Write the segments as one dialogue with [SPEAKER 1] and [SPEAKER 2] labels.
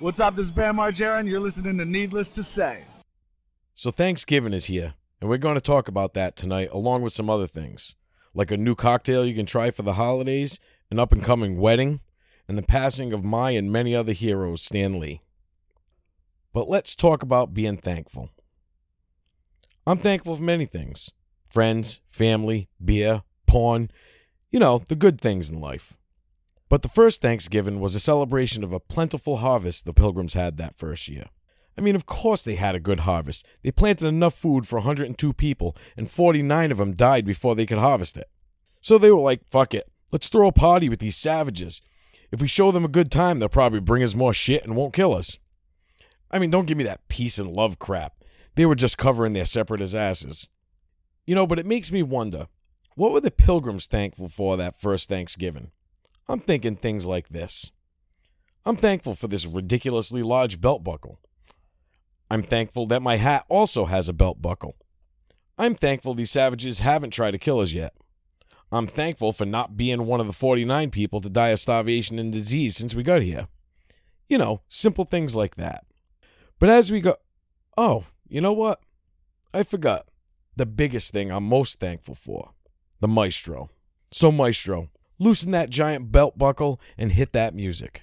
[SPEAKER 1] What's up? This is Bam Margera, and you're listening to Needless to Say.
[SPEAKER 2] So Thanksgiving is here, and we're going to talk about that tonight, along with some other things, like a new cocktail you can try for the holidays, an up and coming wedding, and the passing of my and many other heroes, Stan Lee. But let's talk about being thankful. I'm thankful for many things friends, family, beer, porn, you know, the good things in life. But the first Thanksgiving was a celebration of a plentiful harvest the pilgrims had that first year. I mean, of course they had a good harvest. They planted enough food for 102 people, and 49 of them died before they could harvest it. So they were like, fuck it, let's throw a party with these savages. If we show them a good time, they'll probably bring us more shit and won't kill us. I mean, don't give me that peace and love crap. They were just covering their separatist asses. You know, but it makes me wonder what were the pilgrims thankful for that first Thanksgiving? I'm thinking things like this I'm thankful for this ridiculously large belt buckle. I'm thankful that my hat also has a belt buckle. I'm thankful these savages haven't tried to kill us yet. I'm thankful for not being one of the 49 people to die of starvation and disease since we got here. You know, simple things like that. But as we go, oh, you know what? I forgot the biggest thing I'm most thankful for the maestro. So, maestro, loosen that giant belt buckle and hit that music.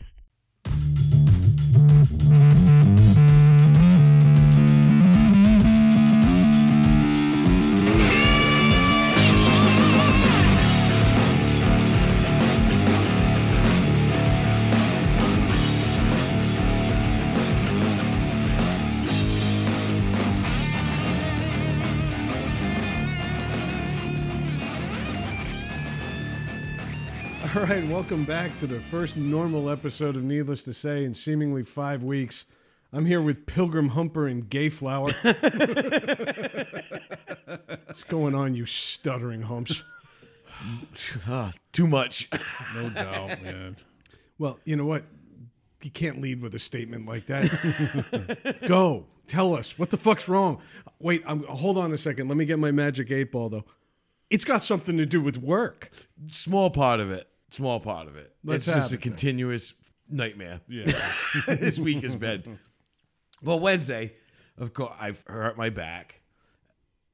[SPEAKER 3] All right, welcome back to the first normal episode of Needless to Say in seemingly five weeks. I'm here with Pilgrim Humper and Gayflower. What's going on, you stuttering humps?
[SPEAKER 2] Ah, Too much.
[SPEAKER 4] No doubt, man.
[SPEAKER 3] Well, you know what? You can't lead with a statement like that. Go tell us what the fuck's wrong. Wait, I'm hold on a second. Let me get my magic eight ball though. It's got something to do with work.
[SPEAKER 2] Small part of it. Small part of it.
[SPEAKER 3] Let's
[SPEAKER 2] it's
[SPEAKER 3] have
[SPEAKER 2] just a
[SPEAKER 3] it then.
[SPEAKER 2] continuous nightmare.
[SPEAKER 4] Yeah.
[SPEAKER 2] this week has been. Well, Wednesday, of course, I've hurt my back,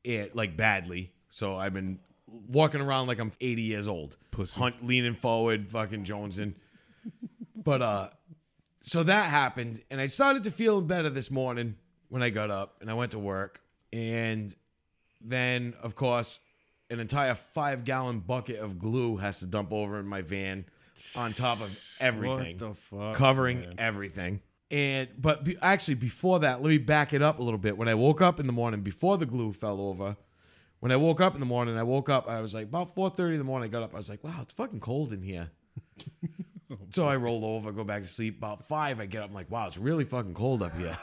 [SPEAKER 2] it like badly. So I've been walking around like I'm 80 years old,
[SPEAKER 4] Pussy.
[SPEAKER 2] Hunt leaning forward, fucking jonesing. But uh, so that happened, and I started to feel better this morning when I got up and I went to work, and then of course an entire five gallon bucket of glue has to dump over in my van on top of everything
[SPEAKER 4] the fuck,
[SPEAKER 2] covering
[SPEAKER 4] man?
[SPEAKER 2] everything and but be, actually before that let me back it up a little bit when i woke up in the morning before the glue fell over when i woke up in the morning i woke up i was like about 4.30 in the morning i got up i was like wow it's fucking cold in here so i roll over go back to sleep about 5 i get up i'm like wow it's really fucking cold up here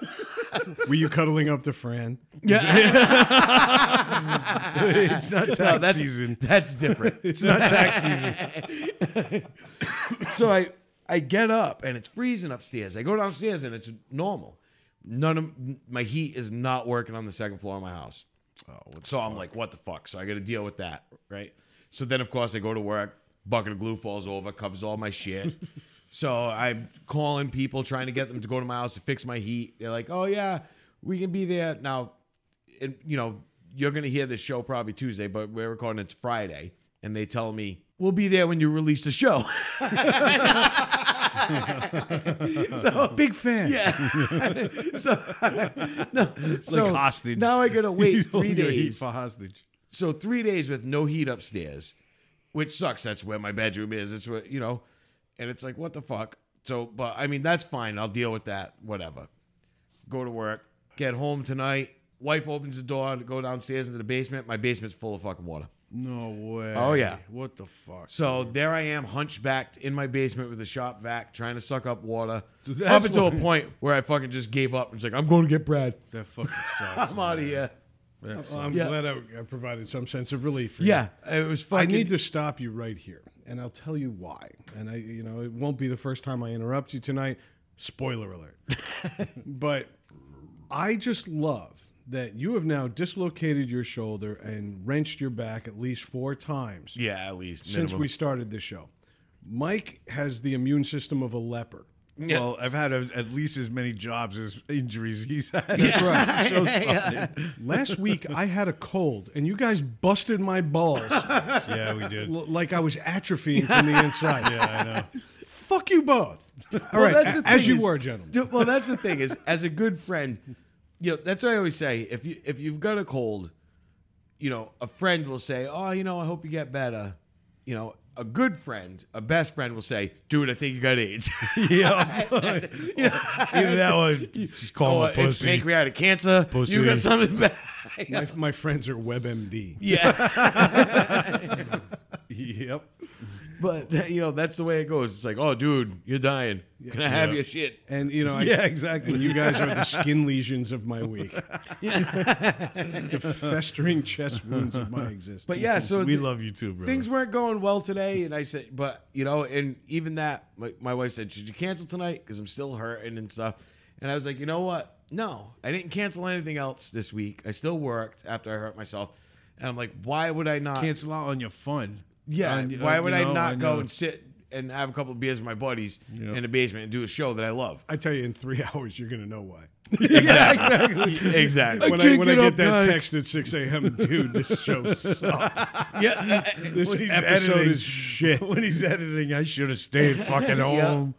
[SPEAKER 3] Were you cuddling up to Fran?
[SPEAKER 4] it's not tax
[SPEAKER 2] No, that's,
[SPEAKER 4] season.
[SPEAKER 2] That's different.
[SPEAKER 4] It's not tax season.
[SPEAKER 2] so I I get up and it's freezing upstairs. I go downstairs and it's normal. None of my heat is not working on the second floor of my house. so I'm like, Oh, what the fuck? So I got to deal with that, right? So then of course I go to work. Bucket of glue falls over, covers all my shit. so I'm calling people, trying to get them to go to my house to fix my heat. They're like, oh yeah, we can be there now. And you know, you're gonna hear this show probably Tuesday, but we're recording it's Friday, and they tell me we'll be there when you release the show. so
[SPEAKER 3] Big fan.
[SPEAKER 2] yeah. so no, so
[SPEAKER 4] hostage.
[SPEAKER 2] Now I gotta
[SPEAKER 4] You
[SPEAKER 2] wait
[SPEAKER 4] hold
[SPEAKER 2] three
[SPEAKER 4] your heat
[SPEAKER 2] days.
[SPEAKER 4] for hostage.
[SPEAKER 2] So three days with no heat upstairs, which sucks. That's where my bedroom is. It's what you know, and it's like what the fuck. So, but I mean that's fine. I'll deal with that. Whatever. Go to work. Get home tonight. Wife opens the door to go downstairs into the basement. My basement's full of fucking water.
[SPEAKER 4] No way.
[SPEAKER 2] Oh, yeah.
[SPEAKER 4] What the fuck?
[SPEAKER 2] So there I am, hunchbacked in my basement with a shop vac, trying to suck up water.
[SPEAKER 4] That's
[SPEAKER 2] up until
[SPEAKER 4] why-
[SPEAKER 2] a point where I fucking just gave up and was like, I'm going to get Brad.
[SPEAKER 4] that fucking sucks.
[SPEAKER 2] I'm out of here.
[SPEAKER 4] man. That
[SPEAKER 3] Well, I'm
[SPEAKER 4] sucks.
[SPEAKER 2] Yeah.
[SPEAKER 3] glad I, I provided some sense of relief for you.
[SPEAKER 2] Yeah, it was
[SPEAKER 3] I
[SPEAKER 2] fucking.
[SPEAKER 3] need to stop you right here, and I'll tell you why. And I, you know, it won't be the first time I interrupt you tonight. Spoiler alert. but I just love that you have now dislocated your shoulder and wrenched your back at least four times
[SPEAKER 2] yeah, at least
[SPEAKER 3] since
[SPEAKER 2] minimum.
[SPEAKER 3] we started the show. Mike has the immune system of a leper.
[SPEAKER 4] Yeah.
[SPEAKER 5] Well, I've had a, at least as many jobs as injuries he's had.
[SPEAKER 3] right.
[SPEAKER 5] Show started.
[SPEAKER 3] Last week I had a cold, and you guys busted my balls l-
[SPEAKER 5] yeah, we did.
[SPEAKER 3] like I was atrophying from the inside.
[SPEAKER 5] Yeah, I know.
[SPEAKER 3] Fuck you both. All right,
[SPEAKER 2] that's
[SPEAKER 3] a-
[SPEAKER 2] the
[SPEAKER 3] as
[SPEAKER 2] thing
[SPEAKER 3] you
[SPEAKER 2] is-
[SPEAKER 3] were, gentlemen.
[SPEAKER 2] Yeah, Well, that's the thing is, as a good friend, you know, that's what I always say. If you if you've got a cold, you know, a friend will say, "Oh, you know, I hope you get better." You know, a good friend, a best friend will say, "Dude, I think you got AIDS."
[SPEAKER 5] Yeah,
[SPEAKER 2] you know,
[SPEAKER 5] either that one. Just call
[SPEAKER 2] or
[SPEAKER 3] Oh,
[SPEAKER 5] him a
[SPEAKER 2] it's
[SPEAKER 5] pussy.
[SPEAKER 2] pancreatic cancer.
[SPEAKER 5] Pussy.
[SPEAKER 2] You got something bad.
[SPEAKER 3] My, my friends are WebMD.
[SPEAKER 2] yeah.
[SPEAKER 5] Yep.
[SPEAKER 2] But that- you know, that's the way it goes. It's like, "Oh, dude, you're dying. Can I have your shit?"
[SPEAKER 3] And you know, I,
[SPEAKER 5] Yeah, exactly.
[SPEAKER 3] and you guys are the skin lesions of my week, the festering chest wounds of my existence.
[SPEAKER 2] But yeah, so
[SPEAKER 5] we
[SPEAKER 2] the-
[SPEAKER 5] love you too, bro.
[SPEAKER 2] things weren't going well today and i said but you know and even that my, my wife said should you cancel tonight because i'm still hurting and stuff and i was like you know what no i didn't cancel anything else this week i still worked after i hurt myself and i'm like why would i not
[SPEAKER 5] cancel out on your fun.
[SPEAKER 2] yeah
[SPEAKER 5] On-
[SPEAKER 2] why
[SPEAKER 5] on,
[SPEAKER 2] would
[SPEAKER 5] uh, you
[SPEAKER 2] i
[SPEAKER 5] know,
[SPEAKER 2] not
[SPEAKER 5] on
[SPEAKER 2] go
[SPEAKER 5] your-
[SPEAKER 2] and sit and have a couple of beers with my buddies
[SPEAKER 5] Yeah.
[SPEAKER 2] in the basement and do a show that i love
[SPEAKER 3] I tell you, in three hours, you're gonna know why.
[SPEAKER 2] exactly exactly
[SPEAKER 3] When I,
[SPEAKER 5] can't
[SPEAKER 3] when I
[SPEAKER 5] get
[SPEAKER 3] get
[SPEAKER 5] up,
[SPEAKER 3] that
[SPEAKER 5] guys.
[SPEAKER 3] text at 6 a.m., dude, this show sucks.
[SPEAKER 2] yeah
[SPEAKER 3] This
[SPEAKER 5] When he's
[SPEAKER 3] episode
[SPEAKER 5] editing.
[SPEAKER 3] is shit.
[SPEAKER 5] when he's editing, I should have stayed fucking home.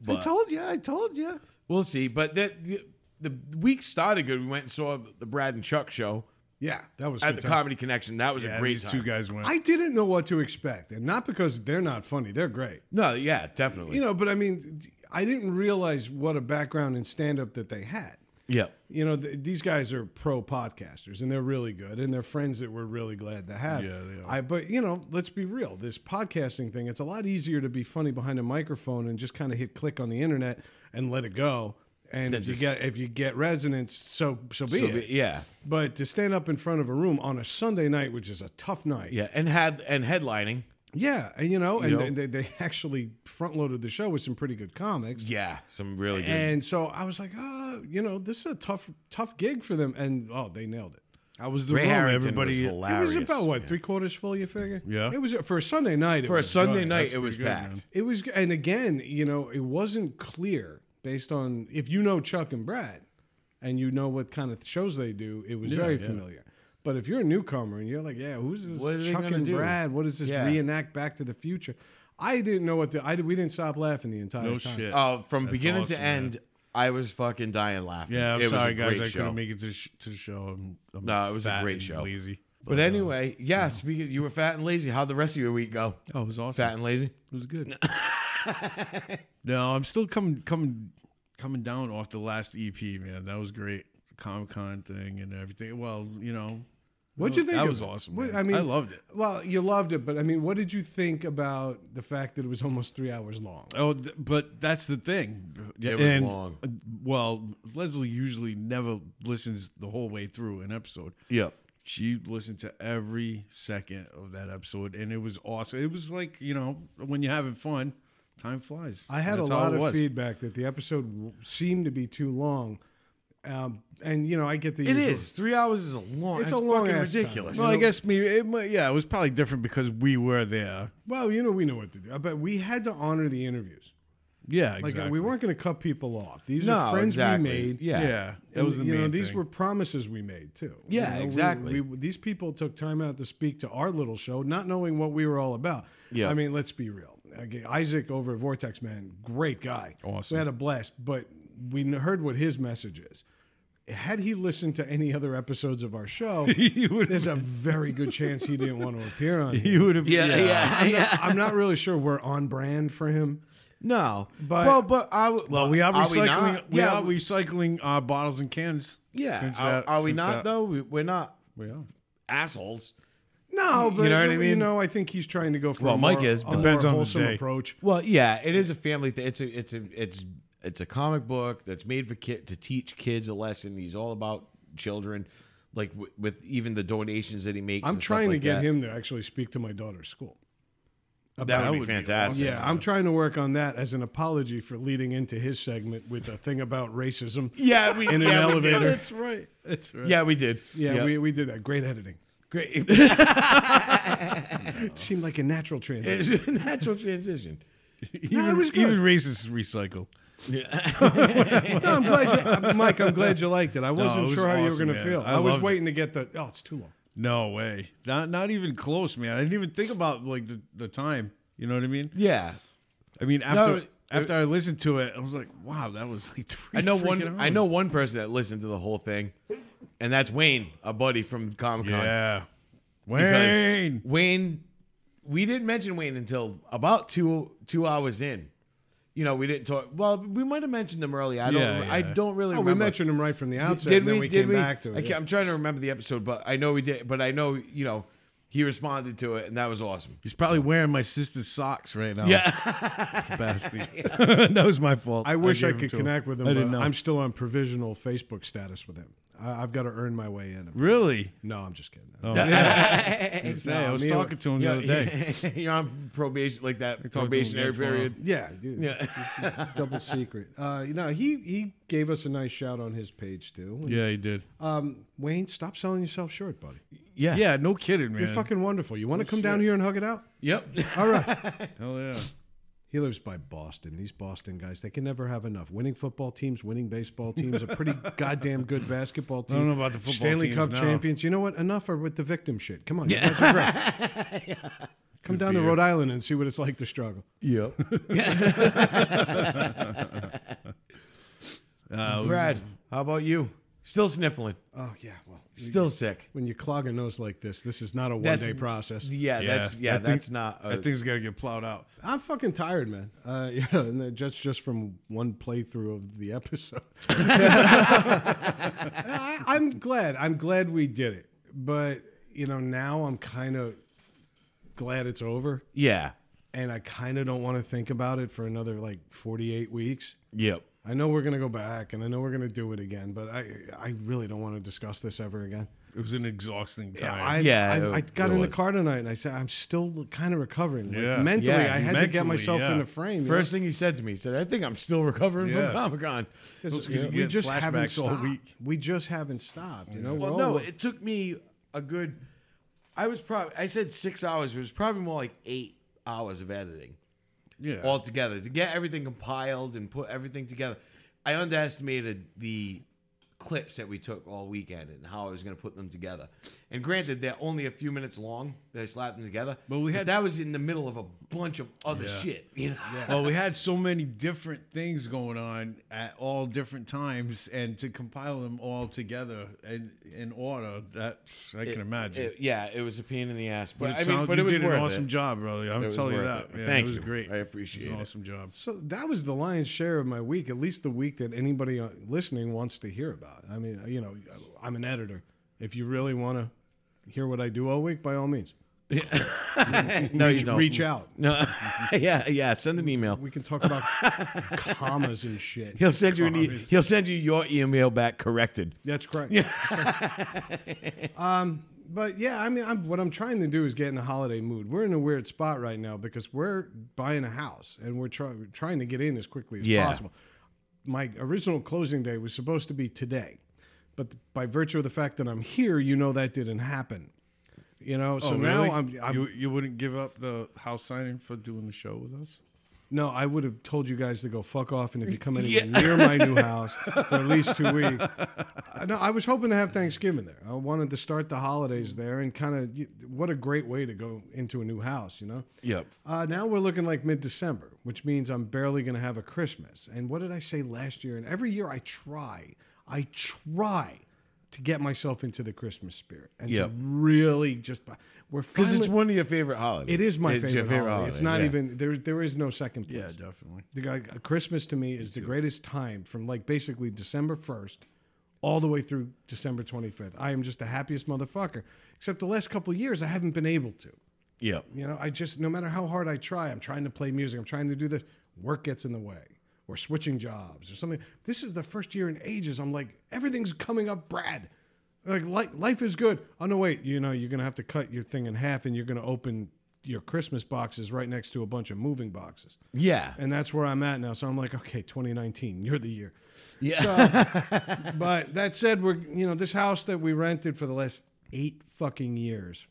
[SPEAKER 2] But-
[SPEAKER 5] told you. I told you.
[SPEAKER 2] we'll see but that the, the week started good we went and saw the brad and chuck show
[SPEAKER 3] Yeah, that was
[SPEAKER 2] at
[SPEAKER 3] good
[SPEAKER 2] the
[SPEAKER 3] time.
[SPEAKER 2] comedy connection that was
[SPEAKER 5] Yeah,
[SPEAKER 2] a great
[SPEAKER 5] these
[SPEAKER 2] time.
[SPEAKER 5] two guys went.
[SPEAKER 3] I didn't know what to expect, and not because they're not funny; they're great.
[SPEAKER 2] No, yeah, definitely.
[SPEAKER 3] You know, but I mean, I didn't realize what a background in stand-up that they had.
[SPEAKER 2] yeah.
[SPEAKER 3] You know, th- these guys are pro podcasters, and they're really good, and they're friends that we're really glad to have.
[SPEAKER 5] Yeah, they are.
[SPEAKER 3] I, but you know, let's be real. This podcasting thing—it's a lot easier to be funny behind a microphone and just kind of hit click on the internet and let it go. And if you
[SPEAKER 2] just-
[SPEAKER 3] get if you get resonance, so so be
[SPEAKER 2] So,
[SPEAKER 3] it.
[SPEAKER 2] yeah.
[SPEAKER 3] But to stand up in front of a room on a Sunday night, which is a tough night,
[SPEAKER 2] Yeah. And had and headlining.
[SPEAKER 3] Yeah, and, you know, and
[SPEAKER 2] know?
[SPEAKER 3] They, they actually front loaded the show with some pretty good comics.
[SPEAKER 2] Yeah. Some really good
[SPEAKER 3] And so I was like, oh, you know, this is a tough, tough gig for them. And oh, they nailed it.
[SPEAKER 5] I was the
[SPEAKER 2] Ray
[SPEAKER 5] room.
[SPEAKER 2] Harrington
[SPEAKER 5] Everybody.
[SPEAKER 2] was hilarious.
[SPEAKER 3] It was about what three quarters full, you figure?
[SPEAKER 5] Yeah.
[SPEAKER 3] It was for a Sunday night. it
[SPEAKER 2] For a
[SPEAKER 3] was
[SPEAKER 2] Sunday
[SPEAKER 3] good.
[SPEAKER 2] night
[SPEAKER 5] That's
[SPEAKER 2] it was
[SPEAKER 5] pretty good,
[SPEAKER 2] packed.
[SPEAKER 5] man.
[SPEAKER 3] It was, and again, you know, it wasn't clear based on if you know Chuck and Brad, and you know what kind of shows they do. It was very familiar. But if you're a newcomer and you're like, yeah, who's this
[SPEAKER 2] What are they
[SPEAKER 3] Chuck
[SPEAKER 2] gonna
[SPEAKER 3] and
[SPEAKER 2] do?
[SPEAKER 3] Brad? What is this
[SPEAKER 2] Yeah.
[SPEAKER 3] reenact Back to the Future? I didn't know what to. I did, we didn't stop laughing the entire
[SPEAKER 5] No
[SPEAKER 3] time.
[SPEAKER 5] shit.
[SPEAKER 2] Uh, from
[SPEAKER 5] That's
[SPEAKER 2] beginning to
[SPEAKER 5] awesome, man.
[SPEAKER 2] end, I was fucking dying laughing.
[SPEAKER 5] Yeah, I'm
[SPEAKER 2] it was
[SPEAKER 5] sorry,
[SPEAKER 2] a
[SPEAKER 5] guys.
[SPEAKER 2] great
[SPEAKER 5] I
[SPEAKER 2] show.
[SPEAKER 5] couldn't make it to, sh- to the show. I'm, I'm
[SPEAKER 2] No, it was a
[SPEAKER 5] fat
[SPEAKER 2] great
[SPEAKER 5] and
[SPEAKER 2] show.
[SPEAKER 5] Lazy.
[SPEAKER 2] But anyway, yeah, speaking you were fat and lazy. How'd the rest of your week go?
[SPEAKER 5] Oh, it was awesome.
[SPEAKER 2] Fat and lazy?
[SPEAKER 5] It was good. no, I'm still coming coming coming down off the last EP, man. That was great. Comic Con thing and everything. Well, you know,
[SPEAKER 3] What'd you think?
[SPEAKER 5] That
[SPEAKER 3] of
[SPEAKER 5] was
[SPEAKER 3] it?
[SPEAKER 5] awesome.
[SPEAKER 3] What-
[SPEAKER 5] man.
[SPEAKER 3] I mean,
[SPEAKER 5] I loved it.
[SPEAKER 3] Well, you loved it, but I mean, what did you think about the fact that it was almost three hours long?
[SPEAKER 5] Oh, th- but that's the thing.
[SPEAKER 2] It was
[SPEAKER 5] And,
[SPEAKER 2] long.
[SPEAKER 5] uh, Well, Leslie usually never listens the whole way through an episode.
[SPEAKER 2] Yep.
[SPEAKER 5] She listened to every second of that episode, and it was awesome. It was like you know when you're having fun, time flies.
[SPEAKER 3] I had a
[SPEAKER 5] That's how
[SPEAKER 3] lot
[SPEAKER 5] it
[SPEAKER 3] of
[SPEAKER 5] was.
[SPEAKER 3] feedback that the episode w- seemed to be too long, um, and you know, I get the
[SPEAKER 2] It
[SPEAKER 3] usual-
[SPEAKER 2] is. Three hours is a long
[SPEAKER 3] It's
[SPEAKER 2] that's
[SPEAKER 3] a long
[SPEAKER 2] fucking
[SPEAKER 3] ass time.
[SPEAKER 2] ridiculous.
[SPEAKER 5] Well, I guess maybe it might, yeah, it was probably different because we were there.
[SPEAKER 3] Well, you know, we know what to do, uh, but we had to honor the interviews.
[SPEAKER 5] Yeah,
[SPEAKER 3] Like
[SPEAKER 5] exactly.
[SPEAKER 3] we weren't going to cut people off. These
[SPEAKER 2] No,
[SPEAKER 3] are friends
[SPEAKER 2] exactly.
[SPEAKER 3] we made.
[SPEAKER 2] Yeah.
[SPEAKER 5] Yeah, that
[SPEAKER 3] And,
[SPEAKER 5] was the
[SPEAKER 3] you
[SPEAKER 5] main
[SPEAKER 3] know these
[SPEAKER 5] thing.
[SPEAKER 3] were promises we made too.
[SPEAKER 2] Yeah,
[SPEAKER 3] You know, we-
[SPEAKER 2] exactly.
[SPEAKER 3] we- these people took time out to speak to our little show, not knowing what we were all about.
[SPEAKER 2] Yeah.
[SPEAKER 3] I mean, let's be real. Okay, Isaac over at Vortex Man, great guy.
[SPEAKER 5] Awesome.
[SPEAKER 3] We had a blast, but we kn- heard what his message is. Had he listened to any other episodes of our show, there's a very good chance he didn't want to appear on. Here.
[SPEAKER 5] you would have.
[SPEAKER 2] yeah, yeah, yeah.
[SPEAKER 3] I'm not really sure we're on brand for him.
[SPEAKER 2] No.
[SPEAKER 3] But-
[SPEAKER 2] well, but I w-
[SPEAKER 5] Well, we are
[SPEAKER 2] we
[SPEAKER 5] recycling.
[SPEAKER 2] not?
[SPEAKER 5] we
[SPEAKER 2] yeah,
[SPEAKER 5] are recycling uh, bottles and cans.
[SPEAKER 2] yeah.
[SPEAKER 5] since
[SPEAKER 2] are,
[SPEAKER 5] that,
[SPEAKER 2] are we
[SPEAKER 5] since
[SPEAKER 2] not
[SPEAKER 5] that-
[SPEAKER 2] though? We, we're not
[SPEAKER 5] We are.
[SPEAKER 2] assholes.
[SPEAKER 3] No, but
[SPEAKER 2] know what I
[SPEAKER 3] You
[SPEAKER 2] mean?
[SPEAKER 3] know, I think he's trying to go for
[SPEAKER 2] Well,
[SPEAKER 3] a
[SPEAKER 2] Mike
[SPEAKER 3] more,
[SPEAKER 2] is,
[SPEAKER 3] a
[SPEAKER 2] but-
[SPEAKER 3] more
[SPEAKER 5] Depends on the
[SPEAKER 3] wholesome
[SPEAKER 5] day.
[SPEAKER 3] approach.
[SPEAKER 2] Well, yeah, it is a family thing. It's a it's a it's it's a comic book that's made for kid to teach kids a lesson. He's all about children, like w- with even the donations that he makes.
[SPEAKER 3] I'm
[SPEAKER 2] and stuff
[SPEAKER 3] trying
[SPEAKER 2] like
[SPEAKER 3] to get
[SPEAKER 2] that.
[SPEAKER 3] him to actually speak to my daughter's school.
[SPEAKER 2] That would be
[SPEAKER 5] would be
[SPEAKER 2] fantastic.
[SPEAKER 3] Yeah, I'm trying to work on that as an apology for leading into his segment with a thing about racism.
[SPEAKER 2] yeah, we
[SPEAKER 3] In an
[SPEAKER 2] yeah, we did.
[SPEAKER 3] elevator.
[SPEAKER 5] That's right. That's right.
[SPEAKER 2] Yeah, we did.
[SPEAKER 3] Yeah, we, we did that. Great editing.
[SPEAKER 2] great.
[SPEAKER 3] It seemed like a natural transition.
[SPEAKER 2] it's a natural transition.
[SPEAKER 5] even,
[SPEAKER 3] it was good.
[SPEAKER 5] even racists recycle.
[SPEAKER 3] No, I'm glad, you, Mike. I'm glad you liked it. I wasn't
[SPEAKER 5] was
[SPEAKER 3] sure how you were
[SPEAKER 5] awesome,
[SPEAKER 3] going to
[SPEAKER 5] man.
[SPEAKER 3] feel.
[SPEAKER 5] I
[SPEAKER 3] I, was
[SPEAKER 5] loved it.
[SPEAKER 3] waiting to get the. Oh, it's too long.
[SPEAKER 5] No way. Not not even close, man. I didn't even think about like the, the time. You know what I mean?
[SPEAKER 2] Yeah.
[SPEAKER 5] I mean after
[SPEAKER 2] No,
[SPEAKER 5] after I listened to it, I was like, wow, that was like three.
[SPEAKER 2] I know
[SPEAKER 5] freaking
[SPEAKER 2] one. I
[SPEAKER 5] hours.
[SPEAKER 2] know one person that listened to the whole thing, and that's Wayne, a buddy from Comic Con.
[SPEAKER 5] Yeah.
[SPEAKER 2] Because
[SPEAKER 5] Wayne.
[SPEAKER 2] Wayne, we didn't mention Wayne until about two two hours in. You know, we didn't talk. Well, we might have mentioned him early. I don't.
[SPEAKER 5] Yeah,
[SPEAKER 2] I
[SPEAKER 5] yeah.
[SPEAKER 2] don't really.
[SPEAKER 3] Oh, we
[SPEAKER 2] remember.
[SPEAKER 3] mentioned him right from the
[SPEAKER 2] D-
[SPEAKER 3] outset. and then we, came back to
[SPEAKER 2] I
[SPEAKER 3] it.
[SPEAKER 2] can't- I'm trying to remember the episode, but I know we did. But I know you know he responded to it, and that was awesome.
[SPEAKER 5] He's probably wearing my sister's socks right now.
[SPEAKER 2] Yeah,
[SPEAKER 5] Bastard. that was my fault.
[SPEAKER 3] I wish I,
[SPEAKER 5] gave him
[SPEAKER 3] could
[SPEAKER 5] to him.
[SPEAKER 3] connect with him.
[SPEAKER 5] I
[SPEAKER 3] but
[SPEAKER 5] didn't know.
[SPEAKER 3] I'm still on provisional Facebook status with him. I, I've got to earn my way in.
[SPEAKER 5] really.
[SPEAKER 3] No, I'm just kidding.
[SPEAKER 5] Oh, Say, I was
[SPEAKER 3] me-
[SPEAKER 5] talking to him the other day.
[SPEAKER 2] you're on probation like that
[SPEAKER 5] to him
[SPEAKER 2] probationary
[SPEAKER 5] again tomorrow.
[SPEAKER 2] period.
[SPEAKER 3] Yeah, dude. double secret. Uh, you know, he he gave us a nice shout on his page too.
[SPEAKER 5] Yeah, he did.
[SPEAKER 3] Um, Wayne, stop selling yourself short, buddy.
[SPEAKER 5] Yeah. no kidding, man.
[SPEAKER 3] You're fucking wonderful. You want to come down here and hug it out?
[SPEAKER 2] Yep.
[SPEAKER 3] All right.
[SPEAKER 5] Hell yeah.
[SPEAKER 3] He lives by Boston. These Boston guys, they can never have enough. Winning football teams, winning baseball teams, a pretty goddamn good basketball team.
[SPEAKER 5] don't know about the football
[SPEAKER 3] Stanley
[SPEAKER 5] teams
[SPEAKER 3] Cup
[SPEAKER 5] now.
[SPEAKER 3] champions. You know what? Enough are with the victim shit. Come on, you guys are great. Come down to
[SPEAKER 5] beer.
[SPEAKER 3] Rhode Island and see what it's like to struggle.
[SPEAKER 5] Uh, it was-
[SPEAKER 2] Brad, how about you? Still sniffling.
[SPEAKER 3] Oh yeah, well,
[SPEAKER 2] Still sick.
[SPEAKER 3] when you clog a nose like this, this is not a one
[SPEAKER 2] That's-
[SPEAKER 3] day process.
[SPEAKER 2] Yeah, that's yeah,
[SPEAKER 5] that thing-
[SPEAKER 2] that's not. A,
[SPEAKER 5] that thing's got to get plowed out.
[SPEAKER 3] I'm fucking tired, man. Uh, yeah, and that's just just from one playthrough of the episode. I, I'm glad. I'm glad we did it, but you know now I'm kind of glad it's over,
[SPEAKER 2] yeah.
[SPEAKER 3] and I kind of don't want to think about it for another like 48 weeks.
[SPEAKER 2] Yep.
[SPEAKER 3] I know we're gonna go back, and I know we're gonna do it again, but I I really don't want to discuss this ever again.
[SPEAKER 5] It was an exhausting
[SPEAKER 3] Yeah,
[SPEAKER 5] time.
[SPEAKER 3] I,
[SPEAKER 2] Yeah,
[SPEAKER 3] I, I
[SPEAKER 2] it
[SPEAKER 3] got in the
[SPEAKER 2] was.
[SPEAKER 3] car tonight and I said I'm still kind of recovering. Like,
[SPEAKER 5] Yeah.
[SPEAKER 3] mentally,
[SPEAKER 2] Yeah,
[SPEAKER 3] I had to get
[SPEAKER 5] mentally,
[SPEAKER 3] myself
[SPEAKER 5] yeah.
[SPEAKER 3] in a frame. you know?
[SPEAKER 2] First thing he said to me, he said, "I think I'm still recovering
[SPEAKER 5] Yeah.
[SPEAKER 2] from Comic Con."
[SPEAKER 5] Those
[SPEAKER 3] Yeah,
[SPEAKER 5] kids
[SPEAKER 3] we
[SPEAKER 5] get
[SPEAKER 3] just haven't
[SPEAKER 5] flashbacks all
[SPEAKER 3] stopped.
[SPEAKER 5] week.
[SPEAKER 3] We just haven't stopped. You know,
[SPEAKER 2] Well,
[SPEAKER 3] We're all-
[SPEAKER 2] no, it took me a good. I was probably I said six hours. It was probably more like eight hours of editing
[SPEAKER 5] Yeah.
[SPEAKER 2] altogether to get everything compiled and put everything together. I underestimated the clips that we took all weekend and how I was going to put them together. And granted, they're only a few minutes long that I slapped them together.
[SPEAKER 5] But we had-
[SPEAKER 2] that was in the middle of a bunch of other
[SPEAKER 5] Yeah.
[SPEAKER 2] shit. You know?
[SPEAKER 5] well, we had so many different things going on at all different times, and to compile them all together and in order, that's I can imagine.
[SPEAKER 2] It- yeah, it was a pain in the ass, but,
[SPEAKER 5] but it,
[SPEAKER 2] I mean,
[SPEAKER 5] sound-
[SPEAKER 2] but
[SPEAKER 5] you
[SPEAKER 2] it was
[SPEAKER 5] did
[SPEAKER 2] worth
[SPEAKER 5] an awesome
[SPEAKER 2] it.
[SPEAKER 5] job, brother. I'm
[SPEAKER 2] was
[SPEAKER 5] telling you
[SPEAKER 2] worth
[SPEAKER 5] that.
[SPEAKER 2] it.
[SPEAKER 5] Yeah,
[SPEAKER 2] Thank
[SPEAKER 5] it was
[SPEAKER 2] you.
[SPEAKER 5] great.
[SPEAKER 2] I appreciate
[SPEAKER 5] it. Was an
[SPEAKER 2] it.
[SPEAKER 5] awesome job.
[SPEAKER 3] So that was the lion's share of my week. At least the week that anybody uh, listening wants to hear about. I mean, uh, you know, I'm an editor. If you really want to hear what I do all week, by all means,
[SPEAKER 2] No,
[SPEAKER 3] reach, reach out.
[SPEAKER 2] No, yeah, yeah. Send an email.
[SPEAKER 3] We can talk about commas and shit.
[SPEAKER 2] He'll send you an e- he'll send you your email back corrected.
[SPEAKER 3] That's correct. Yeah. um, but yeah, I mean, I'm, what I'm trying to do is get in the holiday mood. We're in a weird spot right now because we're buying a house and we're try- trying to get in as quickly as
[SPEAKER 2] Yeah.
[SPEAKER 3] possible. My original closing day was supposed to be today, but th- by virtue of the fact that I'm here, you know that didn't happen. You know, so
[SPEAKER 5] oh,
[SPEAKER 3] now
[SPEAKER 5] really?
[SPEAKER 3] I'm, I'm
[SPEAKER 5] you, you wouldn't give up the house signing for doing the show with us?
[SPEAKER 3] No, I would have told you guys to go fuck off, and if you come anywhere near my new house for at least two weeks. I- No, I was hoping to have Thanksgiving there. I wanted to start the holidays there, and kind of what a great way to go into a new house, you know.
[SPEAKER 2] Yep.
[SPEAKER 3] Uh, now we're looking like mid-December, which means I'm barely going to have a Christmas. And what did I say last year? And every year I try, I try to get myself into the Christmas spirit and
[SPEAKER 2] Yep.
[SPEAKER 3] to really just we're
[SPEAKER 2] Because it's
[SPEAKER 3] finally-
[SPEAKER 2] one of your favorite holidays.
[SPEAKER 3] It is my
[SPEAKER 2] It's
[SPEAKER 3] favorite,
[SPEAKER 2] your
[SPEAKER 3] holiday. It's not
[SPEAKER 2] yeah.
[SPEAKER 3] even there. There is no second place.
[SPEAKER 5] Yeah, definitely.
[SPEAKER 3] The guy, uh, Christmas to me is the greatest time from like basically December 1st all the way through December 25th. I am just the happiest motherfucker. Except the last couple of years, I haven't been able to.
[SPEAKER 2] Yep.
[SPEAKER 3] You know, I just, no matter how hard I try, I'm trying to play music, I'm trying to do this, work gets in the way or switching jobs or something. This is the first year in ages. I'm like, everything's coming up, Brad. Like, li- life is good. Oh, no, wait, you know, you're going to have to cut your thing in half and you're going to open your Christmas boxes right next to a bunch of moving boxes.
[SPEAKER 2] Yeah.
[SPEAKER 3] And that's where I'm at now. So I'm like, okay, 2019, you're the year. Yeah. So, but that said, we're you know this house that we rented for the last eight fucking years.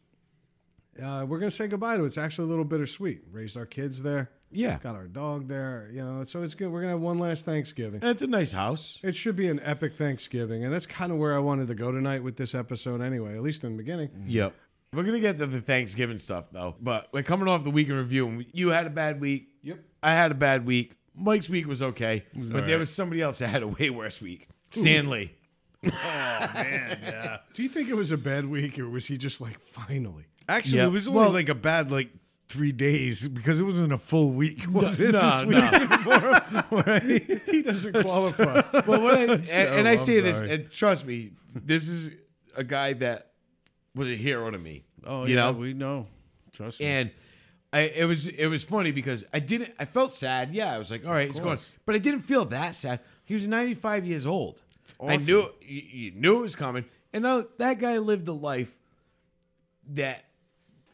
[SPEAKER 3] Uh, we're gonna say goodbye to. it. It's actually a little bittersweet. Raised our kids there.
[SPEAKER 2] Yeah.
[SPEAKER 3] Got our dog there, you know. So it's good. We're gonna have one last Thanksgiving.
[SPEAKER 2] And it's a nice house.
[SPEAKER 3] It should be an epic Thanksgiving, and that's kind of where I wanted to go tonight with this episode, anyway. At least in the beginning.
[SPEAKER 2] Yep. We're gonna get to the Thanksgiving stuff though, but we're coming off the week in review. And you had a bad week.
[SPEAKER 3] Yep.
[SPEAKER 2] I had a bad week. Mike's week was okay, but there
[SPEAKER 5] alright.
[SPEAKER 2] was somebody else that had a way worse week. Stanley.
[SPEAKER 3] Do you think it was a bad week, or was he just like finally?
[SPEAKER 5] Actually,
[SPEAKER 2] Yeah.
[SPEAKER 5] it was only like a bad like three days because it wasn't a full week, was it?
[SPEAKER 2] no,
[SPEAKER 5] this week? Right?
[SPEAKER 3] He doesn't qualify.
[SPEAKER 2] But what I, and, and I
[SPEAKER 5] I'm
[SPEAKER 2] say this,
[SPEAKER 5] sorry.
[SPEAKER 2] and trust me, this is a guy that was a hero to me.
[SPEAKER 5] Oh,
[SPEAKER 2] you know,
[SPEAKER 5] yeah, we know. Trust me.
[SPEAKER 2] and I, it was it was funny because I didn't I felt sad. Yeah, I was like, all right, it's going,
[SPEAKER 5] course.
[SPEAKER 2] but I didn't feel that sad. He was 95 years old. I
[SPEAKER 5] awesome.
[SPEAKER 2] knew you, you knew it was coming, and now that guy lived a life that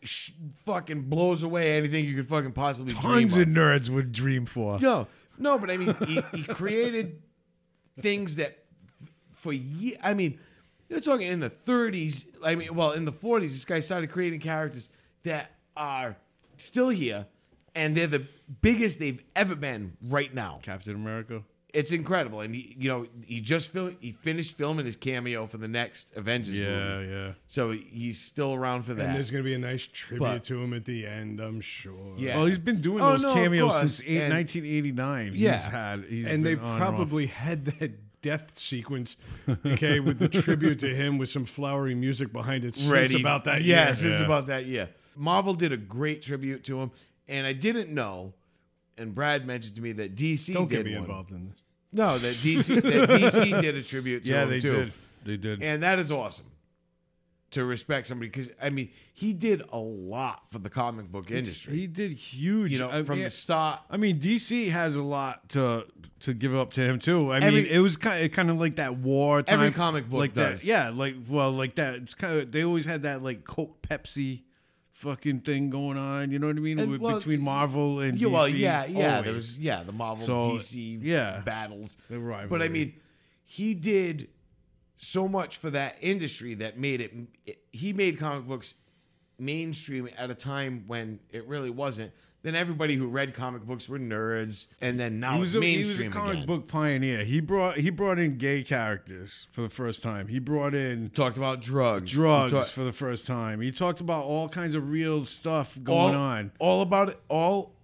[SPEAKER 2] sh- fucking blows away anything you could fucking possibly dream
[SPEAKER 5] Tons
[SPEAKER 2] of.
[SPEAKER 5] of nerds would dream for.
[SPEAKER 2] No, no, but I mean, he, he created things that f- for ye I mean, you're talking in the 30s. I mean, well, in the 40s, this guy started creating characters that are still here, and they're the biggest they've ever been right now.
[SPEAKER 5] Captain America.
[SPEAKER 2] It's incredible, and he, you know, he just fil- he finished filming his cameo for the next Avengers
[SPEAKER 5] Yeah,
[SPEAKER 2] movie,
[SPEAKER 5] yeah.
[SPEAKER 2] so he's still around for
[SPEAKER 3] And
[SPEAKER 2] that.
[SPEAKER 3] there's gonna be a nice tribute
[SPEAKER 2] But-
[SPEAKER 3] to him at the end, I'm sure.
[SPEAKER 2] Yeah.
[SPEAKER 5] Oh, he's been doing
[SPEAKER 2] Oh,
[SPEAKER 5] those
[SPEAKER 2] no, of
[SPEAKER 5] cameos
[SPEAKER 2] course,
[SPEAKER 5] since eight,
[SPEAKER 2] and-
[SPEAKER 5] 1989.
[SPEAKER 2] Yeah.
[SPEAKER 5] He's had, he's
[SPEAKER 3] and they
[SPEAKER 5] been on and off.
[SPEAKER 3] probably had that death sequence, okay, with the tribute to him with some flowery music behind it. It's
[SPEAKER 2] ready
[SPEAKER 3] about that. year.
[SPEAKER 2] Uh, Yes, it's
[SPEAKER 5] Yeah.
[SPEAKER 2] about that year. Marvel did a great tribute to him, and I didn't know. And Brad mentioned to me that DC
[SPEAKER 3] Don't
[SPEAKER 2] did
[SPEAKER 3] get me
[SPEAKER 2] one.
[SPEAKER 3] involved in this.
[SPEAKER 2] No, that DC that DC did a tribute to
[SPEAKER 5] Yeah,
[SPEAKER 2] him
[SPEAKER 5] they
[SPEAKER 2] too,
[SPEAKER 5] did. They did.
[SPEAKER 2] and that is awesome. To respect somebody because I mean he did a lot for the comic book industry.
[SPEAKER 5] He uh, did huge.
[SPEAKER 2] you know,
[SPEAKER 5] I
[SPEAKER 2] from
[SPEAKER 5] mean,
[SPEAKER 2] the start.
[SPEAKER 5] I mean, DC has a lot to to give up to him too. I
[SPEAKER 2] Every-
[SPEAKER 5] mean, it was kind of, kind of like that war time.
[SPEAKER 2] Every comic book
[SPEAKER 5] like
[SPEAKER 2] does.
[SPEAKER 5] that. Yeah, like well, like that. It's kind of they always had that like Coke Pepsi fucking thing going on. You know what I mean?
[SPEAKER 2] And,
[SPEAKER 5] With-
[SPEAKER 2] well,
[SPEAKER 5] Between
[SPEAKER 2] it's-
[SPEAKER 5] Marvel and
[SPEAKER 2] Yeah,
[SPEAKER 5] DC.
[SPEAKER 2] well, yeah, yeah. There
[SPEAKER 5] always.
[SPEAKER 2] was yeah the Marvel
[SPEAKER 5] So,
[SPEAKER 2] DC
[SPEAKER 5] yeah.
[SPEAKER 2] battles.
[SPEAKER 5] The rivalry.
[SPEAKER 2] But I mean, he did so much for that industry that made it. He made comic books mainstream at a time when it really wasn't. Then everybody who read comic books were nerds, and then now
[SPEAKER 5] He was, a,
[SPEAKER 2] it's
[SPEAKER 5] he
[SPEAKER 2] mainstream
[SPEAKER 5] was a comic
[SPEAKER 2] again.
[SPEAKER 5] book pioneer. He brought he brought in gay characters for the first time. He brought in
[SPEAKER 2] Talked about drugs,
[SPEAKER 5] drugs
[SPEAKER 2] We talk-
[SPEAKER 5] for the first time. He talked about all kinds of real stuff
[SPEAKER 2] all,
[SPEAKER 5] going on.
[SPEAKER 2] all about it, all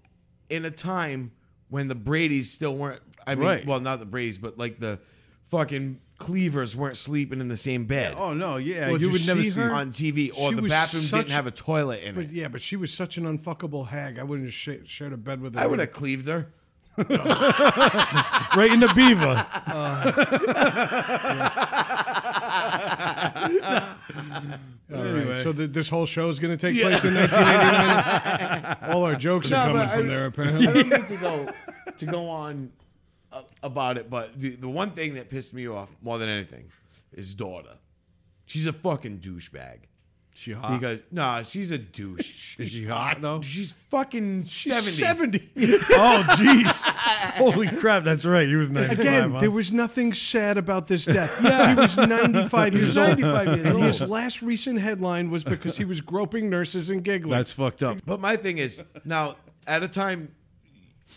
[SPEAKER 2] in a time when the Brady's still weren't. I mean,
[SPEAKER 5] Right.
[SPEAKER 2] well, not the Brady's, but like the fucking Cleavers weren't sleeping in the same bed
[SPEAKER 5] Oh no, yeah,
[SPEAKER 3] Well,
[SPEAKER 5] you
[SPEAKER 3] did
[SPEAKER 5] would never
[SPEAKER 3] she
[SPEAKER 5] see
[SPEAKER 3] hear-
[SPEAKER 2] on TV, or
[SPEAKER 3] She
[SPEAKER 2] the
[SPEAKER 3] was
[SPEAKER 2] bathroom didn't
[SPEAKER 3] such-
[SPEAKER 2] have a toilet in
[SPEAKER 3] But
[SPEAKER 2] it.
[SPEAKER 3] yeah, but she was such an unfuckable hag. I wouldn't have sh- shared a bed with her.
[SPEAKER 2] I would have cleaved her.
[SPEAKER 5] right in the beaver.
[SPEAKER 3] All right,
[SPEAKER 5] anyway.
[SPEAKER 3] So th- this whole show is going to take place in 1989. All our jokes are
[SPEAKER 2] No,
[SPEAKER 3] coming
[SPEAKER 2] but I-
[SPEAKER 3] from there,
[SPEAKER 2] I
[SPEAKER 3] apparently.
[SPEAKER 2] don't need to go to go on a- about it, but the, the one thing that pissed me off more than anything is daughter. She's a fucking douchebag.
[SPEAKER 5] She hot.
[SPEAKER 2] Because nah, she's a douche.
[SPEAKER 5] Is she hot though?
[SPEAKER 2] She's fucking seventy.
[SPEAKER 5] oh jeez! Holy crap! That's right. He was ninety-five.
[SPEAKER 3] Again,
[SPEAKER 5] huh?
[SPEAKER 3] there was nothing sad about this death. He was 95 years old.
[SPEAKER 2] 95 years
[SPEAKER 3] and
[SPEAKER 2] old.
[SPEAKER 3] his last recent headline was because he was groping nurses and giggling.
[SPEAKER 5] that's fucked up.
[SPEAKER 2] But my thing is now at a time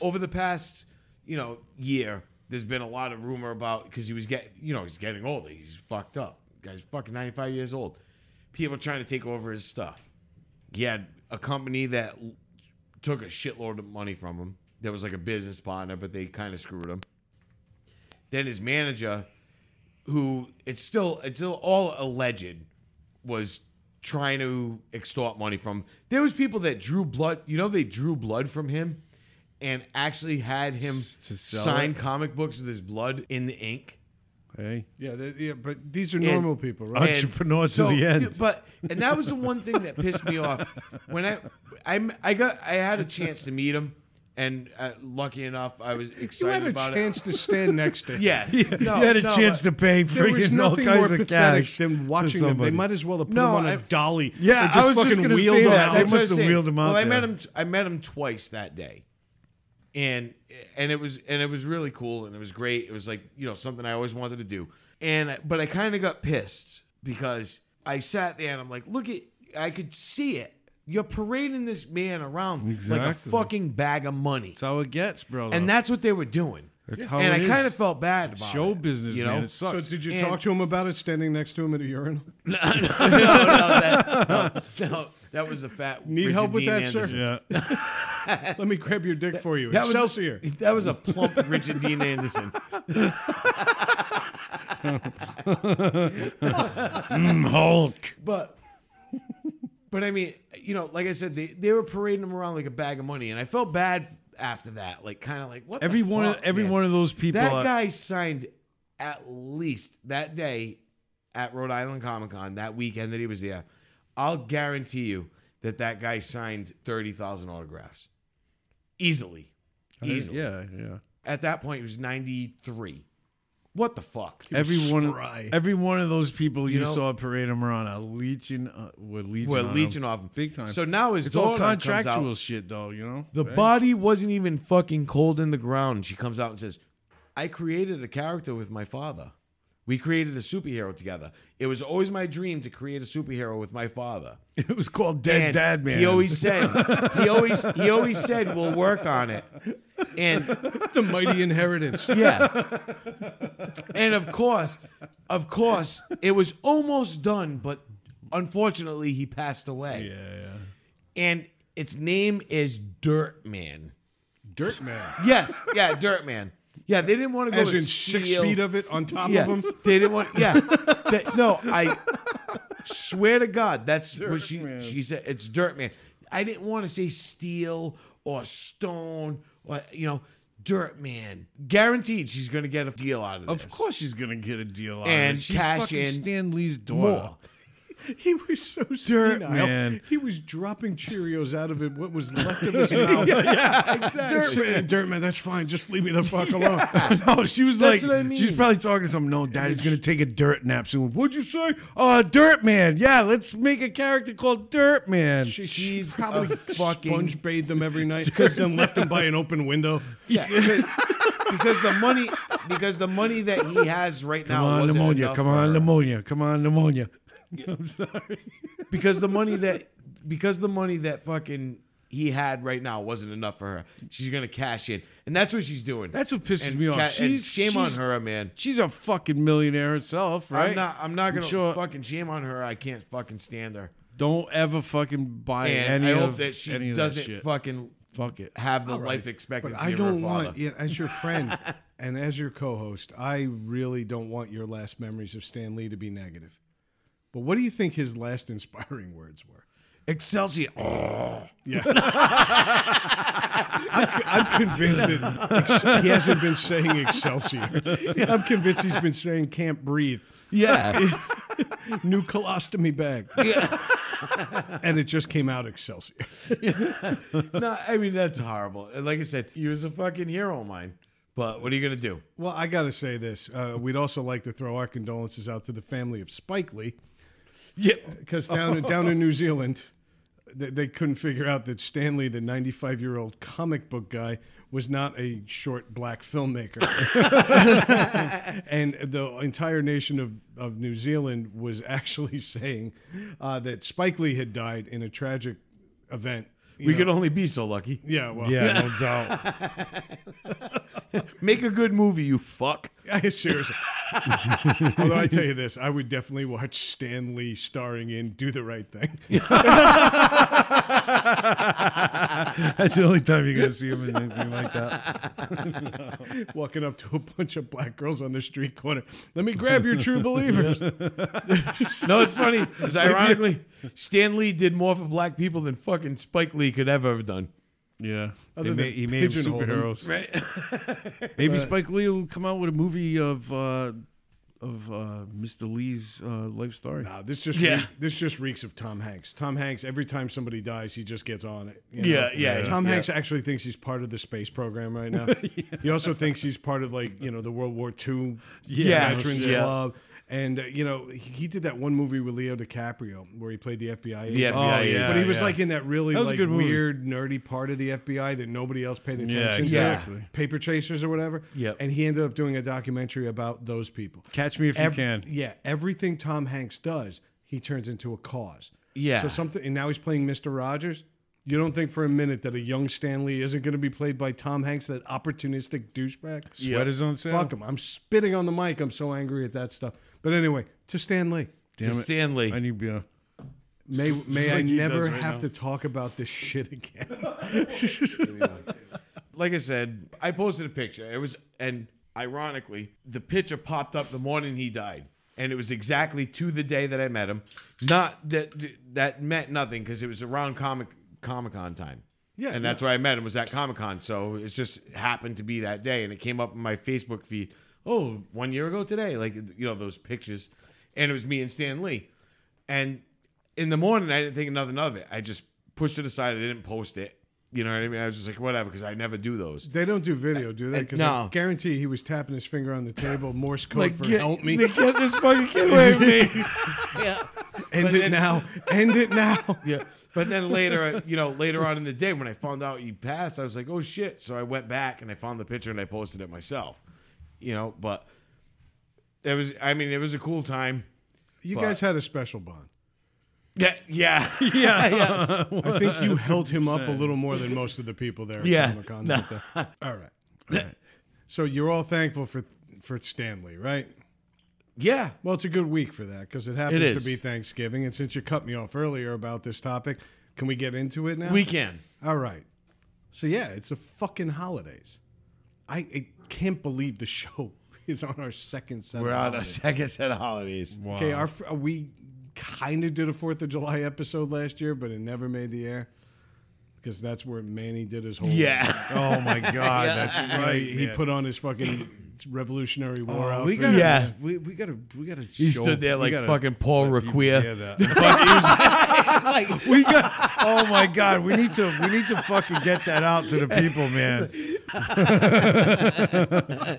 [SPEAKER 2] over the past you know year, there's been a lot of rumor about because he was get you know he's getting older, he's fucked up. Guy's fucking 95 years old. People trying to take over his stuff. He had a company that l- took a shitload of money from him. That was like a business partner, but they kind of screwed him. Then his manager, who it's still it's still all alleged, was trying to extort money from. There was people that drew blood. You know, they drew blood from him, and actually had him
[SPEAKER 5] S- to sell
[SPEAKER 2] sign
[SPEAKER 5] it?
[SPEAKER 2] comic books with his blood in the ink.
[SPEAKER 5] Hey,
[SPEAKER 3] yeah, th- yeah, but these are normal people, right?
[SPEAKER 2] And
[SPEAKER 5] Entrepreneur to the end.
[SPEAKER 2] But and that was the one thing that pissed me off when I I I got I had a chance to meet him, and uh, lucky enough I was
[SPEAKER 3] You
[SPEAKER 2] excited
[SPEAKER 3] had a
[SPEAKER 2] about
[SPEAKER 3] chance
[SPEAKER 2] it.
[SPEAKER 3] to stand next to him.
[SPEAKER 2] Yes, No,
[SPEAKER 5] you had a
[SPEAKER 2] no,
[SPEAKER 5] chance
[SPEAKER 2] but-
[SPEAKER 5] to pay
[SPEAKER 3] There was
[SPEAKER 5] freaking all
[SPEAKER 3] nothing more
[SPEAKER 5] kinds of
[SPEAKER 3] pathetic
[SPEAKER 5] cash
[SPEAKER 3] than
[SPEAKER 5] to
[SPEAKER 3] watching them. They
[SPEAKER 5] somebody.
[SPEAKER 3] might as well have put
[SPEAKER 2] No,
[SPEAKER 3] him on a
[SPEAKER 2] I-
[SPEAKER 3] dolly.
[SPEAKER 5] Yeah,
[SPEAKER 3] and
[SPEAKER 5] I was just
[SPEAKER 3] fucking
[SPEAKER 5] gonna
[SPEAKER 3] wheeled
[SPEAKER 5] say
[SPEAKER 3] him
[SPEAKER 5] that.
[SPEAKER 3] out.
[SPEAKER 5] They
[SPEAKER 2] That's what
[SPEAKER 5] must
[SPEAKER 2] I'm
[SPEAKER 5] have
[SPEAKER 2] saying.
[SPEAKER 5] wheeled him out
[SPEAKER 2] Well, I met
[SPEAKER 5] there.
[SPEAKER 2] him. I met him twice that day, and and it was and it was really cool and it was great. It was like you know something I always wanted to do, and but I kind of got pissed because I sat there and I'm like, look at I could see it You're parading this man around like a
[SPEAKER 5] Exactly.
[SPEAKER 2] fucking bag of money.
[SPEAKER 5] That's how it gets, bro.
[SPEAKER 2] And that's what they were doing.
[SPEAKER 5] That's how
[SPEAKER 2] and
[SPEAKER 5] it
[SPEAKER 2] I
[SPEAKER 5] is.
[SPEAKER 2] kind of felt bad about
[SPEAKER 5] show
[SPEAKER 2] it,
[SPEAKER 5] business,
[SPEAKER 2] you know?
[SPEAKER 5] man. It
[SPEAKER 3] So
[SPEAKER 5] sucks.
[SPEAKER 3] did you
[SPEAKER 2] And-
[SPEAKER 3] talk to him about it standing next to him at a urinal?
[SPEAKER 2] No, that was a fat.
[SPEAKER 3] Need
[SPEAKER 2] Richard
[SPEAKER 3] help with
[SPEAKER 2] Dean
[SPEAKER 3] that,
[SPEAKER 2] Anderson.
[SPEAKER 3] sir?
[SPEAKER 5] yeah.
[SPEAKER 3] Let me grab your dick for you.
[SPEAKER 2] That was
[SPEAKER 3] Excelsior.
[SPEAKER 2] That was a plump Richard Dean Anderson.
[SPEAKER 5] Mm, Hulk.
[SPEAKER 2] But but I mean, you know, like I said, they, they were parading him around like a bag of money, and I felt bad after that. Like kind of like what the
[SPEAKER 5] Every one, of,
[SPEAKER 2] fuck,
[SPEAKER 5] every
[SPEAKER 2] man?
[SPEAKER 5] one of those people.
[SPEAKER 2] That
[SPEAKER 5] are-
[SPEAKER 2] guy signed at least that day at Rhode Island Comic Con that weekend that he was there. I'll guarantee you that that guy signed thirty thousand autographs easily, easily.
[SPEAKER 5] Yeah, yeah.
[SPEAKER 2] At that point, he was ninety three. What the fuck?
[SPEAKER 5] Every one, of,
[SPEAKER 1] spry.
[SPEAKER 5] every one of those people you,
[SPEAKER 2] know-
[SPEAKER 5] saw parade him around are leeching, uh, were leeching,
[SPEAKER 2] We're
[SPEAKER 5] on him
[SPEAKER 2] leeching off him
[SPEAKER 5] big time.
[SPEAKER 2] So now his
[SPEAKER 5] it's all
[SPEAKER 2] daughter comes out.
[SPEAKER 5] contractual shit, though. You know,
[SPEAKER 2] The
[SPEAKER 5] Right?
[SPEAKER 2] body wasn't even fucking cold in the ground. She comes out and says, I created a character with my father. We created a superhero together. It was always my dream to create a superhero with my father.
[SPEAKER 5] It was called Dead
[SPEAKER 2] And
[SPEAKER 5] Dad Man.
[SPEAKER 2] He always said, he always he always said we'll work on it. And
[SPEAKER 3] the mighty inheritance.
[SPEAKER 2] yeah. And of course, of course, it was almost done, but unfortunately he passed away.
[SPEAKER 5] yeah, yeah.
[SPEAKER 2] And its name is Dirt Man.
[SPEAKER 5] Dirt Man.
[SPEAKER 2] Yes, yeah, dirt man. Yeah, they didn't want to go
[SPEAKER 3] As
[SPEAKER 2] with
[SPEAKER 3] in six
[SPEAKER 5] E
[SPEAKER 2] steel.
[SPEAKER 3] feet of it on top
[SPEAKER 2] yeah,
[SPEAKER 3] of him.
[SPEAKER 2] They didn't want. Yeah, They- no, I swear to God, that's what she
[SPEAKER 5] man.
[SPEAKER 2] she said. It's dirt man. I didn't want to say steel or stone or you know dirt man. Guaranteed, she's gonna get a deal out of this.
[SPEAKER 5] Of course, she's gonna get a deal out
[SPEAKER 2] And
[SPEAKER 5] of it. She's
[SPEAKER 2] cash
[SPEAKER 5] fucking
[SPEAKER 2] in
[SPEAKER 5] Stan Lee's daughter.
[SPEAKER 2] more.
[SPEAKER 3] He was so
[SPEAKER 5] Dirt,
[SPEAKER 3] senile.
[SPEAKER 5] man.
[SPEAKER 3] He was dropping Cheerios out of it. What was left of his mouth? Dirt man, dirt man. That's fine. Just leave me the fuck alone.
[SPEAKER 5] no, she was
[SPEAKER 2] That's
[SPEAKER 5] like,
[SPEAKER 2] what I mean.
[SPEAKER 5] she's probably talking to some. No, daddy's gonna take a dirt nap soon. What'd you say? Uh, Dirt Man. Yeah, let's make a character called Dirt Man.
[SPEAKER 3] She-
[SPEAKER 2] She's
[SPEAKER 3] probably
[SPEAKER 2] a fucking-
[SPEAKER 3] sponge bathed them every night, then left them by an open window.
[SPEAKER 2] Yeah, because, because the money because the money that he has right
[SPEAKER 5] Come
[SPEAKER 2] now
[SPEAKER 5] on,
[SPEAKER 2] wasn't
[SPEAKER 5] pneumonia.
[SPEAKER 2] enough
[SPEAKER 5] Come
[SPEAKER 2] for
[SPEAKER 5] on,
[SPEAKER 2] her.
[SPEAKER 5] pneumonia. Come on, pneumonia. I'm sorry.
[SPEAKER 2] because the money that because the money that fucking he had right now wasn't enough for her. She's gonna cash in, and that's what she's doing.
[SPEAKER 5] That's what pisses
[SPEAKER 2] And
[SPEAKER 5] me off.
[SPEAKER 2] ca- and
[SPEAKER 5] She's-
[SPEAKER 2] shame
[SPEAKER 5] she's-
[SPEAKER 2] on her, man.
[SPEAKER 5] She's a fucking millionaire herself, right?
[SPEAKER 2] I'm not. I'm not gonna
[SPEAKER 5] sure-
[SPEAKER 2] fucking shame on her. I can't fucking stand her,
[SPEAKER 5] Don't ever fucking buy
[SPEAKER 2] and
[SPEAKER 5] any
[SPEAKER 2] I hope
[SPEAKER 5] of
[SPEAKER 2] that she
[SPEAKER 5] any of that
[SPEAKER 2] doesn't
[SPEAKER 5] shit.
[SPEAKER 2] fucking
[SPEAKER 5] Fuck it.
[SPEAKER 2] have the life
[SPEAKER 3] But
[SPEAKER 2] expectancy
[SPEAKER 3] I
[SPEAKER 2] of
[SPEAKER 3] don't
[SPEAKER 2] her father.
[SPEAKER 3] want, yeah, as your friend and as your co-host, I really don't want your last memories of Stan Lee to be negative. But what do you think his last inspiring words were?
[SPEAKER 2] Excelsior.
[SPEAKER 3] I'm convinced that ex- he hasn't been saying Excelsior. I'm convinced he's been saying can't breathe.
[SPEAKER 2] Yeah,
[SPEAKER 3] New colostomy bag. and it just came out Excelsior.
[SPEAKER 2] no, I mean that's horrible. And Like I said, he was a fucking hero of mine. But what are you gonna do?
[SPEAKER 3] Well, I got to say this. Uh, we'd also like to throw our condolences out to the family of Spike Lee.
[SPEAKER 2] Yeah,
[SPEAKER 3] Because down down in New Zealand, they, they couldn't figure out that Stanley, the 95 year old comic book guy, was not a short black filmmaker. and the entire nation of, of New Zealand was actually saying uh, that Spike Lee had died in a tragic event. you
[SPEAKER 2] we
[SPEAKER 3] know.
[SPEAKER 2] could only be so lucky.
[SPEAKER 3] Yeah, well,
[SPEAKER 5] Yeah, no doubt.
[SPEAKER 2] Make a good movie, you fuck.
[SPEAKER 3] I, seriously. Although I tell you this, I would definitely watch Stan Lee starring in Do the Right Thing.
[SPEAKER 5] That's the only time you're gonna see him in anything like that.
[SPEAKER 3] walking up to a bunch of black girls on the street corner. Let me grab your true believers.
[SPEAKER 2] No, it's funny because ironically, Stan Lee did more for black people than fucking Spike Lee could ever have done.
[SPEAKER 5] Yeah.
[SPEAKER 3] Other
[SPEAKER 5] They
[SPEAKER 3] than
[SPEAKER 5] made, he made him
[SPEAKER 3] pigeonhole him.
[SPEAKER 5] superheroes. Right. Maybe Spike Lee will come out with a movie of uh, of uh, Mr. Lee's uh, life story.
[SPEAKER 3] Nah, this just
[SPEAKER 2] Yeah.
[SPEAKER 3] reek- this just reeks of Tom Hanks. Tom Hanks, every time somebody dies, he just gets on it. you know?
[SPEAKER 2] Yeah, yeah,
[SPEAKER 3] Tom
[SPEAKER 2] yeah.
[SPEAKER 3] Hanks actually thinks he's part of the space program right now. He also thinks he's part of like you know the World War II
[SPEAKER 2] Yeah,
[SPEAKER 3] veterans
[SPEAKER 2] yeah.
[SPEAKER 3] club. And uh, you know he, he did that one movie with Leo DiCaprio where he played the FBI. agent.
[SPEAKER 2] The FBI
[SPEAKER 5] Oh, yeah.
[SPEAKER 3] But he was like in that really
[SPEAKER 5] That was a
[SPEAKER 3] like
[SPEAKER 5] good movie.
[SPEAKER 3] weird nerdy part of the FBI that nobody else paid attention to,
[SPEAKER 5] exactly.
[SPEAKER 3] paper chasers or whatever.
[SPEAKER 2] Yep.
[SPEAKER 3] And he ended up doing a documentary about those people.
[SPEAKER 5] Catch me if
[SPEAKER 3] Ev-
[SPEAKER 5] you can.
[SPEAKER 3] Yeah, everything Tom Hanks does, he turns into a cause.
[SPEAKER 2] Yeah.
[SPEAKER 3] So something, and now he's playing Mr. Rogers. You don't think for a minute that a young Stanley isn't going to be played by Tom Hanks, that opportunistic douchebag?
[SPEAKER 5] Sweaters on sale.
[SPEAKER 3] Fuck him. I'm spitting on the mic. I'm so angry at that stuff. But anyway, to Stanley,
[SPEAKER 5] Damn it.
[SPEAKER 2] Stanley.
[SPEAKER 5] I need beer.
[SPEAKER 3] may may
[SPEAKER 5] like
[SPEAKER 3] I
[SPEAKER 5] he does
[SPEAKER 3] never
[SPEAKER 5] right
[SPEAKER 3] have
[SPEAKER 5] now.
[SPEAKER 3] to talk about this shit again.
[SPEAKER 2] like I said, I posted a picture. It was, and ironically, the picture popped up the morning he died, and it was exactly to the day that I met him. Not that that meant nothing because it was around comic Comic Con time.
[SPEAKER 3] Yeah,
[SPEAKER 2] and
[SPEAKER 3] yeah.
[SPEAKER 2] that's where I met him was at Comic Con. So it just happened to be that day, and it came up in my Facebook feed. Oh, one year ago today, like you know those pictures, and it was me and Stan Lee. And in the morning, I didn't think nothing of it. I just pushed it aside. I didn't post it. You know what I mean? I was just like, whatever, because I never do those.
[SPEAKER 3] They don't do video, do they?
[SPEAKER 5] Uh,
[SPEAKER 3] Because I
[SPEAKER 2] no.
[SPEAKER 3] guarantee he was tapping his finger on the table, Morse code for
[SPEAKER 5] get-
[SPEAKER 3] help me.
[SPEAKER 5] like, get this fucking kid away from me.
[SPEAKER 3] End it now. End it now.
[SPEAKER 2] Yeah. But then later, you know, later on in the day when I found out he passed, I was like, oh shit. So I went back and I found the picture and I posted it myself. You know, but it was, I mean, it was a cool time.
[SPEAKER 3] You
[SPEAKER 2] But-
[SPEAKER 3] guys had a special bond.
[SPEAKER 2] Yeah. Yeah.
[SPEAKER 3] I think you held him up a little more than most of the people there. At
[SPEAKER 2] Yeah.
[SPEAKER 3] Comic-Con that day. All right. So you're all thankful for for Stanley, right?
[SPEAKER 2] yeah.
[SPEAKER 3] Well, it's a good week for that because it happens
[SPEAKER 2] It
[SPEAKER 3] to
[SPEAKER 2] is.
[SPEAKER 3] be Thanksgiving. And since you cut me off earlier about this topic, can we get into it now?
[SPEAKER 2] We can.
[SPEAKER 3] All right. So yeah, it's the fucking holidays. I, I can't believe the show is on our second set.
[SPEAKER 2] We're
[SPEAKER 3] of
[SPEAKER 2] on a
[SPEAKER 3] holidays.
[SPEAKER 2] second set of holidays.
[SPEAKER 3] Okay, our f- uh, we kind of did a Fourth of July episode last year, but it never made the air because that's where Manny did his whole.
[SPEAKER 2] Yeah.
[SPEAKER 5] Oh my god, that's
[SPEAKER 3] You know,
[SPEAKER 5] right. Oh,
[SPEAKER 3] he, he put on his fucking Revolutionary War outfit.
[SPEAKER 5] we gotta,
[SPEAKER 2] Yeah.
[SPEAKER 5] we, we gotta, we gotta.
[SPEAKER 2] He stood there like fucking Paul Requia.
[SPEAKER 5] we got. Oh my god, we need to, we need to fucking get that out to the people, man.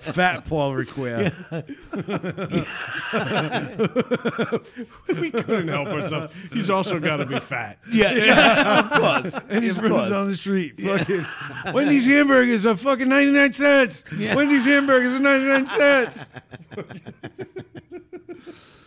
[SPEAKER 5] Fat Paul Requia.
[SPEAKER 3] we couldn't help ourselves. He's also got to be fat.
[SPEAKER 2] Yeah. yeah. Of course.
[SPEAKER 5] And he's
[SPEAKER 2] of
[SPEAKER 5] running
[SPEAKER 2] course.
[SPEAKER 5] down the street. Fucking, Wendy's hamburgers are fucking 99 cents. Wendy's hamburgers are 99 cents.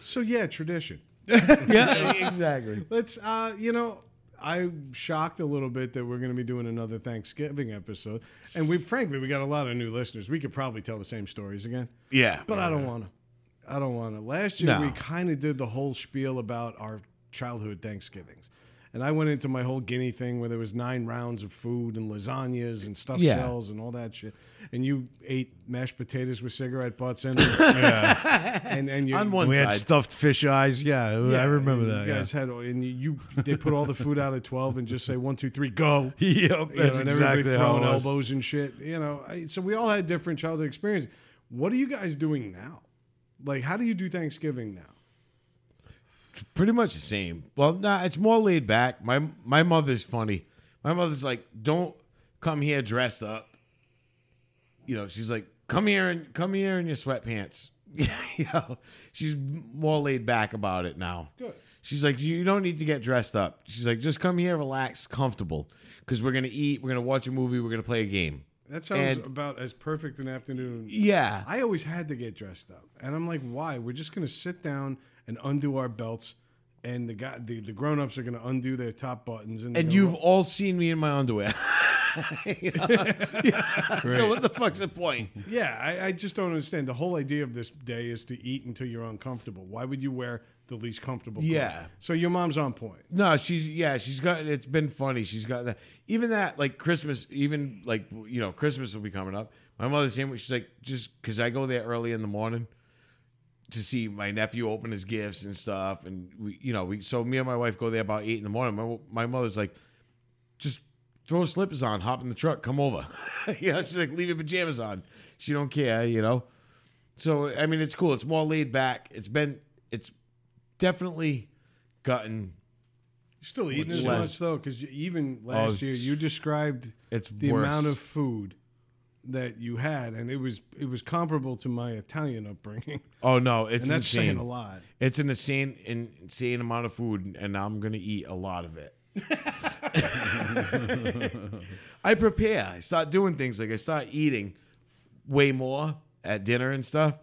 [SPEAKER 3] So yeah, tradition.
[SPEAKER 2] yeah. Exactly.
[SPEAKER 3] Let's, uh, you know, I'm shocked a little bit that we're going to be doing another Thanksgiving episode, and we frankly we got a lot of new listeners. We could probably tell the same stories again.
[SPEAKER 2] Yeah.
[SPEAKER 3] But I don't want to. I don't want to. Last year,
[SPEAKER 2] No.
[SPEAKER 3] we kind of did the whole spiel about our childhood Thanksgivings. And I went into my whole guinea thing where there was nine rounds of food and lasagnas and stuffed
[SPEAKER 2] Yeah.
[SPEAKER 3] shells and all that shit. And you ate mashed potatoes with cigarette butts in it. And, and you,
[SPEAKER 2] On one
[SPEAKER 5] We had
[SPEAKER 2] side.
[SPEAKER 5] stuffed fish eyes. Yeah, I remember
[SPEAKER 3] and
[SPEAKER 5] that.
[SPEAKER 3] You
[SPEAKER 5] yeah.
[SPEAKER 3] guys had, and you, you- they put all the food out at 12 and just say, one, two, three, go.
[SPEAKER 5] Yep,
[SPEAKER 3] You know,
[SPEAKER 5] that's
[SPEAKER 3] and everybody
[SPEAKER 5] exactly how
[SPEAKER 3] throwing
[SPEAKER 5] it was.
[SPEAKER 3] elbows and shit. You know, I, so we all had different childhood experiences. What are you guys doing now? Like, how do you do Thanksgiving now?
[SPEAKER 2] pretty much the same. Well, nah, it's more laid back. My my mother's funny. My mother's like, don't come here dressed up. You know, she's like, come here and come here in your sweatpants. you know, she's more laid back about it now.
[SPEAKER 3] Good.
[SPEAKER 2] She's like, you don't need to get dressed up. She's like, just come here, relax, comfortable, because we're gonna eat, we're gonna watch a movie, we're gonna play a game.
[SPEAKER 3] That sounds
[SPEAKER 2] And-
[SPEAKER 3] about as perfect an afternoon.
[SPEAKER 2] Yeah,
[SPEAKER 3] I always had to get dressed up, and I'm like, why? We're just gonna sit down and undo our belts, and the guy, the, the grown ups are gonna undo their top buttons, and, they're
[SPEAKER 2] and
[SPEAKER 3] gonna
[SPEAKER 2] you've
[SPEAKER 3] roll-
[SPEAKER 2] all seen me in my underwear. You know? Yeah. So what the fuck's the point?
[SPEAKER 3] yeah, I, I just don't understand. The whole idea of this day is to eat until you're uncomfortable. Why would you wear the least comfortable? clothes?
[SPEAKER 2] Yeah.
[SPEAKER 3] So your mom's on point.
[SPEAKER 2] No, she's yeah, she's got it's been funny. She's got that even that like Christmas, even like you know, Christmas will be coming up. My mother's saying she's like, just cause I go there early in the morning to see my nephew open his gifts and stuff. And we you know, we so me and my wife go there about eight in the morning. My my mother's like, just throw slippers on, hop in the truck, come over. you know, she's like, leave your pajamas on. She don't care, you know. So I mean it's cool. It's more laid back. It's been it's definitely gotten
[SPEAKER 3] You're still eating as
[SPEAKER 2] less?
[SPEAKER 3] much though, because even last
[SPEAKER 2] Oh,
[SPEAKER 3] year you described
[SPEAKER 2] it's
[SPEAKER 3] the
[SPEAKER 2] worse.
[SPEAKER 3] amount of food that you had, and it was it was comparable to my Italian upbringing,
[SPEAKER 2] Oh no, it's
[SPEAKER 3] and that's
[SPEAKER 2] insane.
[SPEAKER 3] saying a lot.
[SPEAKER 2] It's an insane, insane amount of food, and I'm gonna eat a lot of it. I prepare. I start doing things like I start eating way more at dinner and stuff.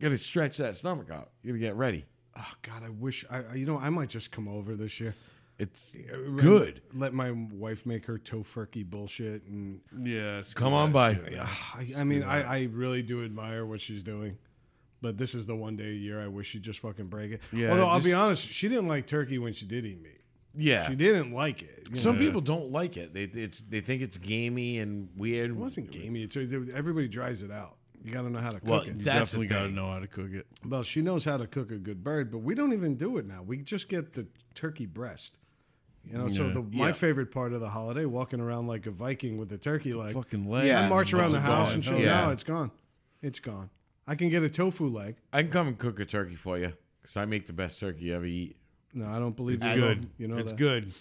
[SPEAKER 2] Gotta stretch that stomach out. Gotta get ready.
[SPEAKER 3] oh God, I wish I I- you know I might just come over this year.
[SPEAKER 2] It's
[SPEAKER 3] Good. Let my wife make her tofurkey bullshit, and
[SPEAKER 5] Yes.
[SPEAKER 2] come on by.
[SPEAKER 3] I, I mean I, I really do admire what she's doing, but this is the one day a year I wish she'd just fucking break it.
[SPEAKER 5] Yeah,
[SPEAKER 3] Although I'll be
[SPEAKER 5] just-
[SPEAKER 3] honest, she didn't like turkey when she did eat meat.
[SPEAKER 2] Yeah.
[SPEAKER 3] She didn't like it. you
[SPEAKER 2] Some
[SPEAKER 3] know.
[SPEAKER 2] people don't like it. They it's they think it's gamey and weird.
[SPEAKER 3] It wasn't gamey. It's, everybody dries it out. You got to know how to cook
[SPEAKER 2] Well,
[SPEAKER 3] it.
[SPEAKER 5] You
[SPEAKER 2] That's the
[SPEAKER 5] definitely got to
[SPEAKER 2] thing.
[SPEAKER 5] know how to cook it.
[SPEAKER 3] Well, she knows how to cook a good bird, but we don't even do it now. We just get the turkey breast. You know, so
[SPEAKER 5] Yeah.
[SPEAKER 3] the, my
[SPEAKER 2] Yeah.
[SPEAKER 3] favorite part of the holiday, walking around like a Viking with a turkey leg.
[SPEAKER 5] Fucking leg.
[SPEAKER 3] I
[SPEAKER 2] Yeah.
[SPEAKER 3] march around the
[SPEAKER 5] It's
[SPEAKER 3] house
[SPEAKER 5] gone.
[SPEAKER 3] and show
[SPEAKER 5] Hell
[SPEAKER 2] yeah.
[SPEAKER 3] no, it's gone. It's gone. I can get a tofu leg.
[SPEAKER 2] I can come and cook a turkey for you because I make the best turkey you ever eat.
[SPEAKER 3] No, I don't believe
[SPEAKER 5] It's
[SPEAKER 3] you.
[SPEAKER 5] good.
[SPEAKER 3] You know,
[SPEAKER 5] it's
[SPEAKER 3] that.
[SPEAKER 5] good.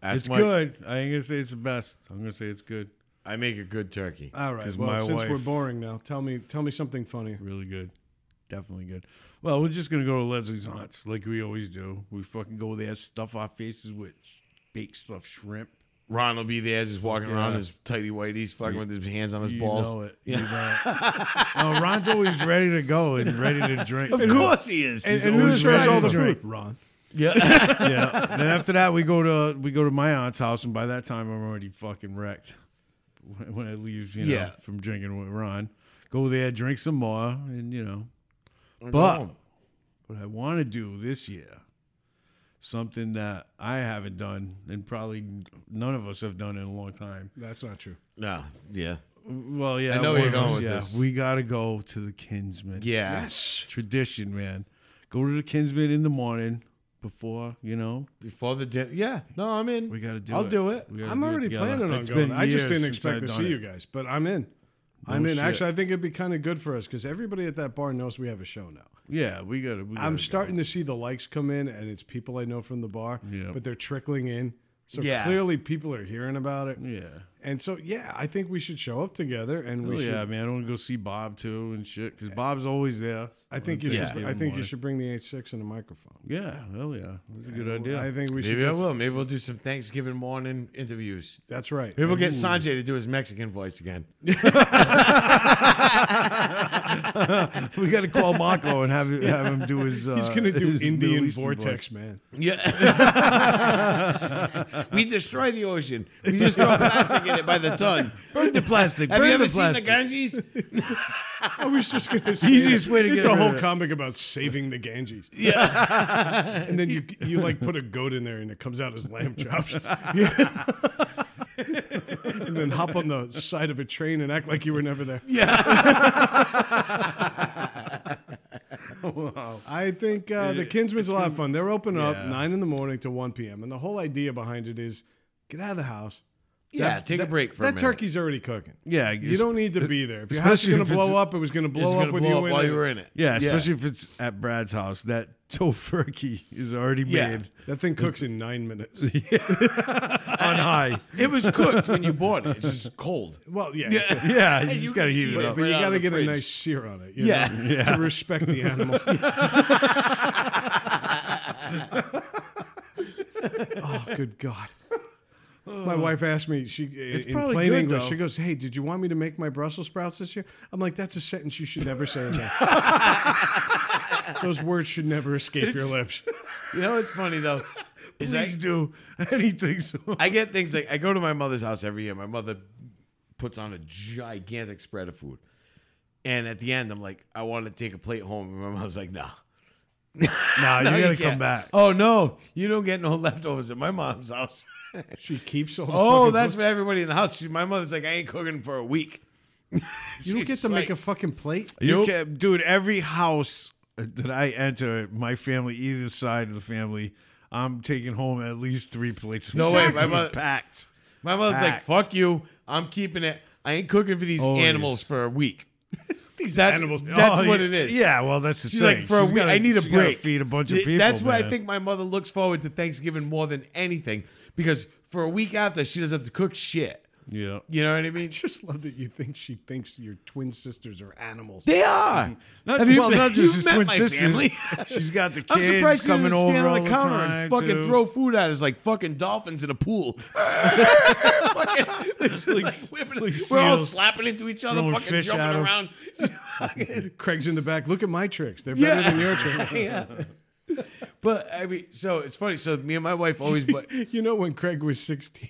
[SPEAKER 2] Ask
[SPEAKER 5] it's
[SPEAKER 2] my-
[SPEAKER 5] good. I ain't gonna say it's the best. I'm gonna say it's good.
[SPEAKER 2] I make a good turkey.
[SPEAKER 3] All right.
[SPEAKER 5] 'Cause
[SPEAKER 3] Well,
[SPEAKER 5] my
[SPEAKER 3] since we're
[SPEAKER 5] wife-
[SPEAKER 3] boring now, tell me, tell me something funny.
[SPEAKER 5] Really good. Definitely good. Well, we're just gonna go to Leslie's aunts like we always do. We fucking go there, stuff our faces with baked stuffed shrimp.
[SPEAKER 2] Ron will be there, just walking around
[SPEAKER 5] Yeah.
[SPEAKER 2] his tighty whities, fucking with his hands on his
[SPEAKER 5] you
[SPEAKER 2] balls.
[SPEAKER 5] know it. You know it. no, Ron's always ready to go and ready to drink. Of
[SPEAKER 2] he is.
[SPEAKER 3] And,
[SPEAKER 2] He's
[SPEAKER 3] and who
[SPEAKER 5] always
[SPEAKER 3] serves
[SPEAKER 5] ready
[SPEAKER 3] all
[SPEAKER 5] to
[SPEAKER 3] the
[SPEAKER 5] drink.
[SPEAKER 3] food? Ron.
[SPEAKER 5] yeah. Then after that, we go to we go to my aunt's house, and by that time, I'm already fucking wrecked. When, when I leave, you know,
[SPEAKER 2] Yeah.
[SPEAKER 5] from drinking with Ron, go there, drink some more, and you know.
[SPEAKER 2] always-
[SPEAKER 5] But what I want to do this year, something that I haven't done, and probably none of us have done in a long time.
[SPEAKER 3] That's not true.
[SPEAKER 2] no, yeah,
[SPEAKER 5] Well, yeah,
[SPEAKER 2] I know
[SPEAKER 5] one
[SPEAKER 2] where you're going
[SPEAKER 5] of us,
[SPEAKER 2] with
[SPEAKER 5] yeah.
[SPEAKER 2] this.
[SPEAKER 5] We gotta go to the Kinsman.
[SPEAKER 2] yeah.
[SPEAKER 5] tradition, man. Go to the Kinsman in the morning before you know
[SPEAKER 2] Before the dinner, yeah. No, I'm in.
[SPEAKER 5] We gotta do
[SPEAKER 2] I'll
[SPEAKER 5] it.
[SPEAKER 2] do it.
[SPEAKER 5] We gotta
[SPEAKER 3] I'm
[SPEAKER 5] do it
[SPEAKER 3] already
[SPEAKER 5] together.
[SPEAKER 3] planning on
[SPEAKER 5] It's
[SPEAKER 3] going.
[SPEAKER 5] been
[SPEAKER 3] I just
[SPEAKER 5] years
[SPEAKER 3] didn't
[SPEAKER 5] since
[SPEAKER 3] expect
[SPEAKER 5] I've
[SPEAKER 3] to
[SPEAKER 5] done
[SPEAKER 3] see
[SPEAKER 5] it.
[SPEAKER 3] you guys, but I'm in. I'm in.
[SPEAKER 5] shit.
[SPEAKER 3] Actually, I think it'd be kind of good for us because everybody at that bar knows we have a show now.
[SPEAKER 5] Yeah, we gotta. We gotta
[SPEAKER 3] I'm
[SPEAKER 5] go.
[SPEAKER 3] starting to see the likes come in, and it's people I know from the bar,
[SPEAKER 5] Yeah.
[SPEAKER 3] but they're trickling in. So
[SPEAKER 2] Yeah.
[SPEAKER 3] clearly, people are hearing about it,
[SPEAKER 5] Yeah.
[SPEAKER 3] and so yeah, I think we should show up together, and
[SPEAKER 5] Oh,
[SPEAKER 3] we
[SPEAKER 5] yeah,
[SPEAKER 3] should.
[SPEAKER 5] man. I want to go see Bob too and shit because Bob's always there.
[SPEAKER 3] I think you
[SPEAKER 5] on
[SPEAKER 3] should.
[SPEAKER 5] Thanksgiving
[SPEAKER 3] I think you
[SPEAKER 5] morning.
[SPEAKER 3] should bring the H6 and a microphone.
[SPEAKER 5] Yeah, hell yeah, that's a good idea.
[SPEAKER 3] I think we should.
[SPEAKER 2] Maybe I
[SPEAKER 3] get-
[SPEAKER 2] will. Maybe we'll do some Thanksgiving morning interviews.
[SPEAKER 3] That's right.
[SPEAKER 2] Maybe we'll get Sanjay to do his Mexican voice again.
[SPEAKER 5] we gotta call Marco and have have him do his.
[SPEAKER 3] He's
[SPEAKER 5] uh,
[SPEAKER 3] gonna do
[SPEAKER 5] his Middle
[SPEAKER 3] Indian
[SPEAKER 5] Eastern
[SPEAKER 3] vortex,
[SPEAKER 5] voice.
[SPEAKER 3] man.
[SPEAKER 2] Yeah. we destroy the ocean. We just throw plastic in it by the ton.
[SPEAKER 5] Burn the plastic.
[SPEAKER 2] Have
[SPEAKER 5] burn
[SPEAKER 2] you ever
[SPEAKER 5] the plastic.
[SPEAKER 2] seen the Ganges?
[SPEAKER 3] I was just gonna say
[SPEAKER 5] Easiest way to
[SPEAKER 3] it's
[SPEAKER 5] get
[SPEAKER 3] a
[SPEAKER 5] rid
[SPEAKER 3] whole
[SPEAKER 5] of it.
[SPEAKER 3] comic about saving the Ganges. Yeah, and then you you like put a goat in there and it comes out as lamb chops. Yeah. and then hop on the side of a train and act like you were never there. Yeah. I think uh, the Kinsman's a lot of fun. They're open up
[SPEAKER 5] Yeah.
[SPEAKER 3] nine in the morning to one p.m. and the whole idea behind it is get out of the house.
[SPEAKER 2] Yeah, take a break for
[SPEAKER 3] that
[SPEAKER 2] a minute.
[SPEAKER 3] turkey's already cooking.
[SPEAKER 5] Yeah,
[SPEAKER 3] You don't need to be there. If your house is
[SPEAKER 5] especially
[SPEAKER 3] going
[SPEAKER 5] if
[SPEAKER 3] to
[SPEAKER 5] it's-
[SPEAKER 3] blow up, it was going to
[SPEAKER 2] It's
[SPEAKER 3] blow
[SPEAKER 2] gonna
[SPEAKER 3] up with
[SPEAKER 2] blow
[SPEAKER 3] you
[SPEAKER 2] up
[SPEAKER 3] in
[SPEAKER 2] while
[SPEAKER 3] it.
[SPEAKER 2] you were in it.
[SPEAKER 5] Yeah, especially if it's at Brad's house. That tofurkey is already
[SPEAKER 2] Yeah.
[SPEAKER 5] made
[SPEAKER 3] That thing cooks in nine minutes.
[SPEAKER 5] on high.
[SPEAKER 2] It was cooked when you bought it. It's just cold.
[SPEAKER 3] Well, yeah, sure.
[SPEAKER 5] yeah, you
[SPEAKER 2] you
[SPEAKER 5] just gotta
[SPEAKER 2] can
[SPEAKER 5] heat
[SPEAKER 2] eat
[SPEAKER 5] it
[SPEAKER 2] it,
[SPEAKER 5] up.
[SPEAKER 3] but you
[SPEAKER 2] Right
[SPEAKER 3] got
[SPEAKER 2] out
[SPEAKER 3] to
[SPEAKER 2] of the
[SPEAKER 3] get
[SPEAKER 2] fridge.
[SPEAKER 3] a nice sear on it. you
[SPEAKER 2] Yeah.
[SPEAKER 3] know, to respect the animal. oh, good God.
[SPEAKER 2] Oh.
[SPEAKER 3] My wife asked me. She in
[SPEAKER 5] probably
[SPEAKER 3] plain
[SPEAKER 5] good,
[SPEAKER 3] English.
[SPEAKER 5] though.
[SPEAKER 3] She goes, "Hey, did you want me to make my Brussels sprouts this year?" I'm like, "That's a sentence you should never say again. Those words should never escape your lips."
[SPEAKER 2] You know what's funny though? Is I,
[SPEAKER 5] Please do anything. So
[SPEAKER 2] I get things like I go to my mother's house every year. My mother puts on a gigantic spread of food. And at the end, I'm like, I want to take a plate home. And my mom's like, nah.
[SPEAKER 5] nah,
[SPEAKER 2] No,
[SPEAKER 5] you gotta
[SPEAKER 2] can't.
[SPEAKER 5] come back.
[SPEAKER 2] Oh, no. You don't get no leftovers at my mom's house.
[SPEAKER 3] She keeps all. The
[SPEAKER 2] Oh,
[SPEAKER 3] fucking
[SPEAKER 2] that's for everybody in the house. She, my mother's like, I ain't cooking for a week.
[SPEAKER 3] You don't get to make a fucking plate.
[SPEAKER 5] You can't, dude. Every house uh, that I enter, my family, either side of the family, I'm taking home at least three plates. of
[SPEAKER 2] No way,
[SPEAKER 5] food.
[SPEAKER 2] my mother-
[SPEAKER 5] packed.
[SPEAKER 2] My mother's like,
[SPEAKER 5] Facts.
[SPEAKER 2] fuck you. I'm keeping it. I ain't cooking for these
[SPEAKER 5] Always.
[SPEAKER 2] animals for a week. that's,
[SPEAKER 3] animals-
[SPEAKER 2] That's
[SPEAKER 5] Oh,
[SPEAKER 2] what
[SPEAKER 5] yeah.
[SPEAKER 2] it is.
[SPEAKER 5] Yeah, well, that's the
[SPEAKER 2] She's
[SPEAKER 5] thing.
[SPEAKER 2] like, for a
[SPEAKER 5] She's
[SPEAKER 2] week,
[SPEAKER 5] gotta-
[SPEAKER 2] I need a
[SPEAKER 5] she's gotta
[SPEAKER 2] break.
[SPEAKER 5] Feed a bunch of
[SPEAKER 2] Th-
[SPEAKER 5] people.
[SPEAKER 2] That's why I
[SPEAKER 5] man.
[SPEAKER 2] think my mother looks forward to Thanksgiving more than anything because for a week after, she doesn't have to cook shit.
[SPEAKER 5] Yeah.
[SPEAKER 2] You know what I mean?
[SPEAKER 3] just love that you think she thinks your twin sisters are animals.
[SPEAKER 2] They are.
[SPEAKER 5] Not,
[SPEAKER 2] Have you
[SPEAKER 5] well,
[SPEAKER 2] met-
[SPEAKER 5] not just
[SPEAKER 2] you've
[SPEAKER 5] his
[SPEAKER 2] met
[SPEAKER 5] twin
[SPEAKER 2] my
[SPEAKER 5] sisters.
[SPEAKER 2] family?
[SPEAKER 5] She's got the kids
[SPEAKER 2] I'm surprised she
[SPEAKER 5] coming
[SPEAKER 2] doesn't
[SPEAKER 5] over
[SPEAKER 2] stand on
[SPEAKER 5] all
[SPEAKER 2] the counter
[SPEAKER 5] time,
[SPEAKER 2] and fucking
[SPEAKER 5] too.
[SPEAKER 2] throw food at us like fucking dolphins in a pool. fucking, she's like, whipping- we're all
[SPEAKER 5] seals
[SPEAKER 2] slapping into each other,
[SPEAKER 5] throwing
[SPEAKER 2] fucking
[SPEAKER 5] fish at
[SPEAKER 2] jumping
[SPEAKER 5] 'em.
[SPEAKER 2] around.
[SPEAKER 3] Craig's in the back. Look at my tricks. They're
[SPEAKER 2] Yeah.
[SPEAKER 3] better than your tricks.
[SPEAKER 2] yeah. But I mean, so it's funny. So me and my wife always, but
[SPEAKER 3] you know when Craig was 16.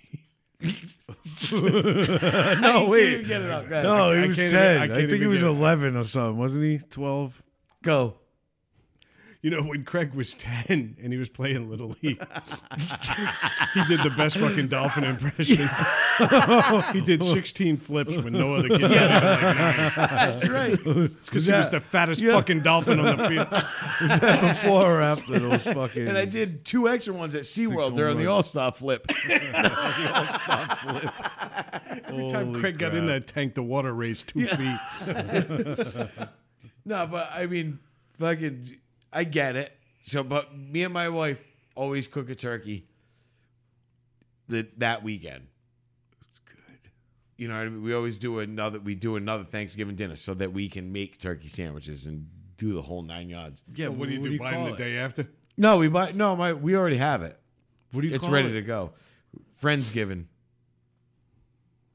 [SPEAKER 2] no, Oh, wait, get it up. Go, ahead.
[SPEAKER 5] No,
[SPEAKER 3] I
[SPEAKER 5] he was
[SPEAKER 3] can't even- I
[SPEAKER 5] ten.
[SPEAKER 3] can't
[SPEAKER 5] I think he
[SPEAKER 3] even
[SPEAKER 5] was
[SPEAKER 3] get it.
[SPEAKER 5] eleven or something, wasn't he? Twelve.
[SPEAKER 2] go.
[SPEAKER 3] You know when Craig was 10 and he was playing Little League. he did the best fucking dolphin impression. he did 16 flips when no other kids.
[SPEAKER 2] That's right.
[SPEAKER 3] Because he was the fattest fucking dolphin on the field.
[SPEAKER 5] Before or after those fucking.
[SPEAKER 2] And I did two extra ones at SeaWorld during the
[SPEAKER 5] ones.
[SPEAKER 2] All Star flip.
[SPEAKER 3] Every time
[SPEAKER 5] Holy
[SPEAKER 3] Craig got in that tank, the water raised two feet.
[SPEAKER 2] No, but I mean, fucking, I get it. So, but me and my wife always cook a turkey the, that weekend. It's good. You know, what I mean? we always do another. We do another Thanksgiving dinner so that we can make turkey sandwiches and do the whole nine yards.
[SPEAKER 5] Yeah,
[SPEAKER 3] What do you do? buy him
[SPEAKER 5] call
[SPEAKER 3] the
[SPEAKER 5] it?
[SPEAKER 3] day after?
[SPEAKER 2] No, we buy. No, my we already have it.
[SPEAKER 5] What do you
[SPEAKER 2] It's
[SPEAKER 5] call
[SPEAKER 2] ready
[SPEAKER 5] it?
[SPEAKER 2] to go. Friendsgiving.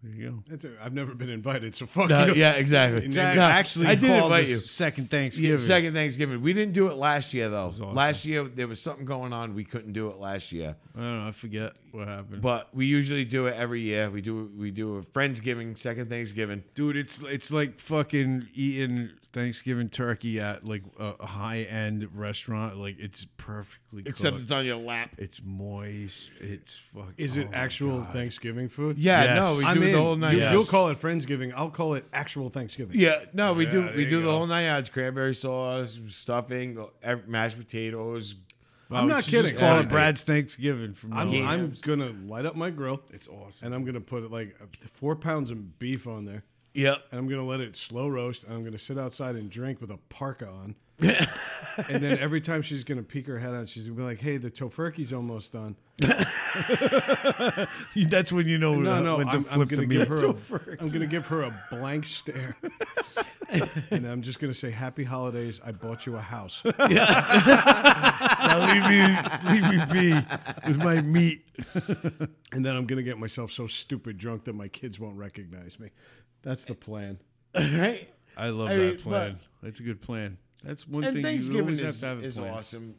[SPEAKER 5] There you go.
[SPEAKER 3] That's i I've never been invited, so fuck
[SPEAKER 2] No,
[SPEAKER 3] you.
[SPEAKER 2] yeah, exactly. No,
[SPEAKER 5] Uh, actually,
[SPEAKER 2] I did
[SPEAKER 5] called
[SPEAKER 2] invite
[SPEAKER 5] this
[SPEAKER 2] you.
[SPEAKER 5] Second
[SPEAKER 2] Yeah,
[SPEAKER 5] Thanksgiving.
[SPEAKER 2] second Thanksgiving. We didn't do it last year though.
[SPEAKER 5] awesome.
[SPEAKER 2] Last year there was something going on. We couldn't do it last year.
[SPEAKER 5] I don't know. I forget what happened.
[SPEAKER 2] But we usually do it every year. We do we do a Friendsgiving, second Thanksgiving.
[SPEAKER 5] Dude, it's it's like fucking eating Thanksgiving turkey at like a high end restaurant. Like it's perfectly
[SPEAKER 2] Except
[SPEAKER 5] cooked.
[SPEAKER 2] it's on your lap.
[SPEAKER 5] it's moist. It's oh. fucking.
[SPEAKER 3] Is it actual Thanksgiving food?
[SPEAKER 2] Oh Yeah, no,
[SPEAKER 5] Yes.
[SPEAKER 2] we
[SPEAKER 5] I'm
[SPEAKER 2] do
[SPEAKER 5] in.
[SPEAKER 2] the whole nine.
[SPEAKER 3] You,
[SPEAKER 2] yards.
[SPEAKER 3] will call it Friendsgiving. I'll call it actual Thanksgiving.
[SPEAKER 2] Yeah, no, we do
[SPEAKER 5] there
[SPEAKER 2] we
[SPEAKER 5] you
[SPEAKER 2] do the
[SPEAKER 5] go.
[SPEAKER 2] whole nine yards. Cranberry sauce, stuffing, ev- mashed potatoes.
[SPEAKER 3] I'm not kidding.
[SPEAKER 5] Just call
[SPEAKER 3] Yeah.
[SPEAKER 5] it Brad's Thanksgiving from
[SPEAKER 3] I'm,
[SPEAKER 5] now on.
[SPEAKER 3] I'm gonna light up my grill
[SPEAKER 5] It's awesome.
[SPEAKER 3] and I'm gonna put like four pounds of beef on there.
[SPEAKER 2] Yep.
[SPEAKER 3] and I'm gonna let it slow roast, and I'm gonna sit outside and drink with a parka on. and then every time she's gonna peek her head out, she's gonna be like, "Hey, the tofurkey's almost done."
[SPEAKER 5] That's when you know
[SPEAKER 3] No, no,
[SPEAKER 5] when to
[SPEAKER 3] I'm, I'm
[SPEAKER 5] flip the
[SPEAKER 3] gonna
[SPEAKER 5] meat.
[SPEAKER 3] give her. A, I'm gonna give her a blank stare, and I'm just gonna say, "Happy holidays! I bought you a house."
[SPEAKER 5] now leave me, leave me be with my meat.
[SPEAKER 3] and then I'm gonna get myself so stupid drunk that my kids won't recognize me. That's the plan.
[SPEAKER 2] Right.
[SPEAKER 5] I love
[SPEAKER 2] I
[SPEAKER 5] that
[SPEAKER 2] mean,
[SPEAKER 5] plan. That's a good plan. That's one
[SPEAKER 2] And
[SPEAKER 5] thing you
[SPEAKER 2] Thanksgiving
[SPEAKER 5] always have
[SPEAKER 2] is,
[SPEAKER 5] to have a
[SPEAKER 2] is
[SPEAKER 5] plan.
[SPEAKER 2] awesome.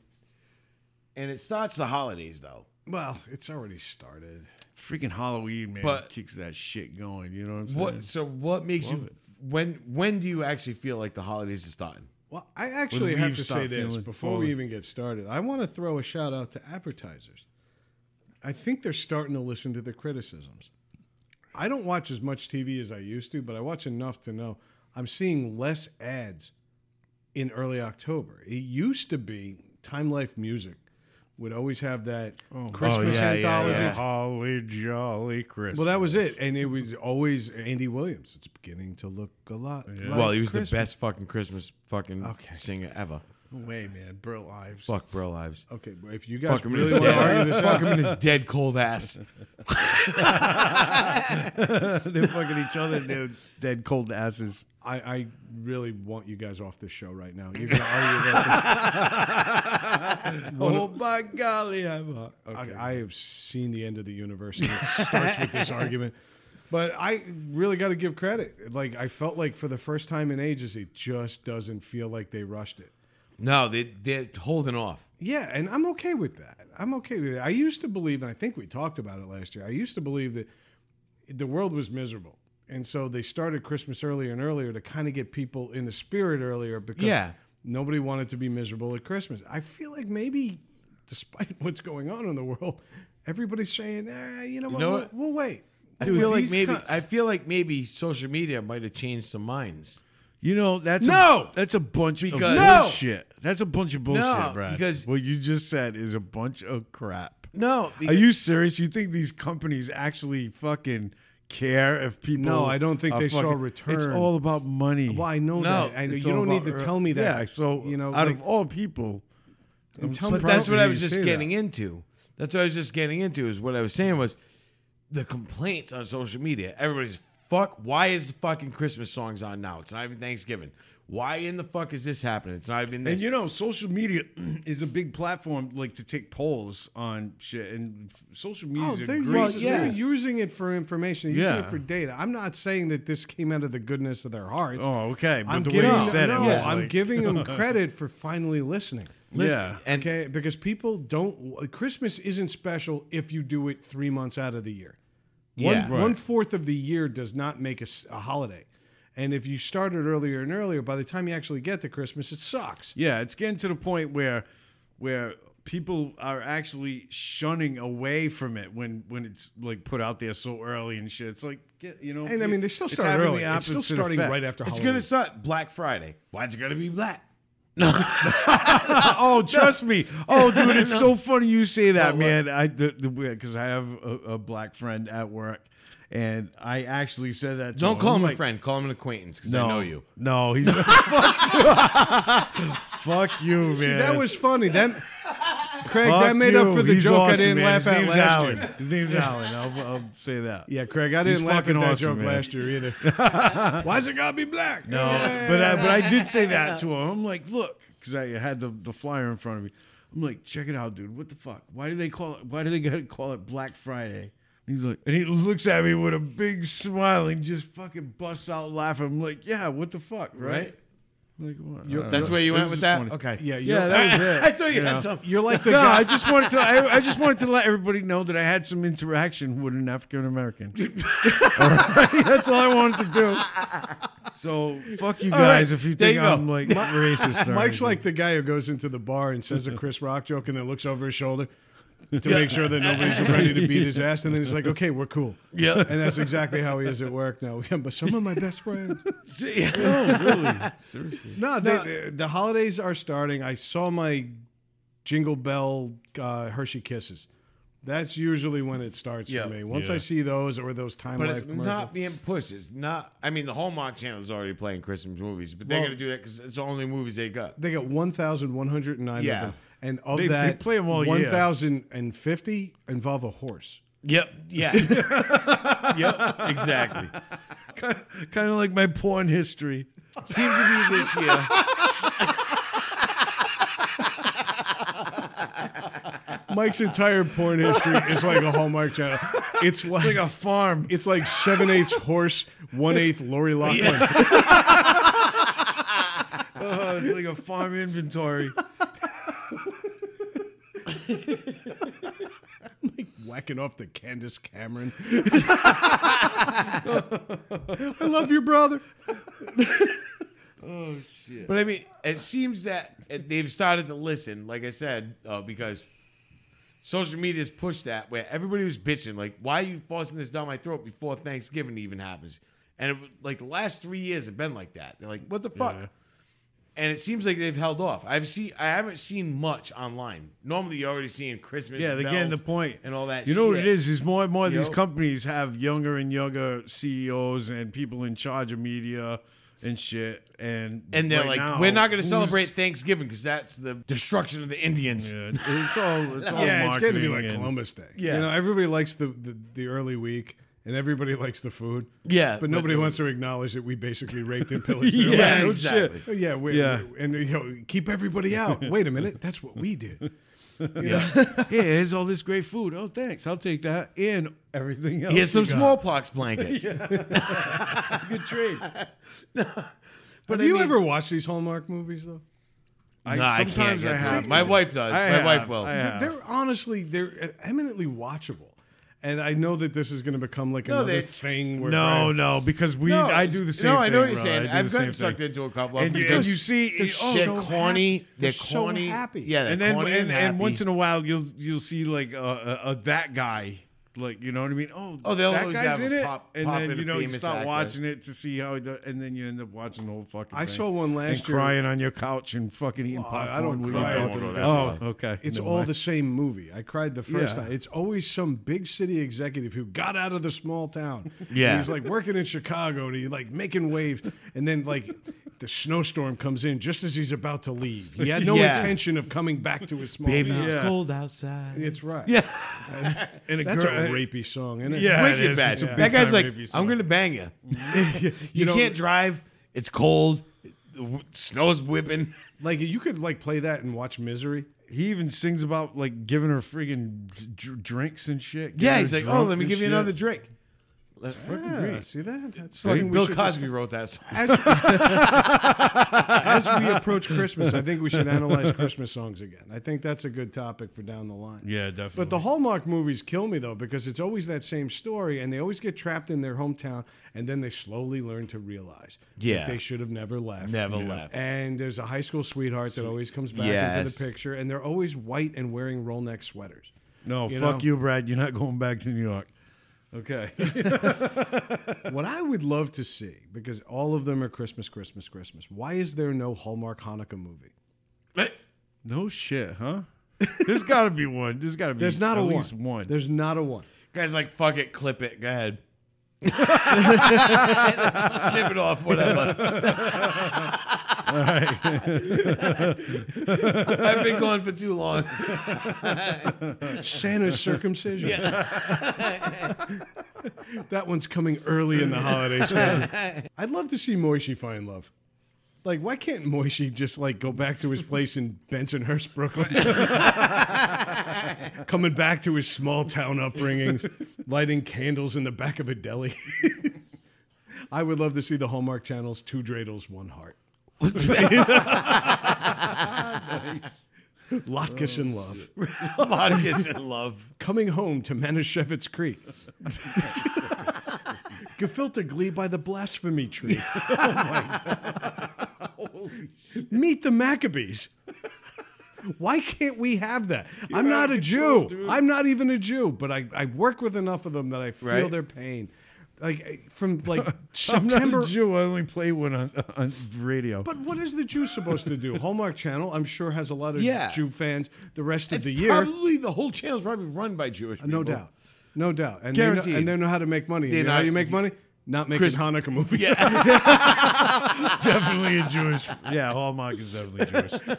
[SPEAKER 2] And it starts the holidays though.
[SPEAKER 3] Well, it's already started.
[SPEAKER 5] Freaking Halloween, man,
[SPEAKER 2] But-
[SPEAKER 5] kicks that shit going. You know what I'm saying?
[SPEAKER 2] What so what makes you
[SPEAKER 5] Love it.
[SPEAKER 2] when when do you actually feel like the holidays are starting?
[SPEAKER 3] Well, I actually
[SPEAKER 5] When
[SPEAKER 3] have
[SPEAKER 5] leaves
[SPEAKER 3] to
[SPEAKER 5] stop
[SPEAKER 3] say this
[SPEAKER 5] feeling
[SPEAKER 3] before
[SPEAKER 5] falling.
[SPEAKER 3] we even get started. I want to throw a shout out to advertisers. I think they're starting to listen to the criticisms. I don't watch as much TV as I used to, but I watch enough to know I'm seeing less ads in early October. It used to be Time Life Music would always have that Christmas anthology.
[SPEAKER 5] Holly Jolly Christmas.
[SPEAKER 3] Well, that was it, and it was always Andy Williams. It's beginning to look a lot. Like
[SPEAKER 2] well, he was
[SPEAKER 3] Christmas.
[SPEAKER 2] the best fucking Christmas fucking
[SPEAKER 3] Okay.
[SPEAKER 2] singer ever.
[SPEAKER 5] Way, man. Bro Lives.
[SPEAKER 2] Fuck bro lives.
[SPEAKER 3] Okay, but if you guys
[SPEAKER 2] Fuck him in his
[SPEAKER 3] really want to
[SPEAKER 2] dead-
[SPEAKER 3] argue this,
[SPEAKER 2] fuck him in his dead cold ass.
[SPEAKER 5] They're fucking each other in their dead cold asses.
[SPEAKER 3] I, I really want you guys off this show right now. You're gonna argue about
[SPEAKER 5] Oh, my golly. I'm hot.
[SPEAKER 3] this. I, I have seen the end of the universe. And it starts with this argument. But I really got to give credit. Like I felt like for the first time in ages, it just doesn't feel like they rushed it.
[SPEAKER 2] No, they they're holding off.
[SPEAKER 3] Yeah, and I'm okay with that. I'm okay with it. I used to believe, and I think we talked about it last year. I used to believe that the world was miserable, and so they started Christmas earlier and earlier to kind of get people in the spirit earlier because
[SPEAKER 2] Yeah.
[SPEAKER 3] nobody wanted to be miserable at Christmas. I feel like maybe, despite what's going on in the world, everybody's saying, eh, you know what,
[SPEAKER 2] know
[SPEAKER 3] we'll,
[SPEAKER 2] what?
[SPEAKER 3] we'll wait.
[SPEAKER 2] I
[SPEAKER 5] Dude,
[SPEAKER 2] feel like
[SPEAKER 5] these
[SPEAKER 2] maybe
[SPEAKER 5] kind-
[SPEAKER 2] I feel like maybe social media might have changed some minds.
[SPEAKER 5] You know, that's
[SPEAKER 2] No!
[SPEAKER 5] a, that's a bunch
[SPEAKER 2] Because-
[SPEAKER 5] of
[SPEAKER 2] No!
[SPEAKER 5] bullshit. That's a bunch of bullshit,
[SPEAKER 2] No,
[SPEAKER 5] Brad.
[SPEAKER 2] because-
[SPEAKER 5] what you just said is a bunch of crap.
[SPEAKER 2] No,
[SPEAKER 5] Are you serious? You think these companies actually fucking care if people?
[SPEAKER 3] No, I don't think
[SPEAKER 5] are
[SPEAKER 3] they saw
[SPEAKER 5] fucking-
[SPEAKER 3] return.
[SPEAKER 5] It's all about money.
[SPEAKER 3] Well, I know
[SPEAKER 2] No,
[SPEAKER 3] that. I know you
[SPEAKER 5] It's all
[SPEAKER 3] don't need to
[SPEAKER 5] about-
[SPEAKER 3] tell me that.
[SPEAKER 5] Yeah, so
[SPEAKER 3] you know,
[SPEAKER 5] out
[SPEAKER 3] like,
[SPEAKER 5] of all people, I'm
[SPEAKER 3] tell me-
[SPEAKER 5] surprised
[SPEAKER 2] But that's
[SPEAKER 5] to
[SPEAKER 2] what
[SPEAKER 5] hear
[SPEAKER 2] I
[SPEAKER 5] you
[SPEAKER 2] was just
[SPEAKER 5] say that.
[SPEAKER 2] getting into. That's what I was just getting into. Is what I was saying was the complaints on social media. Everybody's fuck. Why is the fucking Christmas songs on now? It's not even Thanksgiving. why in the fuck is this happening? It's not even this.
[SPEAKER 5] And you know, social media is a big platform, like to take polls on shit. And f- social
[SPEAKER 2] Oh,
[SPEAKER 3] Oh,
[SPEAKER 5] media is a great.
[SPEAKER 3] well,
[SPEAKER 2] yeah.
[SPEAKER 3] they're using it for information. They're using
[SPEAKER 5] Yeah.
[SPEAKER 3] it for data. I'm not saying that this came out of the goodness of their hearts.
[SPEAKER 5] Oh, okay. But
[SPEAKER 3] I'm
[SPEAKER 5] the
[SPEAKER 3] giving,
[SPEAKER 5] way you said
[SPEAKER 3] no,
[SPEAKER 5] it, was
[SPEAKER 3] I'm
[SPEAKER 5] like-
[SPEAKER 3] giving them credit for finally listening.
[SPEAKER 5] Yeah.
[SPEAKER 2] and
[SPEAKER 3] okay, because people don't. uh, Christmas isn't special if you do it three months out of the year. One,
[SPEAKER 2] Yeah.
[SPEAKER 3] one fourth of the year does not make a, s- a holiday, and if you start it earlier and earlier, by the time you actually get to Christmas, it sucks.
[SPEAKER 5] Yeah, it's getting to the point where where people are actually shunning away from it when when it's like put out there so early and shit. It's like get you know,
[SPEAKER 3] And I mean, they still
[SPEAKER 5] it's
[SPEAKER 3] start
[SPEAKER 5] having the
[SPEAKER 3] early. It's still
[SPEAKER 5] opposite
[SPEAKER 3] starting
[SPEAKER 5] effect.
[SPEAKER 3] right after
[SPEAKER 2] it's
[SPEAKER 3] Halloween.
[SPEAKER 2] gonna start Black Friday. Why is it gonna be black?
[SPEAKER 5] Oh, trust me. Oh, dude, it's so funny you say that,
[SPEAKER 2] No,
[SPEAKER 5] man. I the because I have a, a black friend at work, and I actually said that. To
[SPEAKER 2] Don't call him
[SPEAKER 5] I'm
[SPEAKER 2] a
[SPEAKER 5] like,
[SPEAKER 2] friend. Call him an acquaintance because
[SPEAKER 5] No,
[SPEAKER 2] I know you.
[SPEAKER 5] No, he's fuck you, fuck you, man.
[SPEAKER 3] See, that was funny. That Craig,
[SPEAKER 5] Fuck
[SPEAKER 3] that made up
[SPEAKER 5] you.
[SPEAKER 3] for the
[SPEAKER 5] He's
[SPEAKER 3] joke I
[SPEAKER 5] awesome,
[SPEAKER 3] didn't
[SPEAKER 5] man.
[SPEAKER 3] laugh
[SPEAKER 5] His
[SPEAKER 3] at
[SPEAKER 5] name's
[SPEAKER 3] last
[SPEAKER 5] Alan.
[SPEAKER 3] year.
[SPEAKER 5] His name's Alan. I'll, I'll say that.
[SPEAKER 3] Yeah, Craig, I
[SPEAKER 5] He's
[SPEAKER 3] didn't laugh at
[SPEAKER 5] fucking
[SPEAKER 3] that
[SPEAKER 5] awesome,
[SPEAKER 3] joke
[SPEAKER 5] man.
[SPEAKER 3] last year either. Why is it gotta be black?
[SPEAKER 5] No, but I, but I did say that to him. I'm like, look, because I had the, the flyer in front of me. I'm like, check it out, dude. What the fuck? Why do they call it? Why do they gotta call it Black Friday? And he's like, and he looks at me with a big smile and just fucking busts out laughing. I'm like, yeah, what the fuck, right?
[SPEAKER 2] Right?
[SPEAKER 5] I'm like, uh, what?
[SPEAKER 2] That's where you went with that. Okay.
[SPEAKER 3] Yeah, you're,
[SPEAKER 5] Yeah, that was it.
[SPEAKER 2] I thought you
[SPEAKER 5] know?
[SPEAKER 2] had something.
[SPEAKER 3] you're like the
[SPEAKER 5] No,
[SPEAKER 3] guy.
[SPEAKER 5] I just wanted to. I, I just wanted to let everybody know that I had some interaction with an African American. That's all I wanted to do. So fuck you guys if you
[SPEAKER 2] there
[SPEAKER 5] think
[SPEAKER 2] you go.
[SPEAKER 5] I'm like racist. or
[SPEAKER 3] Mike's
[SPEAKER 5] anything.
[SPEAKER 3] like the guy who goes into the bar and says a Chris Rock joke and then looks over his shoulder to make sure that nobody's ready to beat his ass. And then he's like, okay, we're cool. Yeah. And that's exactly how he is at work now. But some of my best friends. No, they, they- the holidays are starting. I saw my Jingle Bell uh, Hershey Kisses. That's usually when it starts
[SPEAKER 2] Yeah.
[SPEAKER 3] for me. Once I
[SPEAKER 5] Yeah.
[SPEAKER 3] see those or those time
[SPEAKER 2] But
[SPEAKER 3] life
[SPEAKER 2] it's
[SPEAKER 3] commercials.
[SPEAKER 2] not being pushed. It's not. I mean, the Hallmark Channel is already playing Christmas movies, but they're
[SPEAKER 3] Well-
[SPEAKER 2] gonna do that because it's the only movies they got.
[SPEAKER 3] They got 1,109
[SPEAKER 2] Yeah.
[SPEAKER 3] of them. And of
[SPEAKER 5] They- they
[SPEAKER 3] that,
[SPEAKER 5] play 'em all year.
[SPEAKER 3] 1,050 involve a horse.
[SPEAKER 2] Yep. Yeah. yep. Exactly.
[SPEAKER 5] kind of like my porn history.
[SPEAKER 2] Seems to be this year.
[SPEAKER 3] Mike's entire porn history is like a Hallmark channel. It's like,
[SPEAKER 5] Like a farm.
[SPEAKER 3] it's like seven eighths horse, one eighth Lori Loughlin.
[SPEAKER 5] Oh, it's like a farm inventory.
[SPEAKER 3] whacking off the Candace Cameron. I love your brother.
[SPEAKER 2] But I mean, it seems that it- they've started to listen, like I said, uh, because social media's pushed that where everybody was bitching, like, why are you forcing this down my throat before Thanksgiving even happens? And it, was- like the last three years have been like that. They're like, what the fuck?
[SPEAKER 5] Yeah.
[SPEAKER 2] And it seems like they've held off. I've seen, I haven't seen much online. Normally, you're already seeing Christmas.
[SPEAKER 5] Yeah, they're getting the
[SPEAKER 2] bells
[SPEAKER 5] point.
[SPEAKER 2] and all that.
[SPEAKER 5] You know what
[SPEAKER 2] shit.
[SPEAKER 5] it is? Is more and more of these
[SPEAKER 2] Yep.
[SPEAKER 5] companies have younger and younger CEOs and people in charge of media and shit. And
[SPEAKER 2] And they're
[SPEAKER 5] right
[SPEAKER 2] like,
[SPEAKER 5] now,
[SPEAKER 2] we're not going to
[SPEAKER 5] who's-
[SPEAKER 2] celebrate Thanksgiving because that's the destruction of the Indians.
[SPEAKER 5] Yeah, it's all. It's all
[SPEAKER 3] Yeah, it's getting to be like
[SPEAKER 5] marketing and-
[SPEAKER 3] Columbus Day. Yeah. You know, everybody likes the, the, the early week and everybody likes the food.
[SPEAKER 2] Yeah,
[SPEAKER 3] But nobody wants to acknowledge that we basically raped and pillaged. their
[SPEAKER 5] Yeah,
[SPEAKER 3] land. Oh,
[SPEAKER 2] exactly.
[SPEAKER 3] shit. Oh, yeah, we,
[SPEAKER 5] Yeah.
[SPEAKER 3] we- and you know, keep everybody out. Wait a minute, that's what we did.
[SPEAKER 5] Yeah, here's all this great food. Oh, thanks. I'll take that and everything else.
[SPEAKER 2] Here's some
[SPEAKER 5] you got.
[SPEAKER 2] smallpox blankets.
[SPEAKER 5] good trade.
[SPEAKER 3] But Have you ever watched these Hallmark movies though?
[SPEAKER 5] I,
[SPEAKER 2] Nah, I can't
[SPEAKER 5] sometimes I,
[SPEAKER 2] get
[SPEAKER 5] have.
[SPEAKER 2] through. My wife does.
[SPEAKER 5] I
[SPEAKER 2] My
[SPEAKER 5] have.
[SPEAKER 2] wife will.
[SPEAKER 5] I have.
[SPEAKER 3] They're honestly they're eminently watchable. And I know that this is going to become like another
[SPEAKER 2] they-
[SPEAKER 3] thing where
[SPEAKER 5] no, no, because we. I do the same.
[SPEAKER 2] No, I know
[SPEAKER 5] thing,
[SPEAKER 2] what you're
[SPEAKER 5] bro.
[SPEAKER 2] saying.
[SPEAKER 5] I do
[SPEAKER 2] I've
[SPEAKER 5] the
[SPEAKER 2] gotten
[SPEAKER 5] same
[SPEAKER 2] sucked
[SPEAKER 5] thing.
[SPEAKER 2] into a couple
[SPEAKER 5] And,
[SPEAKER 2] of
[SPEAKER 5] you-
[SPEAKER 2] them.
[SPEAKER 5] and
[SPEAKER 2] because
[SPEAKER 5] you see,
[SPEAKER 3] they're
[SPEAKER 5] oh,
[SPEAKER 2] they're
[SPEAKER 3] so happy.
[SPEAKER 2] corny. They're,
[SPEAKER 3] They're so
[SPEAKER 2] corny.
[SPEAKER 3] happy.
[SPEAKER 2] Yeah, they're
[SPEAKER 5] and then
[SPEAKER 2] corny
[SPEAKER 5] and,
[SPEAKER 2] happy.
[SPEAKER 5] and once in a while you'll you'll see like a, a, a that guy like you know what I mean oh,
[SPEAKER 2] Oh, they'll
[SPEAKER 5] that
[SPEAKER 2] always
[SPEAKER 5] guy's
[SPEAKER 2] have
[SPEAKER 5] in
[SPEAKER 2] a
[SPEAKER 5] it
[SPEAKER 2] pop-
[SPEAKER 5] and
[SPEAKER 2] pop
[SPEAKER 5] then
[SPEAKER 2] in
[SPEAKER 5] you
[SPEAKER 2] a
[SPEAKER 5] know you
[SPEAKER 2] famous
[SPEAKER 5] start
[SPEAKER 2] actor.
[SPEAKER 5] watching it to see how he does, and then you end up watching the whole fucking
[SPEAKER 3] I
[SPEAKER 5] thing.
[SPEAKER 3] saw one last
[SPEAKER 5] and
[SPEAKER 3] year.
[SPEAKER 5] crying on your couch and fucking eating
[SPEAKER 3] Well, I- I
[SPEAKER 5] popcorn
[SPEAKER 3] don't
[SPEAKER 5] with
[SPEAKER 3] cry
[SPEAKER 5] your
[SPEAKER 3] at
[SPEAKER 5] dog.
[SPEAKER 3] the-
[SPEAKER 5] oh okay
[SPEAKER 3] It's
[SPEAKER 5] Never
[SPEAKER 3] all
[SPEAKER 5] mind.
[SPEAKER 3] the same movie. I cried the first
[SPEAKER 5] Yeah.
[SPEAKER 3] time. It's always some big city executive who got out of the small town.
[SPEAKER 2] Yeah.
[SPEAKER 3] And he's like working in Chicago and he's like making waves. And then like the snowstorm comes in just as he's about to leave. He had no
[SPEAKER 2] Yeah.
[SPEAKER 3] intention of coming back to his small town.
[SPEAKER 5] it's Yeah.
[SPEAKER 2] cold outside.
[SPEAKER 3] It's right. Yeah.
[SPEAKER 5] and a
[SPEAKER 3] That's a
[SPEAKER 5] girl-
[SPEAKER 3] rapey song, isn't it?
[SPEAKER 5] Yeah, it
[SPEAKER 2] Wicked
[SPEAKER 5] is.
[SPEAKER 2] bad.
[SPEAKER 5] It's a
[SPEAKER 2] That guy's
[SPEAKER 5] big-time
[SPEAKER 2] like,
[SPEAKER 5] rapey song.
[SPEAKER 2] I'm going to bang you. you can't drive. It's cold. w- snow's whipping.
[SPEAKER 3] Like you could like play that and watch Misery.
[SPEAKER 5] He even sings about like giving her friggin' dr- drinks and shit.
[SPEAKER 2] Yeah,
[SPEAKER 5] getting
[SPEAKER 2] he's
[SPEAKER 5] her
[SPEAKER 2] like, oh,
[SPEAKER 5] drunk
[SPEAKER 2] let me
[SPEAKER 5] and
[SPEAKER 2] give you
[SPEAKER 5] shit."
[SPEAKER 2] another drink.
[SPEAKER 3] Yeah, see that? That's fucking. we
[SPEAKER 2] Bill
[SPEAKER 3] should-
[SPEAKER 2] Cosby wrote that song.
[SPEAKER 3] as we approach Christmas, I think we should analyze Christmas songs again. I think that's a good topic for down the line.
[SPEAKER 5] Yeah, definitely.
[SPEAKER 3] But the Hallmark movies kill me though because it's always that same story, and they always get trapped in their hometown, and then they slowly learn to realize
[SPEAKER 2] Yeah.
[SPEAKER 3] that they should have never left.
[SPEAKER 2] Never left.
[SPEAKER 3] And there's a high school sweetheart that always comes back into
[SPEAKER 2] Yes.
[SPEAKER 3] the picture, and they're always white and wearing roll neck sweaters.
[SPEAKER 5] no,
[SPEAKER 3] you
[SPEAKER 5] fuck
[SPEAKER 3] know-
[SPEAKER 5] you, Brad. You're not going back to New York. Okay.
[SPEAKER 3] what I would love to see because all of them are Christmas, Christmas, Christmas. Why is there no Hallmark Hanukkah movie?
[SPEAKER 5] no shit, huh? There's got to be one. There's got to be.
[SPEAKER 3] There's not
[SPEAKER 5] at
[SPEAKER 3] a
[SPEAKER 5] least
[SPEAKER 3] one.
[SPEAKER 5] one.
[SPEAKER 3] There's not a one.
[SPEAKER 2] Guy's like, fuck it, clip it. Go ahead. Snip it off, whatever. I've been gone for too long.
[SPEAKER 3] Santa's circumcision. that one's coming early in the holiday season. I'd love to see Moishi find love. Like, why can't Moishi just like go back to his place in Bensonhurst, Brooklyn? Coming back to his small town upbringings, lighting candles in the back of a deli. I would love to see the Hallmark Channel's Two Dreidels, One Heart. Latkes in love.
[SPEAKER 2] Vodka's in love.
[SPEAKER 3] Coming home to Manischewitz Creek. Gefilte glee by the blasphemy tree. oh my God. Meet the Maccabees. Why can't we have that? I'm not a Jew. I'm not even a Jew, but I, I work with enough of them that I feel
[SPEAKER 2] Right.
[SPEAKER 3] their pain. Like from like
[SPEAKER 5] I'm not
[SPEAKER 3] September
[SPEAKER 5] a Jew. I only play one on, on radio.
[SPEAKER 3] but what is the Jew supposed to do? Hallmark Channel, I'm sure, has a lot of
[SPEAKER 2] Yeah.
[SPEAKER 3] Jew fans the rest of the year. Uh,
[SPEAKER 2] Probably the whole channel's probably run by Jewish people.
[SPEAKER 3] No doubt. No doubt. And they, know,
[SPEAKER 2] Guaranteed.
[SPEAKER 3] and they know how to make money. And you know
[SPEAKER 2] not-
[SPEAKER 3] how you make money? Not making
[SPEAKER 2] Chris-
[SPEAKER 3] Hanukkah movies.
[SPEAKER 5] definitely a Jewish. Yeah, Hallmark is definitely Jewish.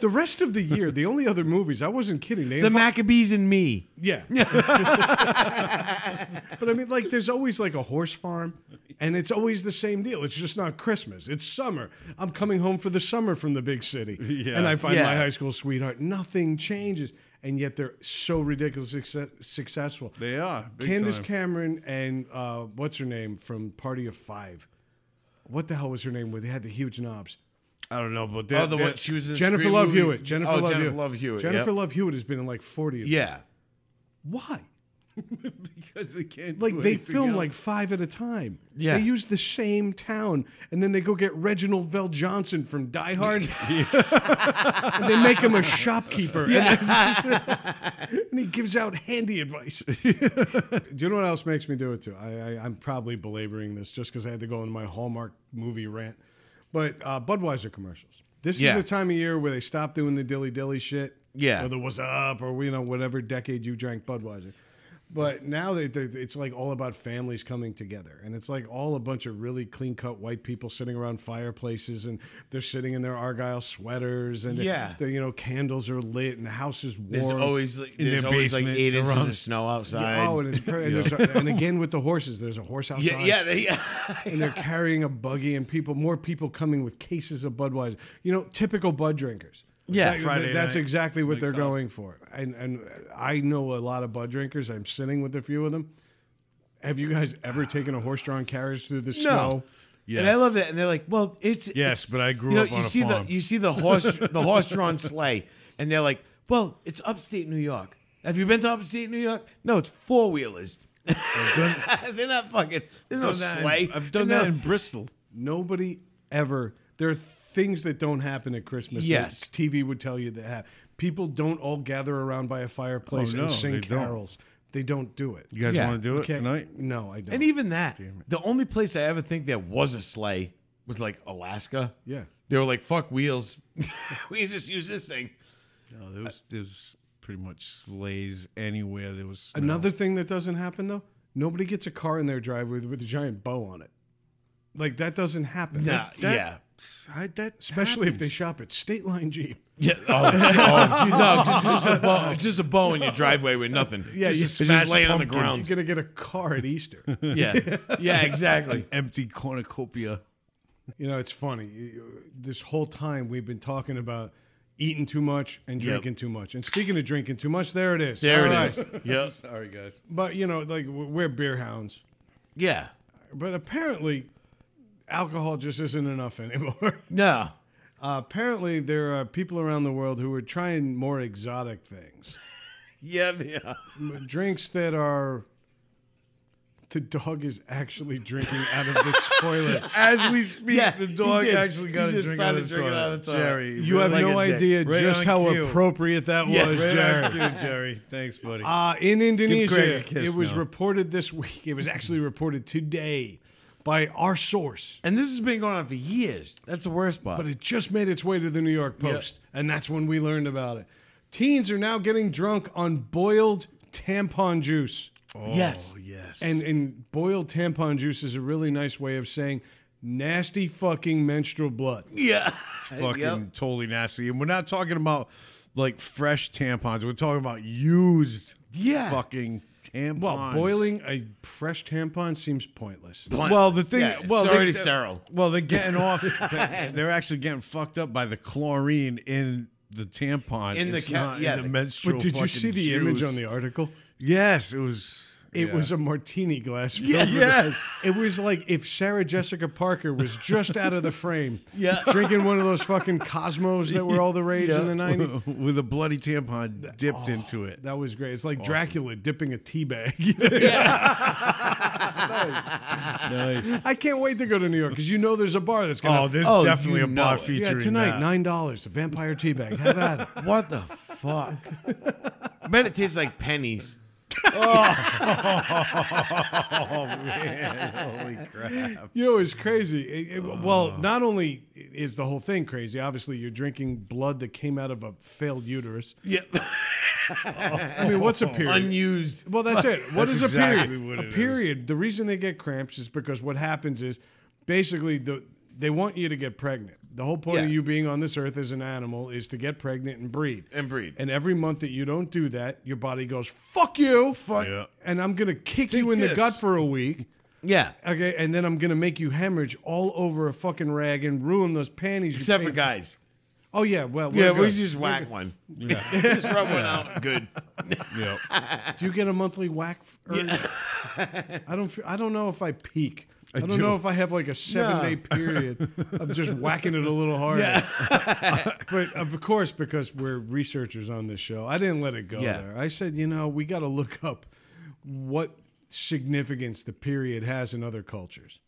[SPEAKER 3] the rest of the year, the only other movies, I wasn't kidding. They
[SPEAKER 2] The
[SPEAKER 3] invo-
[SPEAKER 2] Maccabees and me.
[SPEAKER 3] yeah. but I mean, like, there's always like a horse farm, and it's always the same deal. It's just not Christmas. It's summer. I'm coming home for the summer from the big city,
[SPEAKER 5] Yeah.
[SPEAKER 3] and I find
[SPEAKER 2] Yeah.
[SPEAKER 3] my high school sweetheart. Nothing changes, and yet they're so ridiculously success- successful.
[SPEAKER 5] They are. Big
[SPEAKER 3] Candace
[SPEAKER 5] time.
[SPEAKER 3] Cameron and uh, what's her name from Party of Five? What the hell was her name? Where they had the huge knobs.
[SPEAKER 5] I don't know, but
[SPEAKER 2] Oh,
[SPEAKER 5] they're,
[SPEAKER 2] the
[SPEAKER 5] they're-
[SPEAKER 2] one she was in.
[SPEAKER 3] Jennifer
[SPEAKER 2] Scream
[SPEAKER 3] Love
[SPEAKER 2] movie.
[SPEAKER 3] Hewitt. Jennifer,
[SPEAKER 2] oh,
[SPEAKER 3] Love,
[SPEAKER 2] Jennifer
[SPEAKER 3] Hewitt.
[SPEAKER 2] Love Hewitt.
[SPEAKER 3] Jennifer
[SPEAKER 2] yep.
[SPEAKER 3] Love Hewitt has been in like forty. Of
[SPEAKER 2] Yeah.
[SPEAKER 3] Why?
[SPEAKER 5] because they can't
[SPEAKER 3] Like
[SPEAKER 5] do
[SPEAKER 3] they
[SPEAKER 5] anything
[SPEAKER 3] film
[SPEAKER 5] else.
[SPEAKER 3] like five at a time.
[SPEAKER 2] Yeah.
[SPEAKER 3] They use the same town, and then they go get Reginald Vell Johnson from Die Hard, and they make him a shopkeeper, and, that's- and he gives out handy advice. do you know what else makes me do it too? I, I, I'm probably belaboring this just because I had to go on my Hallmark movie rant, but uh, Budweiser commercials. This
[SPEAKER 2] Yeah.
[SPEAKER 3] is the time of year where they stop doing the dilly dilly shit.
[SPEAKER 2] Yeah.
[SPEAKER 3] Or the what's up, or you know whatever decade you drank Budweiser. But now they, they, it's like all about families coming together, and it's like all a bunch of really clean cut white people sitting around fireplaces, and they're sitting in their argyle sweaters, and
[SPEAKER 2] Yeah.
[SPEAKER 3] the, you know candles are lit, and the house is warm.
[SPEAKER 2] There's always like,
[SPEAKER 5] In
[SPEAKER 2] there's
[SPEAKER 5] their
[SPEAKER 2] always like
[SPEAKER 5] basements
[SPEAKER 2] eight inches
[SPEAKER 5] around-
[SPEAKER 2] of snow outside.
[SPEAKER 3] Yeah, oh, and, it's, per- and, there's a- and again with the horses, there's a horse outside.
[SPEAKER 2] yeah, yeah, they,
[SPEAKER 3] and they're carrying a buggy, and people, more people coming with cases of Budweiser. You know, typical Bud drinkers.
[SPEAKER 2] Yeah.
[SPEAKER 3] That-
[SPEAKER 5] Friday
[SPEAKER 3] that's
[SPEAKER 5] night.
[SPEAKER 3] exactly what they're
[SPEAKER 5] sauce.
[SPEAKER 3] going for. And and I know a lot of Bud drinkers. I'm sitting with a few of them. Have you guys ever taken a horse-drawn carriage through the snow?
[SPEAKER 5] Yes.
[SPEAKER 2] And I love that. And they're like, well, it's
[SPEAKER 5] Yes,
[SPEAKER 2] it's-
[SPEAKER 5] but I grew
[SPEAKER 2] you know,
[SPEAKER 5] up on
[SPEAKER 2] you
[SPEAKER 5] a
[SPEAKER 2] see
[SPEAKER 5] farm.
[SPEAKER 2] The, you see the horse, the horse-drawn sleigh, and they're like, well, it's upstate New York. Have you been to upstate New York? No, it's four wheelers. they're not fucking. There's no
[SPEAKER 5] I've done that in-
[SPEAKER 2] sleigh.
[SPEAKER 5] I've done
[SPEAKER 2] And
[SPEAKER 5] that
[SPEAKER 2] they're-
[SPEAKER 5] in Bristol.
[SPEAKER 3] Nobody ever. There are things that don't happen at Christmas. that
[SPEAKER 2] Yes.
[SPEAKER 3] TV would tell you that hap- people don't all gather around by a fireplace
[SPEAKER 5] Oh, no,
[SPEAKER 3] and sing
[SPEAKER 5] they don't.
[SPEAKER 3] carols. They don't do it.
[SPEAKER 5] You guys
[SPEAKER 2] Yeah.
[SPEAKER 5] want to do it
[SPEAKER 3] Okay.
[SPEAKER 5] tonight?
[SPEAKER 3] No, I don't.
[SPEAKER 2] And even that, the only place I ever think there was a sleigh was like Alaska.
[SPEAKER 3] Yeah.
[SPEAKER 2] They were like, fuck wheels. we just use this thing.
[SPEAKER 5] No, there was, there was pretty much sleighs anywhere. There was snow.
[SPEAKER 3] Another thing that doesn't happen though, nobody gets a car in their driveway with, with a giant bow on it. Like that doesn't happen.
[SPEAKER 2] Nah, yeah.
[SPEAKER 5] I, that
[SPEAKER 3] Especially if they
[SPEAKER 5] happens.
[SPEAKER 3] shop at State Line Jeep.
[SPEAKER 2] Yeah. Oh, oh, no, just, just a bow, just a bow in your driveway with nothing.
[SPEAKER 3] Yeah,
[SPEAKER 2] just,
[SPEAKER 3] you
[SPEAKER 2] it's just
[SPEAKER 3] smash
[SPEAKER 2] laying on the
[SPEAKER 3] pumpkin.
[SPEAKER 2] ground.
[SPEAKER 3] You're gonna get a car at Easter.
[SPEAKER 2] Yeah. Yeah, exactly.
[SPEAKER 5] empty cornucopia.
[SPEAKER 3] You know, it's funny. You- This whole time we've been talking about eating too much and drinking too much. And speaking of drinking too much, there it is.
[SPEAKER 2] There
[SPEAKER 3] it
[SPEAKER 2] it
[SPEAKER 3] is.
[SPEAKER 2] is. Yep.
[SPEAKER 5] Sorry, guys.
[SPEAKER 3] But you know, like w- we're beer hounds.
[SPEAKER 2] Yeah.
[SPEAKER 3] But apparently, alcohol just isn't enough anymore.
[SPEAKER 2] No.
[SPEAKER 3] Uh, apparently, there are people around the world who are trying more exotic things,
[SPEAKER 2] Yeah. They are.
[SPEAKER 3] M- drinks that are. The dog is actually drinking out of the toilet.
[SPEAKER 5] As we speak,
[SPEAKER 2] Yeah,
[SPEAKER 5] the
[SPEAKER 2] he
[SPEAKER 5] dog
[SPEAKER 2] did.
[SPEAKER 5] actually got
[SPEAKER 2] He
[SPEAKER 5] a
[SPEAKER 2] just
[SPEAKER 5] drink out
[SPEAKER 2] started
[SPEAKER 5] of the
[SPEAKER 2] drinking
[SPEAKER 5] toilet.
[SPEAKER 2] out of the toilet.
[SPEAKER 5] Jerry,
[SPEAKER 3] You have
[SPEAKER 5] like
[SPEAKER 3] no
[SPEAKER 5] a dick.
[SPEAKER 3] idea
[SPEAKER 5] Right
[SPEAKER 3] just
[SPEAKER 5] on
[SPEAKER 3] how
[SPEAKER 5] cue.
[SPEAKER 3] appropriate that was,
[SPEAKER 5] Right
[SPEAKER 3] Jared.
[SPEAKER 5] on cue, Jerry. Thanks, buddy.
[SPEAKER 3] Uh, in
[SPEAKER 5] Greg
[SPEAKER 3] Indonesia,
[SPEAKER 5] a kiss
[SPEAKER 3] it was
[SPEAKER 5] now.
[SPEAKER 3] reported this week. It was actually reported today by our source,
[SPEAKER 2] And this has been going on for years. That's the worst part.
[SPEAKER 3] but it just made its way to the New York Post, and that's when we learned about it. Teens are now getting drunk on boiled tampon juice,
[SPEAKER 2] yes.
[SPEAKER 5] yes.
[SPEAKER 3] and and boiled tampon juice is a really nice way of saying nasty fucking menstrual blood.
[SPEAKER 2] Yeah.
[SPEAKER 5] fucking totally nasty. And we're not talking about like fresh tampons. We're talking about used
[SPEAKER 2] Yeah.
[SPEAKER 5] fucking tampons.
[SPEAKER 3] Well, boiling a fresh tampon seems pointless.
[SPEAKER 5] Well, the thing.
[SPEAKER 2] Yeah, it's
[SPEAKER 5] well,
[SPEAKER 2] already
[SPEAKER 5] they,
[SPEAKER 2] sterile.
[SPEAKER 5] Well, they're getting off. they- they're actually getting fucked up by the chlorine in the tampon.
[SPEAKER 2] In the
[SPEAKER 5] It's
[SPEAKER 2] ca-
[SPEAKER 5] not
[SPEAKER 2] yeah,
[SPEAKER 5] in the
[SPEAKER 2] the-
[SPEAKER 5] menstrual.
[SPEAKER 3] But did you
[SPEAKER 5] fucking
[SPEAKER 3] see the image
[SPEAKER 5] juice.
[SPEAKER 3] on the article?
[SPEAKER 5] Yes, it was.
[SPEAKER 3] It
[SPEAKER 5] yeah.
[SPEAKER 3] was a martini glass. Filled with-
[SPEAKER 5] yes.
[SPEAKER 3] It was like if Sarah Jessica Parker was just out of the frame,
[SPEAKER 2] Yeah.
[SPEAKER 3] drinking one of those fucking Cosmos that were all the rage in the '90s.
[SPEAKER 5] with a bloody tampon dipped into it.
[SPEAKER 3] That was great. It's like Dracula dipping a tea bag.
[SPEAKER 5] Nice.
[SPEAKER 3] I can't wait to go to New York because you know there's a bar that's gonna.
[SPEAKER 5] Oh, there's
[SPEAKER 2] Oh,
[SPEAKER 5] definitely
[SPEAKER 2] you
[SPEAKER 5] a bar
[SPEAKER 2] know it.
[SPEAKER 5] featuring
[SPEAKER 3] yeah, tonight
[SPEAKER 5] that.
[SPEAKER 3] nine dollars a vampire tea bag. Have that.
[SPEAKER 2] What the fuck? I bet it tastes like pennies.
[SPEAKER 5] Holy crap!
[SPEAKER 3] You know, it's crazy. It- it-
[SPEAKER 5] Ah.
[SPEAKER 3] well, not only is the whole thing crazy. Obviously, you're drinking blood that came out of a failed uterus.
[SPEAKER 5] Yeah.
[SPEAKER 3] I mean, what's a period?
[SPEAKER 2] Unused.
[SPEAKER 3] Well, that's it. What
[SPEAKER 5] That's
[SPEAKER 3] is a
[SPEAKER 5] exactly
[SPEAKER 3] period?
[SPEAKER 5] what
[SPEAKER 3] a
[SPEAKER 5] it is.
[SPEAKER 3] period. The reason they get cramps is because what happens is basically the they want you to get pregnant. The whole point of
[SPEAKER 2] Yeah.
[SPEAKER 3] you being on this earth as an animal is to get pregnant and breed.
[SPEAKER 2] And breed.
[SPEAKER 3] And every month that you don't do that, your body goes fuck you, fuck,
[SPEAKER 5] Yeah.
[SPEAKER 3] and I'm gonna kick you in the
[SPEAKER 5] this.
[SPEAKER 3] gut for a week.
[SPEAKER 2] Yeah.
[SPEAKER 3] Okay, and then I'm gonna make you hemorrhage all over a fucking rag and ruin those panties. you
[SPEAKER 2] Except for
[SPEAKER 3] paid-
[SPEAKER 2] guys.
[SPEAKER 3] Oh yeah, well,
[SPEAKER 2] Yeah,
[SPEAKER 3] we're
[SPEAKER 2] we
[SPEAKER 3] good.
[SPEAKER 2] just whack one. just rub one out. Good.
[SPEAKER 5] Yep.
[SPEAKER 3] Do you get a monthly whack? f- Or, I don't. Feel, I don't know if I peak. I, don't
[SPEAKER 5] do.
[SPEAKER 3] know if I have like a seven day period of just whacking it a little harder. but of course, because we're researchers on this show, I didn't let it go
[SPEAKER 2] Yeah.
[SPEAKER 3] there. I said, you know, we got to look up what significance the period has in other cultures.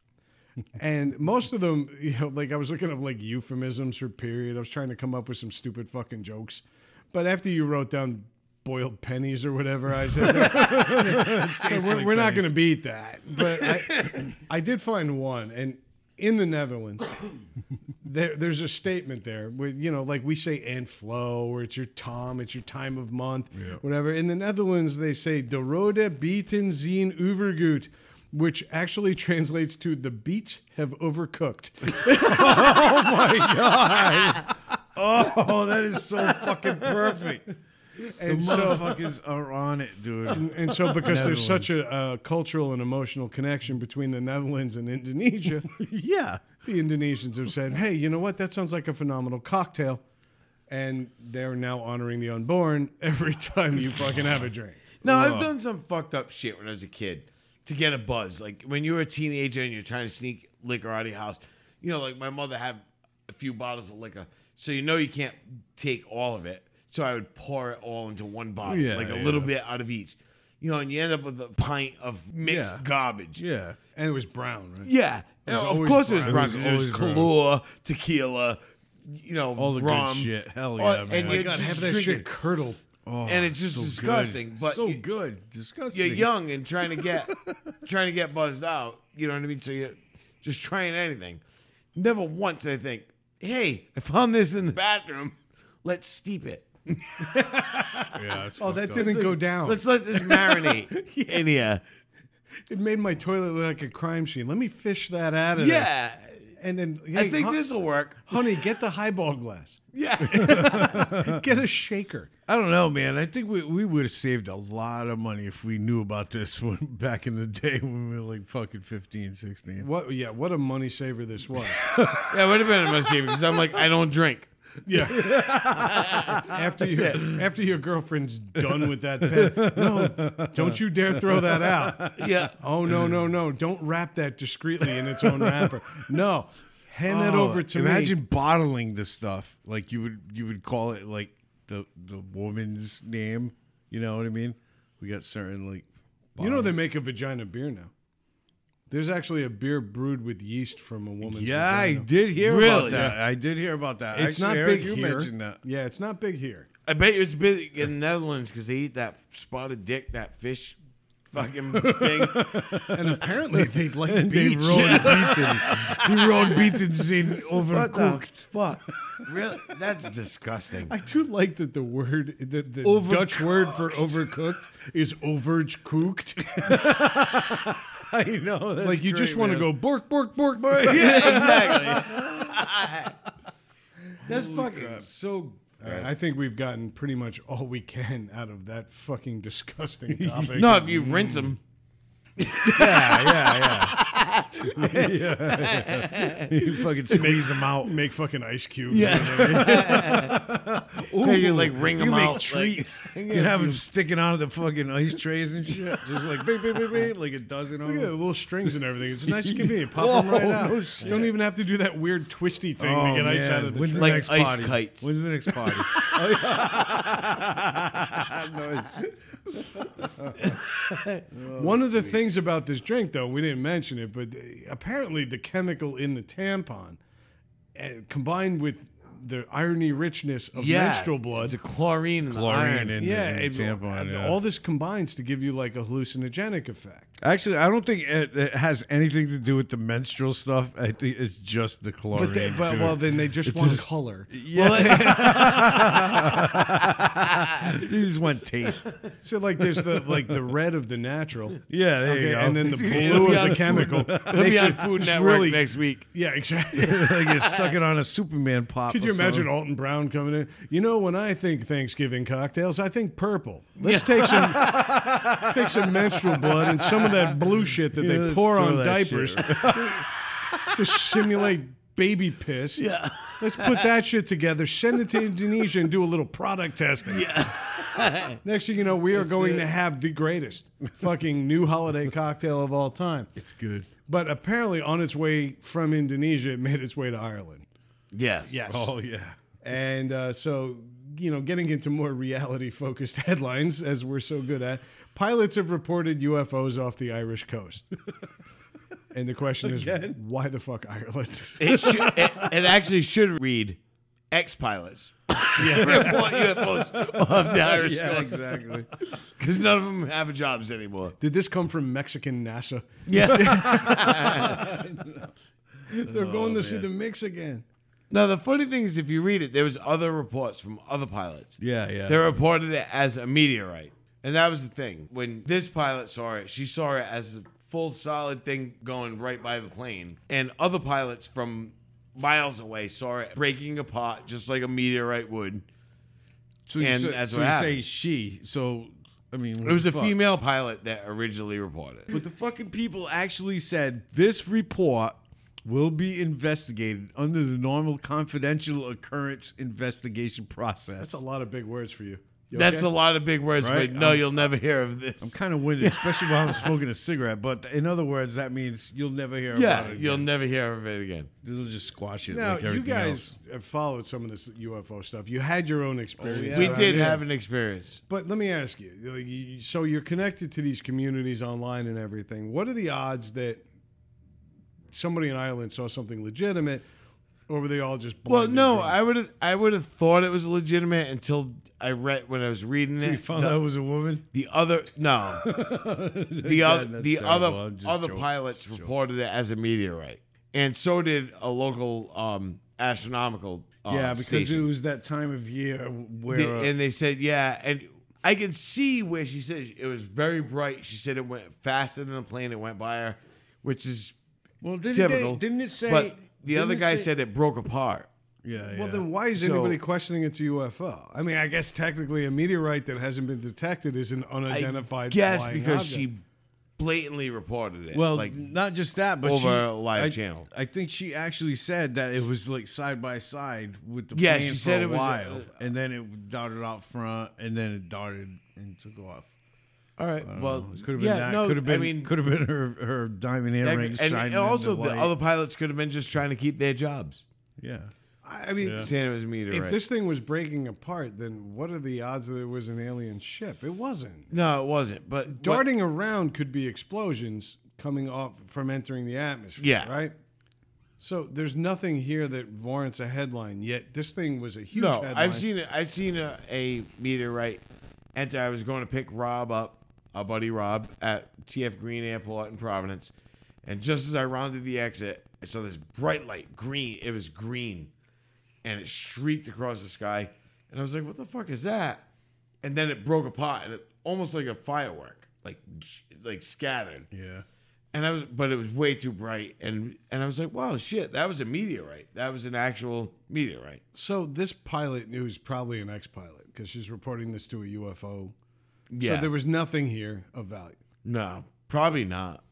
[SPEAKER 3] And most of them, you know, like I was looking up like euphemisms for period. I was trying to come up with some stupid fucking jokes. But after you wrote down boiled pennies or whatever, I said, we're, we're not going to beat that. But I, I did find one, and in the Netherlands, there, there's a statement there where you know, like we say, and flow, or it's your tom, it's your time of month, whatever. In the Netherlands, they say de rode beaten zien overgoot. Which actually translates to the beets have overcooked.
[SPEAKER 5] Oh, that is so fucking perfect.
[SPEAKER 3] And
[SPEAKER 5] the
[SPEAKER 3] so,
[SPEAKER 5] motherfuckers are on it, dude.
[SPEAKER 3] and so because there's such a uh, cultural and emotional connection between the Netherlands and Indonesia,
[SPEAKER 5] yeah.
[SPEAKER 3] the Indonesians have said, "Hey, you know what? That sounds like a phenomenal cocktail," and they're now honoring the unborn every time you fucking have a drink.
[SPEAKER 2] No, I've done some fucked up shit when I was a kid to get a buzz. Like when you were a teenager and you're trying to sneak liquor out of your house, you know, like my mother had a few bottles of liquor, so you know you can't take all of it. So I would pour it all into one bottle,
[SPEAKER 5] Yeah,
[SPEAKER 2] like a
[SPEAKER 5] yeah.
[SPEAKER 2] little bit out of each. You know, and you end up with a pint of mixed
[SPEAKER 5] Yeah.
[SPEAKER 2] garbage.
[SPEAKER 5] Yeah.
[SPEAKER 3] And it was brown, right?
[SPEAKER 2] Yeah. Now, of
[SPEAKER 3] always
[SPEAKER 2] course it was
[SPEAKER 3] brown.
[SPEAKER 2] brown.
[SPEAKER 5] It was
[SPEAKER 2] 'cause It was,
[SPEAKER 5] always brown.
[SPEAKER 2] Kahlua, tequila, you know,
[SPEAKER 5] All the good
[SPEAKER 2] rum.
[SPEAKER 5] shit. Hell
[SPEAKER 2] All-
[SPEAKER 5] yeah, man.
[SPEAKER 2] And
[SPEAKER 5] Oh my
[SPEAKER 2] you're
[SPEAKER 5] God,
[SPEAKER 2] just
[SPEAKER 3] have that
[SPEAKER 2] drinking.
[SPEAKER 3] shit curdle.
[SPEAKER 2] and it's just disgusting. But
[SPEAKER 5] Oh, so
[SPEAKER 2] you-
[SPEAKER 5] good. Disgusting.
[SPEAKER 2] you're young and trying to get trying to get buzzed out. You know what I mean? So you're just trying anything. Never once did I think, hey, I found this in the bathroom. Let's steep it.
[SPEAKER 5] Yeah, it's
[SPEAKER 3] Oh, that
[SPEAKER 5] fucked up.
[SPEAKER 3] didn't go down.
[SPEAKER 2] Let's let this marinate in here.
[SPEAKER 3] It made my toilet look like a crime scene. Let me fish that out of there.
[SPEAKER 2] Yeah.
[SPEAKER 3] and then
[SPEAKER 2] I think this will work.
[SPEAKER 3] honey, get the highball glass.
[SPEAKER 2] Yeah.
[SPEAKER 3] Get a shaker.
[SPEAKER 5] I don't know, man. I think we, we would have saved a lot of money if we knew about this when, back in the day when we were like fucking 15, 16.
[SPEAKER 3] What? Yeah, what a money saver this was.
[SPEAKER 2] that would have been a mistake because I'm like, I don't drink.
[SPEAKER 3] Yeah. after your after your girlfriend's done with that pen, no, don't you dare throw that out.
[SPEAKER 2] Yeah.
[SPEAKER 3] Oh no no no! Don't wrap that discreetly in its own wrapper. No, hand that over to me.
[SPEAKER 5] Oh, Imagine bottling this stuff. Like you would you would call it like the the woman's name. You know what I mean? We got certain like
[SPEAKER 3] You know they
[SPEAKER 5] bottles.
[SPEAKER 3] make a vagina beer now. There's actually a beer brewed with yeast from a woman's.
[SPEAKER 5] Yeah, I
[SPEAKER 3] vagina.
[SPEAKER 5] did hear
[SPEAKER 2] Really?
[SPEAKER 5] about that. I did hear about that.
[SPEAKER 3] It's
[SPEAKER 5] Actually,
[SPEAKER 3] not
[SPEAKER 5] Eric,
[SPEAKER 3] big
[SPEAKER 5] you
[SPEAKER 3] here.
[SPEAKER 5] mentioned that.
[SPEAKER 3] Yeah, it's not big here.
[SPEAKER 2] I bet you it's big in the Netherlands because they eat that spotted dick, that fish fucking thing.
[SPEAKER 3] And apparently they like
[SPEAKER 5] They
[SPEAKER 3] beach.
[SPEAKER 5] rolled beaten. They rolled beaten in overcooked.
[SPEAKER 2] fuck? Really? That's disgusting.
[SPEAKER 3] I do like that the word the, the Dutch word for overcooked is overcooked.
[SPEAKER 5] I know. That's
[SPEAKER 3] like you just
[SPEAKER 5] great,
[SPEAKER 3] want to
[SPEAKER 5] man.
[SPEAKER 3] go bork bork bork bork.
[SPEAKER 2] yeah, exactly.
[SPEAKER 5] That's fucking.
[SPEAKER 3] So I think we've gotten pretty much all we can out of that fucking disgusting topic.
[SPEAKER 2] No, if you rinse them.
[SPEAKER 5] You fucking squeeze them out.
[SPEAKER 3] make fucking ice cubes. Yeah.
[SPEAKER 2] you like ring them
[SPEAKER 5] You make
[SPEAKER 2] out. like-
[SPEAKER 5] treats. you have them sticking out of the fucking ice trays and shit. Just like, bing, bing, bing, bing, like a dozen of
[SPEAKER 3] Look at the
[SPEAKER 5] them.
[SPEAKER 3] little strings and everything. It's nice and convenient. Pop them
[SPEAKER 2] Oh,
[SPEAKER 3] right out. Don't even have to do that weird twisty thing to get ice out of Oh, the
[SPEAKER 5] When's
[SPEAKER 3] tray.
[SPEAKER 2] Like
[SPEAKER 5] next
[SPEAKER 2] ice
[SPEAKER 5] party?
[SPEAKER 2] kites.
[SPEAKER 5] When's the next party?
[SPEAKER 3] One of the things about this drink, though, we didn't mention it, but uh, apparently the chemical in the tampon, uh, combined with the irony richness of
[SPEAKER 2] yeah.
[SPEAKER 3] menstrual blood,
[SPEAKER 2] It's a chlorine. And
[SPEAKER 5] Chlorine
[SPEAKER 2] chlorine.
[SPEAKER 5] in
[SPEAKER 3] yeah,
[SPEAKER 5] the, in the
[SPEAKER 3] it-
[SPEAKER 5] tampon. yeah.
[SPEAKER 3] all this combines to give you like a hallucinogenic effect.
[SPEAKER 5] Actually, I don't think it, it has anything to do with the menstrual stuff. I think it's just the chlorine.
[SPEAKER 3] But, they, but
[SPEAKER 5] dude.
[SPEAKER 3] well, then they just
[SPEAKER 5] It's
[SPEAKER 3] want
[SPEAKER 5] just-
[SPEAKER 3] color.
[SPEAKER 5] you just want taste.
[SPEAKER 3] So like, there's the like the red of the natural.
[SPEAKER 5] Yeah, there you
[SPEAKER 3] Okay,
[SPEAKER 5] go.
[SPEAKER 3] and then the
[SPEAKER 2] It'll be
[SPEAKER 3] blue
[SPEAKER 2] on
[SPEAKER 3] of the
[SPEAKER 2] Food-
[SPEAKER 3] chemical.
[SPEAKER 2] It'll be
[SPEAKER 3] Makes
[SPEAKER 2] on
[SPEAKER 3] it-
[SPEAKER 2] Food
[SPEAKER 3] it's
[SPEAKER 2] Network
[SPEAKER 3] really-
[SPEAKER 2] next week.
[SPEAKER 3] Yeah, exactly.
[SPEAKER 5] like you're sucking on a Superman pop.
[SPEAKER 3] Could
[SPEAKER 5] or
[SPEAKER 3] you imagine
[SPEAKER 5] something.
[SPEAKER 3] Alton Brown coming in? You know, when I think Thanksgiving cocktails, I think purple. Let's take some take some menstrual blood and some of that blue shit that
[SPEAKER 5] Yeah,
[SPEAKER 3] they
[SPEAKER 5] let's
[SPEAKER 3] pour
[SPEAKER 5] throw
[SPEAKER 3] on
[SPEAKER 5] that
[SPEAKER 3] diapers
[SPEAKER 5] shit
[SPEAKER 3] to simulate baby piss. Yeah. Let's put that shit together, send it to Indonesia and do a little product testing. Yeah. Next thing you know, we are going to have the greatest fucking new holiday cocktail of all time.
[SPEAKER 5] It's good.
[SPEAKER 3] But apparently on its way from Indonesia, it made its way to Ireland.
[SPEAKER 2] Yes.
[SPEAKER 3] Yes.
[SPEAKER 5] Oh yeah.
[SPEAKER 3] And uh, so, you know, getting into more reality focused headlines, as we're so good at, pilots have reported UFOs off the Irish coast. and the question is, why the fuck Ireland?
[SPEAKER 2] It, should, it, it actually should read ex pilots. Yeah. UFOs of the Irish
[SPEAKER 5] Yeah,
[SPEAKER 2] coast.
[SPEAKER 5] exactly.
[SPEAKER 2] Because none of them have jobs anymore.
[SPEAKER 3] Did this come from Mexican NASA?
[SPEAKER 2] Yeah.
[SPEAKER 3] They're going
[SPEAKER 2] Oh,
[SPEAKER 3] to see the mix again.
[SPEAKER 2] now, the funny thing is, if you read it, there was other reports from other pilots.
[SPEAKER 5] Yeah, yeah.
[SPEAKER 2] They reported it as a meteorite. And that was the thing. When this pilot saw it, she saw it as a full solid thing going right by the plane. And other pilots from miles away saw it breaking apart just like a meteorite would.
[SPEAKER 5] so you,
[SPEAKER 2] And
[SPEAKER 5] say,
[SPEAKER 2] that's
[SPEAKER 5] so
[SPEAKER 2] what
[SPEAKER 5] you say
[SPEAKER 2] happened.
[SPEAKER 5] she. So I mean,
[SPEAKER 2] It was a female pilot that originally reported.
[SPEAKER 5] But the fucking people actually said this report will be investigated under the normal confidential occurrence investigation process.
[SPEAKER 3] That's a lot of big words for you. You
[SPEAKER 2] That's
[SPEAKER 3] okay?
[SPEAKER 2] a lot of big words,
[SPEAKER 5] Right?
[SPEAKER 2] but no,
[SPEAKER 5] I'm-
[SPEAKER 2] you'll never hear of this.
[SPEAKER 5] I'm kind of winded, especially while I'm smoking a cigarette. But in other words, that means you'll never hear
[SPEAKER 2] yeah,
[SPEAKER 5] about it.
[SPEAKER 2] you'll never hear of it again.
[SPEAKER 5] This will just squash it.
[SPEAKER 3] Now,
[SPEAKER 5] like
[SPEAKER 3] you
[SPEAKER 5] everything
[SPEAKER 3] guys
[SPEAKER 5] else.
[SPEAKER 3] have followed some of this UFO stuff. You had your own experience.
[SPEAKER 2] we
[SPEAKER 3] around
[SPEAKER 2] did
[SPEAKER 3] here.
[SPEAKER 2] have an experience.
[SPEAKER 3] But let me ask you, like, you- so you're connected to these communities online and everything. What are the odds that somebody in Ireland saw something legitimate, or were they all just
[SPEAKER 2] Well,
[SPEAKER 3] blind?
[SPEAKER 2] no, I would have I would have thought it was legitimate until I read when I was reading
[SPEAKER 5] You
[SPEAKER 2] it.
[SPEAKER 5] found
[SPEAKER 2] the,
[SPEAKER 5] out it was a woman.
[SPEAKER 2] the other no, the
[SPEAKER 5] Yeah,
[SPEAKER 2] other
[SPEAKER 5] that's
[SPEAKER 2] the
[SPEAKER 5] terrible.
[SPEAKER 2] other
[SPEAKER 5] I'm just
[SPEAKER 2] other
[SPEAKER 5] jokes.
[SPEAKER 2] pilots reported it as a meteorite, and so did a local um, astronomical uh,
[SPEAKER 3] Oh,
[SPEAKER 5] yeah, because
[SPEAKER 2] station.
[SPEAKER 5] it was that time of year where
[SPEAKER 2] The-
[SPEAKER 5] uh,
[SPEAKER 2] and they said, yeah, and I can see where she said it was very bright. She said it went faster than the plane. It went by her, which is
[SPEAKER 5] Well, didn't
[SPEAKER 2] typical.
[SPEAKER 5] They, didn't it say
[SPEAKER 2] But the other
[SPEAKER 3] it
[SPEAKER 2] guy
[SPEAKER 3] say-
[SPEAKER 2] said it broke apart.
[SPEAKER 5] Yeah, yeah.
[SPEAKER 3] Well, then why is
[SPEAKER 2] So-
[SPEAKER 3] anybody questioning it's a UFO? I mean, I guess technically a meteorite that hasn't been detected is an unidentified.
[SPEAKER 2] Yes,
[SPEAKER 3] flying
[SPEAKER 2] because
[SPEAKER 3] object.
[SPEAKER 2] she blatantly reported it.
[SPEAKER 5] Well,
[SPEAKER 2] like
[SPEAKER 5] not just that, but
[SPEAKER 2] over
[SPEAKER 5] she,
[SPEAKER 2] a live
[SPEAKER 5] I,
[SPEAKER 2] channel.
[SPEAKER 5] I think she actually said that it was like side by side with the
[SPEAKER 2] Yeah,
[SPEAKER 5] plane
[SPEAKER 2] she
[SPEAKER 5] for
[SPEAKER 2] said
[SPEAKER 5] a
[SPEAKER 2] it was,
[SPEAKER 5] while,
[SPEAKER 2] uh,
[SPEAKER 5] and then it darted out front, and then it darted and took off.
[SPEAKER 2] all right. Well,
[SPEAKER 5] Well, could have been
[SPEAKER 2] yeah,
[SPEAKER 5] that.
[SPEAKER 2] No,
[SPEAKER 5] could have been.
[SPEAKER 2] I mean,
[SPEAKER 5] could have been her her diamond
[SPEAKER 2] that-
[SPEAKER 5] earrings.
[SPEAKER 2] and, and
[SPEAKER 5] shining in
[SPEAKER 2] also the,
[SPEAKER 5] light.
[SPEAKER 2] other pilots could have been just trying to keep their jobs.
[SPEAKER 5] Yeah,
[SPEAKER 3] I I mean,
[SPEAKER 5] Yeah.
[SPEAKER 2] Saying it was a
[SPEAKER 3] if
[SPEAKER 2] meteorite.
[SPEAKER 3] this thing was breaking apart, then what are the odds that it was an alien ship? It wasn't.
[SPEAKER 2] no, it wasn't. But what-
[SPEAKER 3] Darting around could be explosions coming off from entering the atmosphere.
[SPEAKER 2] Yeah.
[SPEAKER 3] Right. So there's nothing here that warrants a headline. Yet this thing was a huge.
[SPEAKER 2] no,
[SPEAKER 3] headline.
[SPEAKER 2] I've seen it. I've seen a, a meteorite. Enter. I was going to pick Rob up, our buddy Rob, at TF Green Airport in Providence, and just as I rounded the exit, I saw this bright light, green. It was green, and it shrieked across the sky, and I was like, "What the fuck is that?" And then it broke apart, and it almost like a firework, like like scattered.
[SPEAKER 5] yeah.
[SPEAKER 2] And I was, but it was way too bright, and and I was like, "Wow, shit, that was a meteorite. That was an actual meteorite."
[SPEAKER 3] So this pilot who's probably an ex-pilot because she's reporting this to a UFO.
[SPEAKER 2] Yeah.
[SPEAKER 3] So there was nothing here of value.
[SPEAKER 2] No, probably not.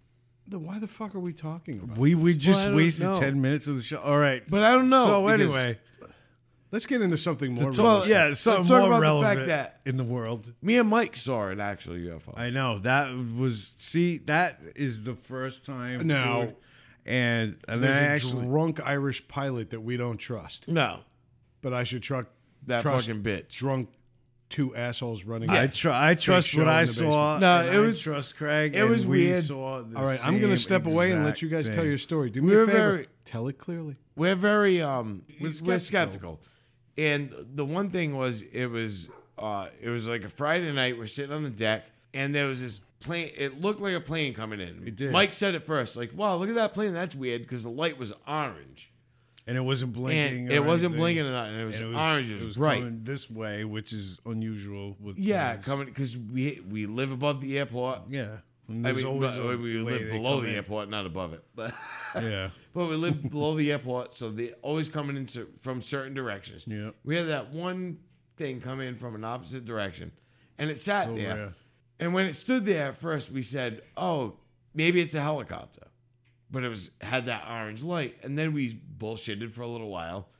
[SPEAKER 3] Then why the fuck are we talking about?
[SPEAKER 5] We we
[SPEAKER 2] I
[SPEAKER 5] just
[SPEAKER 2] don't
[SPEAKER 5] wasted
[SPEAKER 2] know.
[SPEAKER 5] ten minutes of the show. All right,
[SPEAKER 2] But I don't know.
[SPEAKER 5] so
[SPEAKER 2] because-
[SPEAKER 5] anyway,
[SPEAKER 3] Let's get into something more.
[SPEAKER 5] so-
[SPEAKER 3] realistic.
[SPEAKER 5] yeah, so
[SPEAKER 2] let's
[SPEAKER 5] more
[SPEAKER 2] talk about the
[SPEAKER 5] relevant
[SPEAKER 2] fact that-
[SPEAKER 5] in the world.
[SPEAKER 2] me and Mike saw an actual UFO.
[SPEAKER 5] I know that was see that is the first time.
[SPEAKER 3] No.
[SPEAKER 5] dude. and and I
[SPEAKER 3] There's a
[SPEAKER 5] actually
[SPEAKER 3] drunk Irish pilot that we don't trust,
[SPEAKER 2] no,
[SPEAKER 3] but I should truck
[SPEAKER 2] that
[SPEAKER 3] trust
[SPEAKER 2] fucking bitch.
[SPEAKER 3] drunk two assholes running.
[SPEAKER 5] I tr- I trust
[SPEAKER 3] show
[SPEAKER 5] what
[SPEAKER 3] in
[SPEAKER 5] I
[SPEAKER 3] the
[SPEAKER 5] saw.
[SPEAKER 3] basement.
[SPEAKER 2] No,
[SPEAKER 5] and
[SPEAKER 2] it
[SPEAKER 5] I
[SPEAKER 2] was-
[SPEAKER 5] trust Craig.
[SPEAKER 2] it
[SPEAKER 5] and
[SPEAKER 2] was
[SPEAKER 5] we
[SPEAKER 2] weird.
[SPEAKER 5] Saw the
[SPEAKER 3] All right, I'm gonna
[SPEAKER 5] same
[SPEAKER 3] step away and let
[SPEAKER 5] exact
[SPEAKER 3] you guys tell
[SPEAKER 5] thing.
[SPEAKER 3] your story. Do me
[SPEAKER 2] We were
[SPEAKER 3] a favor.
[SPEAKER 2] very-
[SPEAKER 3] tell it clearly.
[SPEAKER 2] We're very um, we're
[SPEAKER 3] We're
[SPEAKER 2] skeptical. And the one thing was, it was uh, it was like a Friday night. We're sitting on the deck, and there was this plane. It looked like a plane coming in.
[SPEAKER 5] It did.
[SPEAKER 2] Mike said it first, like, "Wow, look at that plane. That's weird," because the light was orange,
[SPEAKER 5] and it wasn't blinking.
[SPEAKER 2] and
[SPEAKER 5] or
[SPEAKER 2] it wasn't
[SPEAKER 5] anything.
[SPEAKER 2] blinking or not, and it was,
[SPEAKER 5] And
[SPEAKER 2] orange. It was, bright.
[SPEAKER 5] coming this way, which is unusual. With
[SPEAKER 2] yeah,
[SPEAKER 5] planes.
[SPEAKER 2] coming because we we live above the airport.
[SPEAKER 5] yeah.
[SPEAKER 2] I mean, but-
[SPEAKER 5] a
[SPEAKER 2] we
[SPEAKER 5] way
[SPEAKER 2] live
[SPEAKER 5] they
[SPEAKER 2] below
[SPEAKER 5] come
[SPEAKER 2] the
[SPEAKER 5] in.
[SPEAKER 2] airport, not above it. But
[SPEAKER 5] Yeah,
[SPEAKER 2] but we live below the airport, so they always coming in cer- from certain directions.
[SPEAKER 5] Yeah.
[SPEAKER 2] We had that one thing come in from an opposite direction, and it sat
[SPEAKER 5] So
[SPEAKER 2] there.
[SPEAKER 5] rare.
[SPEAKER 2] And when it stood there at first, we said, "Oh, maybe it's a helicopter," but it was had that orange light. And then we bullshitted for a little while,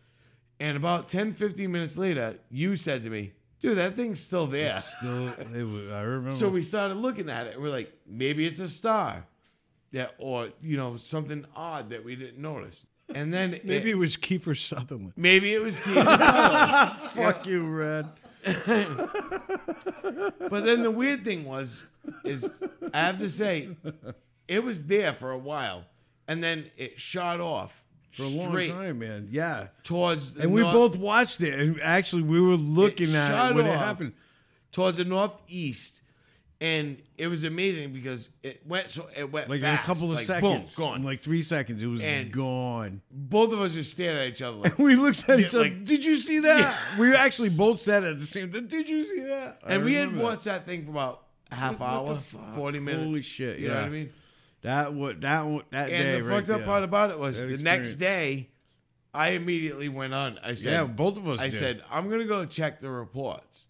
[SPEAKER 2] and about 10, 15 minutes later, you said to me, "Dude, that thing's still there."
[SPEAKER 5] still, it was, I remember.
[SPEAKER 2] So we started looking at it and we're like, maybe it's a star that or you know, something odd that we didn't notice. And then
[SPEAKER 3] Maybe
[SPEAKER 2] it,
[SPEAKER 3] it was Kiefer Sutherland.
[SPEAKER 2] maybe it was Kiefer Sutherland.
[SPEAKER 5] fuck you, Red.
[SPEAKER 2] But then the weird thing was is I have to say it was there for a while and then it shot off
[SPEAKER 5] For a long
[SPEAKER 2] straight
[SPEAKER 5] time, man. Yeah,
[SPEAKER 2] towards the
[SPEAKER 5] and we
[SPEAKER 2] nor-
[SPEAKER 5] both watched it, and actually, we were looking at
[SPEAKER 2] shut
[SPEAKER 5] it when it
[SPEAKER 2] off.
[SPEAKER 5] happened.
[SPEAKER 2] towards the northeast. And it was amazing because it went so it went
[SPEAKER 5] Like in a
[SPEAKER 2] fast,
[SPEAKER 5] couple of
[SPEAKER 2] like,
[SPEAKER 5] seconds,
[SPEAKER 2] boom, gone.
[SPEAKER 5] In like three seconds, it was
[SPEAKER 2] And-
[SPEAKER 5] gone.
[SPEAKER 2] both of us just stared at each other like
[SPEAKER 5] We looked at each other.
[SPEAKER 2] like-
[SPEAKER 5] Did you see that? We actually both said it at the same time. Did you see that? I
[SPEAKER 2] and we had
[SPEAKER 5] remember that.
[SPEAKER 2] watched that thing for about a half
[SPEAKER 5] What the
[SPEAKER 2] hour,
[SPEAKER 5] fuck?
[SPEAKER 2] forty minutes.
[SPEAKER 5] Holy shit,
[SPEAKER 2] You know
[SPEAKER 5] yeah.
[SPEAKER 2] what I mean?
[SPEAKER 5] that. What that one- that
[SPEAKER 2] And
[SPEAKER 5] day?
[SPEAKER 2] the
[SPEAKER 5] right
[SPEAKER 2] fucked up
[SPEAKER 5] there.
[SPEAKER 2] part about it was
[SPEAKER 5] That
[SPEAKER 2] the next
[SPEAKER 5] experience.
[SPEAKER 2] day, I immediately went on. I said,
[SPEAKER 5] yeah, both of us.
[SPEAKER 2] I
[SPEAKER 5] did.
[SPEAKER 2] said, I'm gonna go check the reports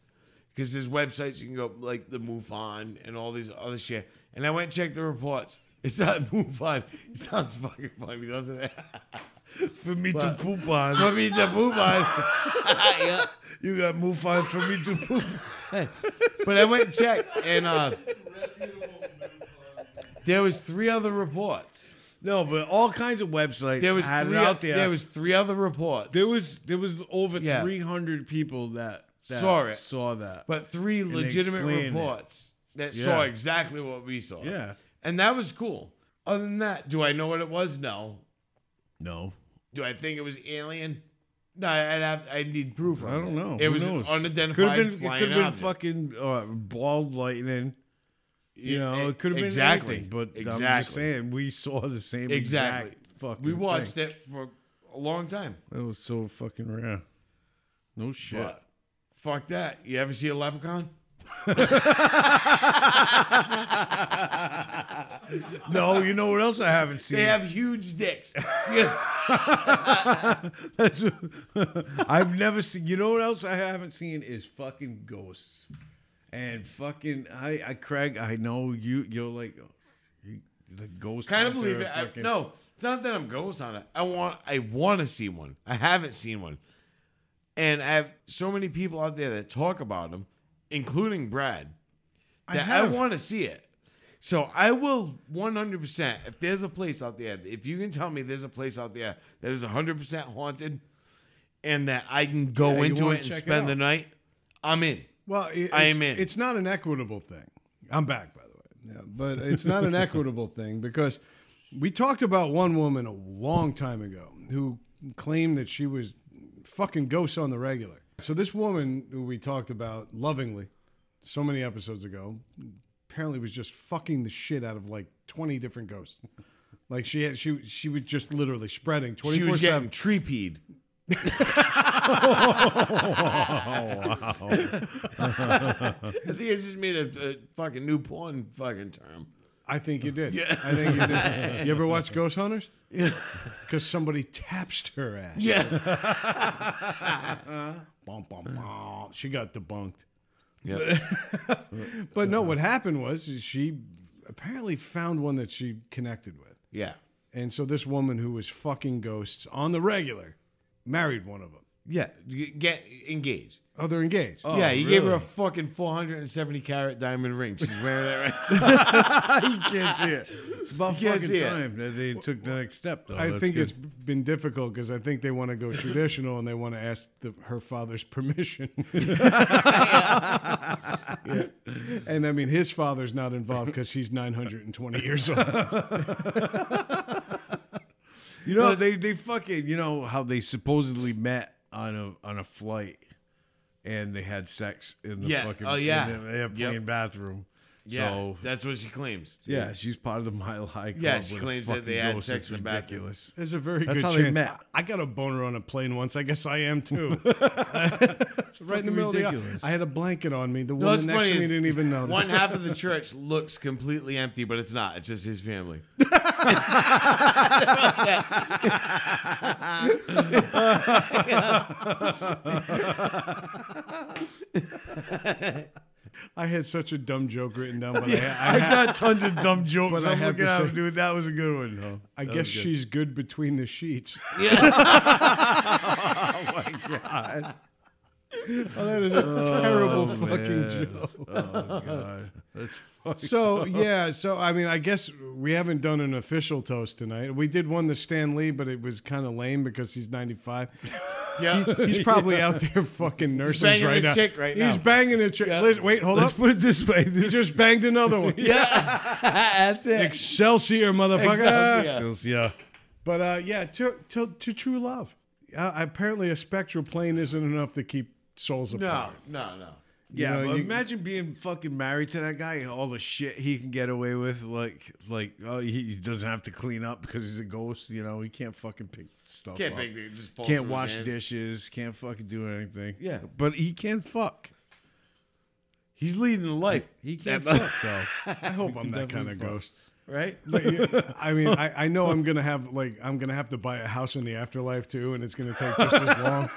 [SPEAKER 2] because there's websites you can go like the MUFON and all these other shit. And I went and checked the reports. It's not MUFON. It sounds fucking funny, doesn't it?
[SPEAKER 5] for me
[SPEAKER 2] But-
[SPEAKER 5] to poop on.
[SPEAKER 2] For me to MUFON. yeah.
[SPEAKER 5] You got move on for me to poop.
[SPEAKER 2] But I went and checked, and uh, there was three other reports.
[SPEAKER 5] No, but all kinds of websites.
[SPEAKER 2] There was
[SPEAKER 5] had
[SPEAKER 2] three
[SPEAKER 5] it out there.
[SPEAKER 2] there. was three other reports.
[SPEAKER 5] there was there was over
[SPEAKER 2] Yeah.
[SPEAKER 5] 300 people that, that
[SPEAKER 2] Saw it.
[SPEAKER 5] Saw that.
[SPEAKER 2] but three legitimate
[SPEAKER 5] explained it.
[SPEAKER 2] reports that saw
[SPEAKER 5] Yeah.
[SPEAKER 2] exactly what we saw.
[SPEAKER 5] Yeah.
[SPEAKER 2] and that was cool. Other than that, do I know what it was? No.
[SPEAKER 5] no,
[SPEAKER 2] Do I think it was alien? No, I'd have. I need proof.
[SPEAKER 5] I
[SPEAKER 2] of
[SPEAKER 5] don't know.
[SPEAKER 2] It
[SPEAKER 5] Who
[SPEAKER 2] was an
[SPEAKER 5] knows?
[SPEAKER 2] unidentified
[SPEAKER 5] Could have been.
[SPEAKER 2] flying
[SPEAKER 5] it could have been
[SPEAKER 2] object.
[SPEAKER 5] fucking uh, bald lightning. You know, it could have been
[SPEAKER 2] exactly.
[SPEAKER 5] anything, But
[SPEAKER 2] exactly.
[SPEAKER 5] I'm just saying, we saw the same
[SPEAKER 2] Exactly.
[SPEAKER 5] exact fucking.
[SPEAKER 2] we watched
[SPEAKER 5] thing.
[SPEAKER 2] it for a long time.
[SPEAKER 5] That was so fucking rare. No shit.
[SPEAKER 2] But fuck that. You ever see a leprechaun?
[SPEAKER 5] No, you know what else I haven't seen?
[SPEAKER 2] They have huge dicks. Yes.
[SPEAKER 5] That's I've never seen. You know what else I haven't seen is fucking ghosts, and fucking I, I Craig. I know you. You're like oh, you- the ghost.
[SPEAKER 2] kind of
[SPEAKER 5] hunter
[SPEAKER 2] believe it. I,
[SPEAKER 5] fucking-
[SPEAKER 2] no, it's not that I'm ghost on it. I want I want to see one. I haven't seen one, and I have so many people out there that talk about them, including Brad, that I,
[SPEAKER 5] have.
[SPEAKER 2] want to see it. So I will 100%. If there's a place out there, if you can tell me there's a place out there that is 100% haunted, and that I can go
[SPEAKER 3] Yeah, you
[SPEAKER 2] into
[SPEAKER 3] wanna
[SPEAKER 2] it and
[SPEAKER 3] check it
[SPEAKER 2] spend the
[SPEAKER 3] out.
[SPEAKER 2] night, I'm in.
[SPEAKER 3] Well, it,
[SPEAKER 2] I
[SPEAKER 3] it's,
[SPEAKER 2] am in.
[SPEAKER 3] it's not an equitable thing. I'm back, by the way. Yeah, but it's not an equitable thing because we talked about one woman a long time ago who claimed that she was fucking ghosts on the regular. So this woman who we talked about lovingly so many episodes ago apparently was just fucking the shit out of like 20 different ghosts. Like she had, she she was just literally spreading
[SPEAKER 2] She
[SPEAKER 3] 24
[SPEAKER 2] was
[SPEAKER 3] 7.
[SPEAKER 2] getting treepeed. I think I just made a, a fucking new porn fucking term.
[SPEAKER 3] I think you did. Yeah. I think you did. You ever watch Ghost Hunters? Yeah. Because somebody taps her ass.
[SPEAKER 2] Yeah.
[SPEAKER 3] Bum, bum, bum. She got debunked.
[SPEAKER 2] yeah.
[SPEAKER 3] But no, what happened was is she apparently found one that she connected with.
[SPEAKER 2] Yeah.
[SPEAKER 3] And so this woman who was fucking ghosts on the regular married one of them.
[SPEAKER 2] Yeah. G- Get engaged.
[SPEAKER 3] Oh, they're engaged.
[SPEAKER 2] yeah, he gave her a fucking 470 carat diamond ring. She's wearing that right.
[SPEAKER 5] You can't see it. It's about
[SPEAKER 2] can't
[SPEAKER 5] fucking
[SPEAKER 2] see it.
[SPEAKER 5] time that they took the next step, though.
[SPEAKER 3] I
[SPEAKER 5] That's
[SPEAKER 3] think
[SPEAKER 5] good.
[SPEAKER 3] it's been difficult because I think they want to go traditional and they want to ask the, her father's permission. Yeah. And I mean, his father's not involved because he's 920 years old.
[SPEAKER 5] you know they they fucking you know how they supposedly met on a on a flight, and they had sex in the
[SPEAKER 2] Yeah.
[SPEAKER 5] fucking
[SPEAKER 2] Oh, yeah.
[SPEAKER 5] in the airplane
[SPEAKER 2] Yep.
[SPEAKER 5] bathroom.
[SPEAKER 2] Yeah.
[SPEAKER 5] So
[SPEAKER 2] That's what she claims.
[SPEAKER 5] yeah, she's part of the Mile High Club.
[SPEAKER 2] Yeah, she
[SPEAKER 5] with a
[SPEAKER 2] claims that
[SPEAKER 5] fucking
[SPEAKER 2] they had
[SPEAKER 5] ghost.
[SPEAKER 2] sex
[SPEAKER 5] It's
[SPEAKER 2] in the bathroom.
[SPEAKER 5] ridiculous.
[SPEAKER 3] There's a very
[SPEAKER 5] That's
[SPEAKER 3] good
[SPEAKER 5] how they
[SPEAKER 3] chance.
[SPEAKER 5] met.
[SPEAKER 3] I I got a boner on a plane once. I guess I am too. it's right in the
[SPEAKER 5] fucking
[SPEAKER 3] middle of the
[SPEAKER 5] ridiculous.
[SPEAKER 3] aisle. I had a blanket on me. The
[SPEAKER 2] it's
[SPEAKER 3] woman next to
[SPEAKER 2] funny
[SPEAKER 3] me
[SPEAKER 2] is
[SPEAKER 3] didn't even know.
[SPEAKER 2] One half of the church looks completely empty, but it's not. It's just his family.
[SPEAKER 3] I had such a dumb joke written down, but I,
[SPEAKER 5] I got tons of dumb jokes.
[SPEAKER 3] But I
[SPEAKER 5] I'm
[SPEAKER 3] have
[SPEAKER 5] looking
[SPEAKER 3] to
[SPEAKER 5] at
[SPEAKER 3] say-
[SPEAKER 5] him, dude. That was a good one, though.
[SPEAKER 3] I, I guess she's good between the sheets.
[SPEAKER 2] Yeah.
[SPEAKER 3] Oh, that is a terrible fucking
[SPEAKER 5] man.
[SPEAKER 3] joke.
[SPEAKER 5] Oh god, that's fucking.
[SPEAKER 3] So yeah, so I mean, I guess we haven't done an official toast tonight. We did one to Stan Lee, but it was kind of lame because he's 95.
[SPEAKER 2] yeah.
[SPEAKER 3] He's probably out there fucking nurses
[SPEAKER 2] banging
[SPEAKER 3] right
[SPEAKER 2] this
[SPEAKER 3] now.
[SPEAKER 2] chick right
[SPEAKER 3] He's
[SPEAKER 2] now.
[SPEAKER 3] banging a chick. Liz- Wait, hold
[SPEAKER 5] Let's
[SPEAKER 3] up.
[SPEAKER 5] put it this way. This
[SPEAKER 3] He just banged another one.
[SPEAKER 2] That's it.
[SPEAKER 3] Excelsior, motherfucker.
[SPEAKER 2] Excelsior.
[SPEAKER 5] is yeah.
[SPEAKER 3] But uh, yeah, to, to, to true love. Uh, apparently, a spectral plane isn't enough to keep souls
[SPEAKER 2] No,
[SPEAKER 3] apart.
[SPEAKER 2] no, no.
[SPEAKER 5] Yeah,
[SPEAKER 3] know,
[SPEAKER 5] but
[SPEAKER 3] you-
[SPEAKER 5] imagine being fucking married to that guy and all the shit he can get away with. Like, like oh, he, he doesn't have to clean up because he's a ghost. You know, he can't fucking pick stuff
[SPEAKER 2] Can't
[SPEAKER 5] up.
[SPEAKER 2] make it just falls
[SPEAKER 5] can't
[SPEAKER 2] through his
[SPEAKER 5] wash
[SPEAKER 2] hands.
[SPEAKER 5] dishes. Can't fucking do anything.
[SPEAKER 2] Yeah.
[SPEAKER 5] but he can fuck.
[SPEAKER 2] He's leading the life.
[SPEAKER 5] He can
[SPEAKER 2] That-
[SPEAKER 5] fuck though.
[SPEAKER 3] I hope I'm that kind of ghost.
[SPEAKER 2] right?
[SPEAKER 3] I mean, I, I know I'm gonna have like I'm gonna have to buy a house in the afterlife too, and it's gonna take just as long.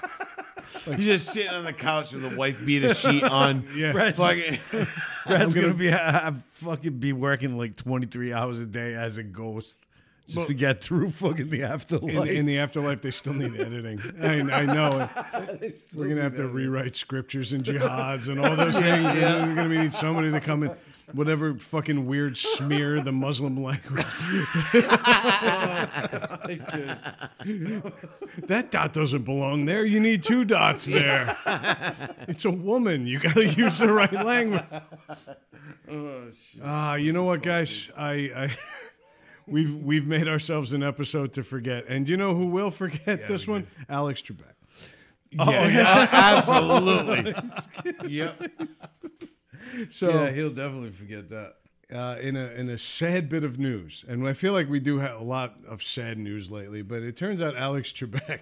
[SPEAKER 2] He's just sitting on the couch with a wife beater sheet on.
[SPEAKER 3] Yeah.
[SPEAKER 2] Fucking,
[SPEAKER 5] Brad's gonna, be I fucking be working like twenty three hours a day as a ghost just to get through fucking the
[SPEAKER 3] In,
[SPEAKER 5] afterlife.
[SPEAKER 3] in the afterlife, they still need editing. I, I know it. We're gonna have to rewrite scriptures and jihads and all those things. And there's gonna be somebody to come in, whatever fucking weird smear the Muslim language. that dot doesn't belong there. You need two dots there. It's a woman. You gotta use the right language. Ah, you know what, guys? I. I We've we've made ourselves an episode to forget, and you know who will forget this one? Alex Trebek.
[SPEAKER 2] Oh,
[SPEAKER 5] yeah,
[SPEAKER 2] absolutely. yep.
[SPEAKER 3] So
[SPEAKER 5] yeah, he'll definitely forget that.
[SPEAKER 3] uh, in a in a sad bit of news, and I feel like we do have a lot of sad news lately. But it turns out Alex Trebek,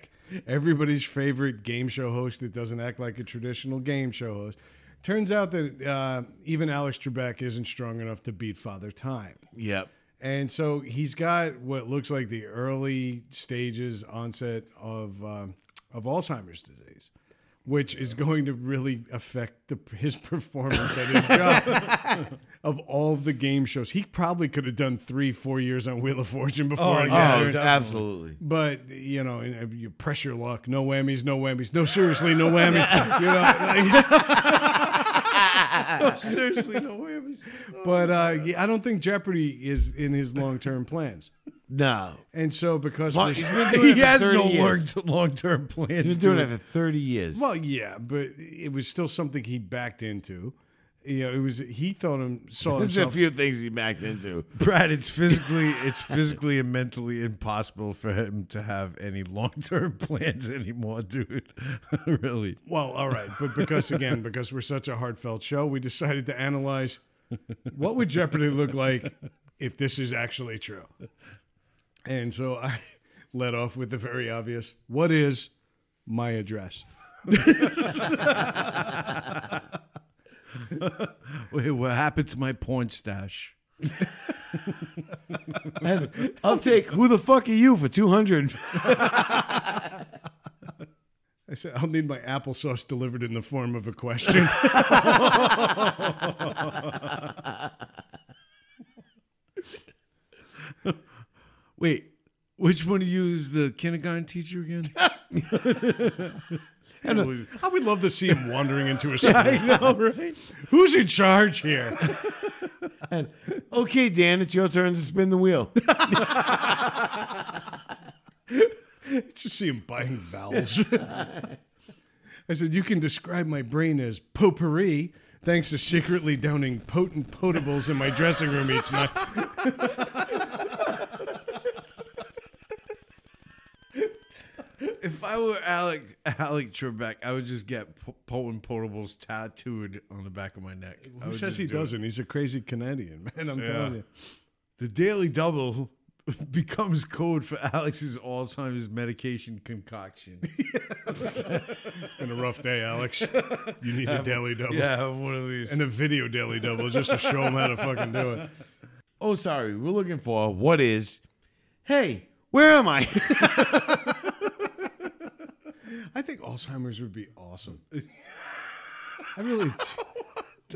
[SPEAKER 3] everybody's favorite game show host that doesn't act like a traditional game show host, Turns out that uh, even Alex Trebek isn't strong enough to beat Father Time.
[SPEAKER 2] Yep.
[SPEAKER 3] And so he's got what looks like the early stages onset of um of Alzheimer's disease, which is going to really affect the, his performance at his job. of all the game shows, he probably could have done three, four years on Wheel of Fortune before. I got
[SPEAKER 2] Oh,
[SPEAKER 3] it.
[SPEAKER 2] absolutely.
[SPEAKER 3] But you know, and, uh, you press your luck. No whammies. No whammies. No, seriously, no whammy. you know, like-
[SPEAKER 5] Seriously, no way.
[SPEAKER 3] but uh, yeah, I don't think Jeopardy is in his long-term plans.
[SPEAKER 2] No.
[SPEAKER 3] And so because
[SPEAKER 2] Well,
[SPEAKER 3] we're-
[SPEAKER 2] he's been doing it
[SPEAKER 5] He
[SPEAKER 2] for
[SPEAKER 5] has
[SPEAKER 2] 30
[SPEAKER 5] no
[SPEAKER 2] years.
[SPEAKER 5] long long term plans.
[SPEAKER 2] He's been doing it for 30 years.
[SPEAKER 3] Well, yeah, but it was still something he backed into. You know, it was he thought him saw
[SPEAKER 2] There's a
[SPEAKER 3] himself.
[SPEAKER 2] few things he backed into.
[SPEAKER 5] Brad, it's physically, it's physically and mentally impossible for him to have any long-term plans anymore, dude. really,
[SPEAKER 3] well, all right, but because again, because we're such a heartfelt show, we decided to analyze what would Jeopardy look like if this is actually true. And so I led off with the very obvious: what is my address?
[SPEAKER 5] Wait, what happened to my porn stash?
[SPEAKER 2] I'll take who the fuck are you for 200?
[SPEAKER 3] I said, I'll need my applesauce delivered in the form of a question.
[SPEAKER 5] Wait, which one of you is the kindergarten teacher again?
[SPEAKER 3] I would Oh, love to see him wandering into a school.
[SPEAKER 5] All right.
[SPEAKER 3] Who's in charge here?
[SPEAKER 2] okay, Dan, it's your turn to spin the wheel.
[SPEAKER 3] Just see him buying vowels. I said, You can describe my brain as potpourri thanks to secretly downing potent potables in my dressing room each night.
[SPEAKER 5] If I were Alec Alec Trebek, I would just get po- potent portables tattooed on the back of my neck. I
[SPEAKER 3] Who
[SPEAKER 5] would
[SPEAKER 3] says
[SPEAKER 5] just
[SPEAKER 3] he
[SPEAKER 5] do it.
[SPEAKER 3] doesn't? He's a crazy Canadian, man. I'm telling you.
[SPEAKER 5] The Daily Double becomes code for Alex's Alzheimer's medication concoction.
[SPEAKER 3] It's been a rough day, Alex. You need a daily double.
[SPEAKER 5] yeah, have one of these.
[SPEAKER 3] And a video daily double just to show him how to fucking do it.
[SPEAKER 2] oh, sorry. We're looking for what is, hey, where am I?
[SPEAKER 3] I think Alzheimer's would be awesome. I really.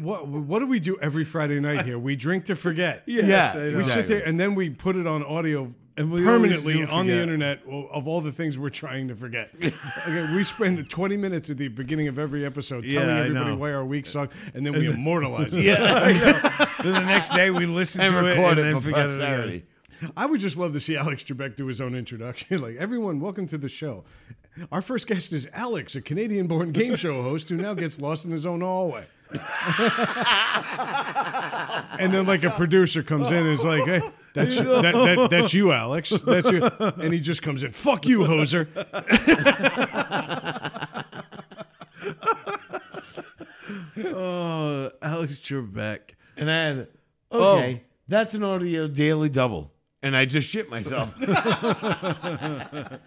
[SPEAKER 3] What, what do we do every Friday night here? We drink to forget.
[SPEAKER 5] Yes,
[SPEAKER 2] Yeah,
[SPEAKER 5] I know.
[SPEAKER 3] We sit
[SPEAKER 2] Exactly.
[SPEAKER 3] there and then we put it on audio
[SPEAKER 5] And we
[SPEAKER 3] permanently
[SPEAKER 5] always do
[SPEAKER 3] on the
[SPEAKER 5] forget.
[SPEAKER 3] internet o- of all the things we're trying to forget. okay, we spend 20 minutes at the beginning of every episode
[SPEAKER 5] Yeah,
[SPEAKER 3] telling
[SPEAKER 5] I
[SPEAKER 3] everybody
[SPEAKER 5] know.
[SPEAKER 3] why our week sucked, and then we immortalize it.
[SPEAKER 5] Then the next day we listen
[SPEAKER 2] and
[SPEAKER 5] to it
[SPEAKER 2] record
[SPEAKER 5] and
[SPEAKER 2] it
[SPEAKER 5] then
[SPEAKER 2] for
[SPEAKER 5] forget it
[SPEAKER 2] posterity.
[SPEAKER 5] again.
[SPEAKER 3] I would just love to see Alex Trebek do his own introduction. like, everyone, welcome to the show. Our first guest is Alex, a Canadian born game show host who now gets lost in his own hallway. and then, like, a producer comes in and is like, hey, that's, that, that, that's you, Alex. That's you. And he just comes in, fuck you, hoser.
[SPEAKER 5] Oh, Alex Trebek.
[SPEAKER 2] And then, okay, that's an audio daily double. Oh. And I just shit myself.
[SPEAKER 3] But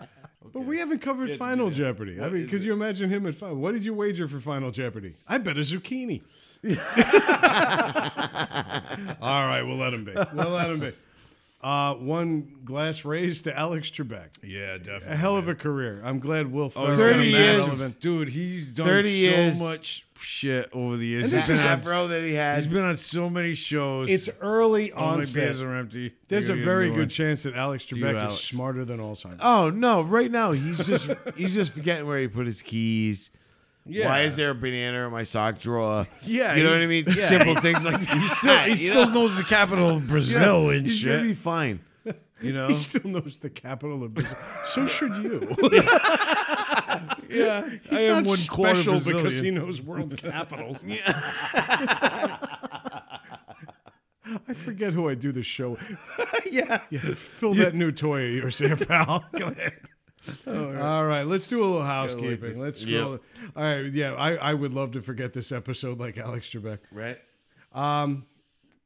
[SPEAKER 3] we haven't covered Final Jeopardy. I mean, could you imagine him at Final? What did you wager for Final Jeopardy? I bet a zucchini. All right, we'll let him be. We'll let him be. Uh, one glass raised to Alex Trebek.
[SPEAKER 5] Yeah, definitely. Oh,
[SPEAKER 3] A hell of a career. I'm glad Will Ferrell.
[SPEAKER 5] he's
[SPEAKER 2] Thirty
[SPEAKER 5] done
[SPEAKER 3] got
[SPEAKER 2] years.
[SPEAKER 5] massive- dude. He's done
[SPEAKER 2] 30
[SPEAKER 5] so
[SPEAKER 2] years.
[SPEAKER 5] much shit over the years.
[SPEAKER 3] And this
[SPEAKER 5] He's
[SPEAKER 2] That
[SPEAKER 5] been
[SPEAKER 3] is
[SPEAKER 5] on-
[SPEAKER 2] afro that he
[SPEAKER 5] he's
[SPEAKER 2] had.
[SPEAKER 5] been on so many shows.
[SPEAKER 3] It's early
[SPEAKER 5] all my
[SPEAKER 3] on.
[SPEAKER 5] beers are empty.
[SPEAKER 3] There's
[SPEAKER 5] Gotta
[SPEAKER 3] a
[SPEAKER 5] get
[SPEAKER 3] very
[SPEAKER 5] new
[SPEAKER 3] good
[SPEAKER 5] one.
[SPEAKER 3] chance that Alex
[SPEAKER 5] you,
[SPEAKER 3] Trebek
[SPEAKER 5] Alex. Uh-huh.
[SPEAKER 3] is smarter than Alzheimer's.
[SPEAKER 2] Oh no! Right now he's just he's just forgetting where he put his keys.
[SPEAKER 5] Yeah.
[SPEAKER 2] Why is there a banana in my sock drawer?
[SPEAKER 5] Yeah,
[SPEAKER 2] you know
[SPEAKER 5] he-
[SPEAKER 2] what I mean.
[SPEAKER 5] yeah.
[SPEAKER 2] Simple things like that.
[SPEAKER 5] He
[SPEAKER 2] you
[SPEAKER 5] still
[SPEAKER 2] know?
[SPEAKER 5] knows the capital of Brazil and
[SPEAKER 2] He's gonna be
[SPEAKER 5] shit.
[SPEAKER 2] fine.
[SPEAKER 5] You know,
[SPEAKER 3] He still knows the capital of Brazil. so should you.
[SPEAKER 5] yeah. I
[SPEAKER 3] He's
[SPEAKER 5] am
[SPEAKER 3] not
[SPEAKER 5] one quarter
[SPEAKER 3] special because
[SPEAKER 5] Brazilian.
[SPEAKER 3] he knows world capitals. I forget who I do the show.
[SPEAKER 5] yeah.
[SPEAKER 3] Yeah, fill that new toy of yours there, pal. Go ahead. All right, let's do a little housekeeping. let's scroll. All right, yeah, I, I would love to forget this episode like Alex Trebek. Um,
[SPEAKER 2] Right.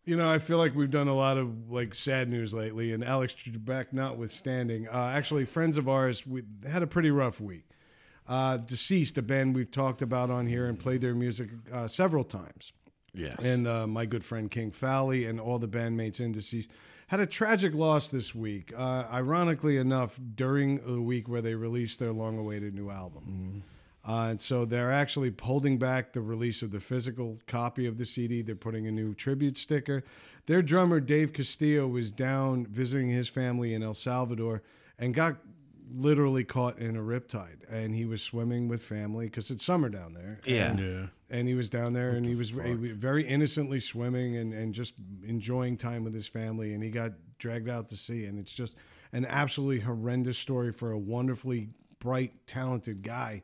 [SPEAKER 3] You know, I feel like we've done a lot of like sad news lately, and Alex Trebek notwithstanding. Uh, actually, friends of ours we had a pretty rough week. Uh, Deceased, a band we've talked about on here and played their music uh, several times.
[SPEAKER 4] Yes.
[SPEAKER 3] And uh, my good friend King Fowley and all the bandmates in deceased had a tragic loss this week. Uh, ironically enough, during the week where they released their long-awaited new album. Uh, and so they're actually holding back the release of the physical copy of the CD. They're putting a new tribute sticker. Their drummer Dave Castillo was down visiting his family in El Salvador and got literally caught in a riptide. And he was swimming with family because it's summer down there.
[SPEAKER 2] Yeah.
[SPEAKER 5] Yeah.
[SPEAKER 3] and he was down there and he was he was very innocently swimming and, and just enjoying time with his family and he got dragged out to sea and it's just an absolutely horrendous story for a wonderfully bright talented guy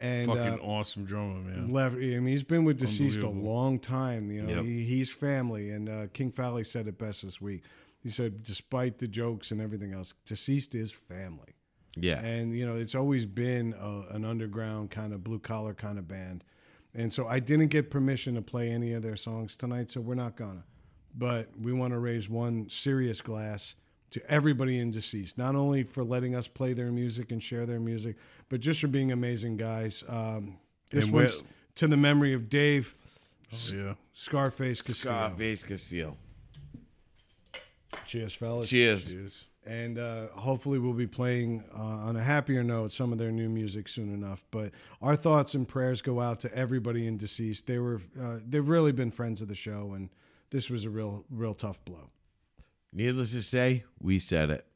[SPEAKER 3] and
[SPEAKER 5] Fucking
[SPEAKER 3] uh,
[SPEAKER 5] awesome drummer, man.
[SPEAKER 3] left. I mean, he's been with deceased a
[SPEAKER 5] Unbelievable.
[SPEAKER 3] long time. You know,
[SPEAKER 4] Yep.
[SPEAKER 3] he, he's family. And uh, King Fowley said it best this week. He said, despite the jokes and everything else, deceased is family.
[SPEAKER 4] Yeah.
[SPEAKER 3] And you know, it's always been a, an underground kind of blue collar kind of band. And so I didn't get permission to play any of their songs tonight, so we're not gonna. But we want to raise one serious glass to everybody in deceased, not only for letting us play their music and share their music, but just for being amazing guys. Um, this
[SPEAKER 5] And we're-
[SPEAKER 3] one's to the memory of Dave
[SPEAKER 5] Oh, yeah.
[SPEAKER 3] Scarface Castillo.
[SPEAKER 2] Scarface Castillo.
[SPEAKER 3] Cheers, fellas.
[SPEAKER 2] Cheers.
[SPEAKER 5] Yes.
[SPEAKER 3] and uh, hopefully we'll be playing uh, on a happier note some of their new music soon enough. But our thoughts and prayers go out to everybody in deceased. They were uh, they've really been friends of the show, and this was a real real tough blow.
[SPEAKER 2] Needless to say, we said it.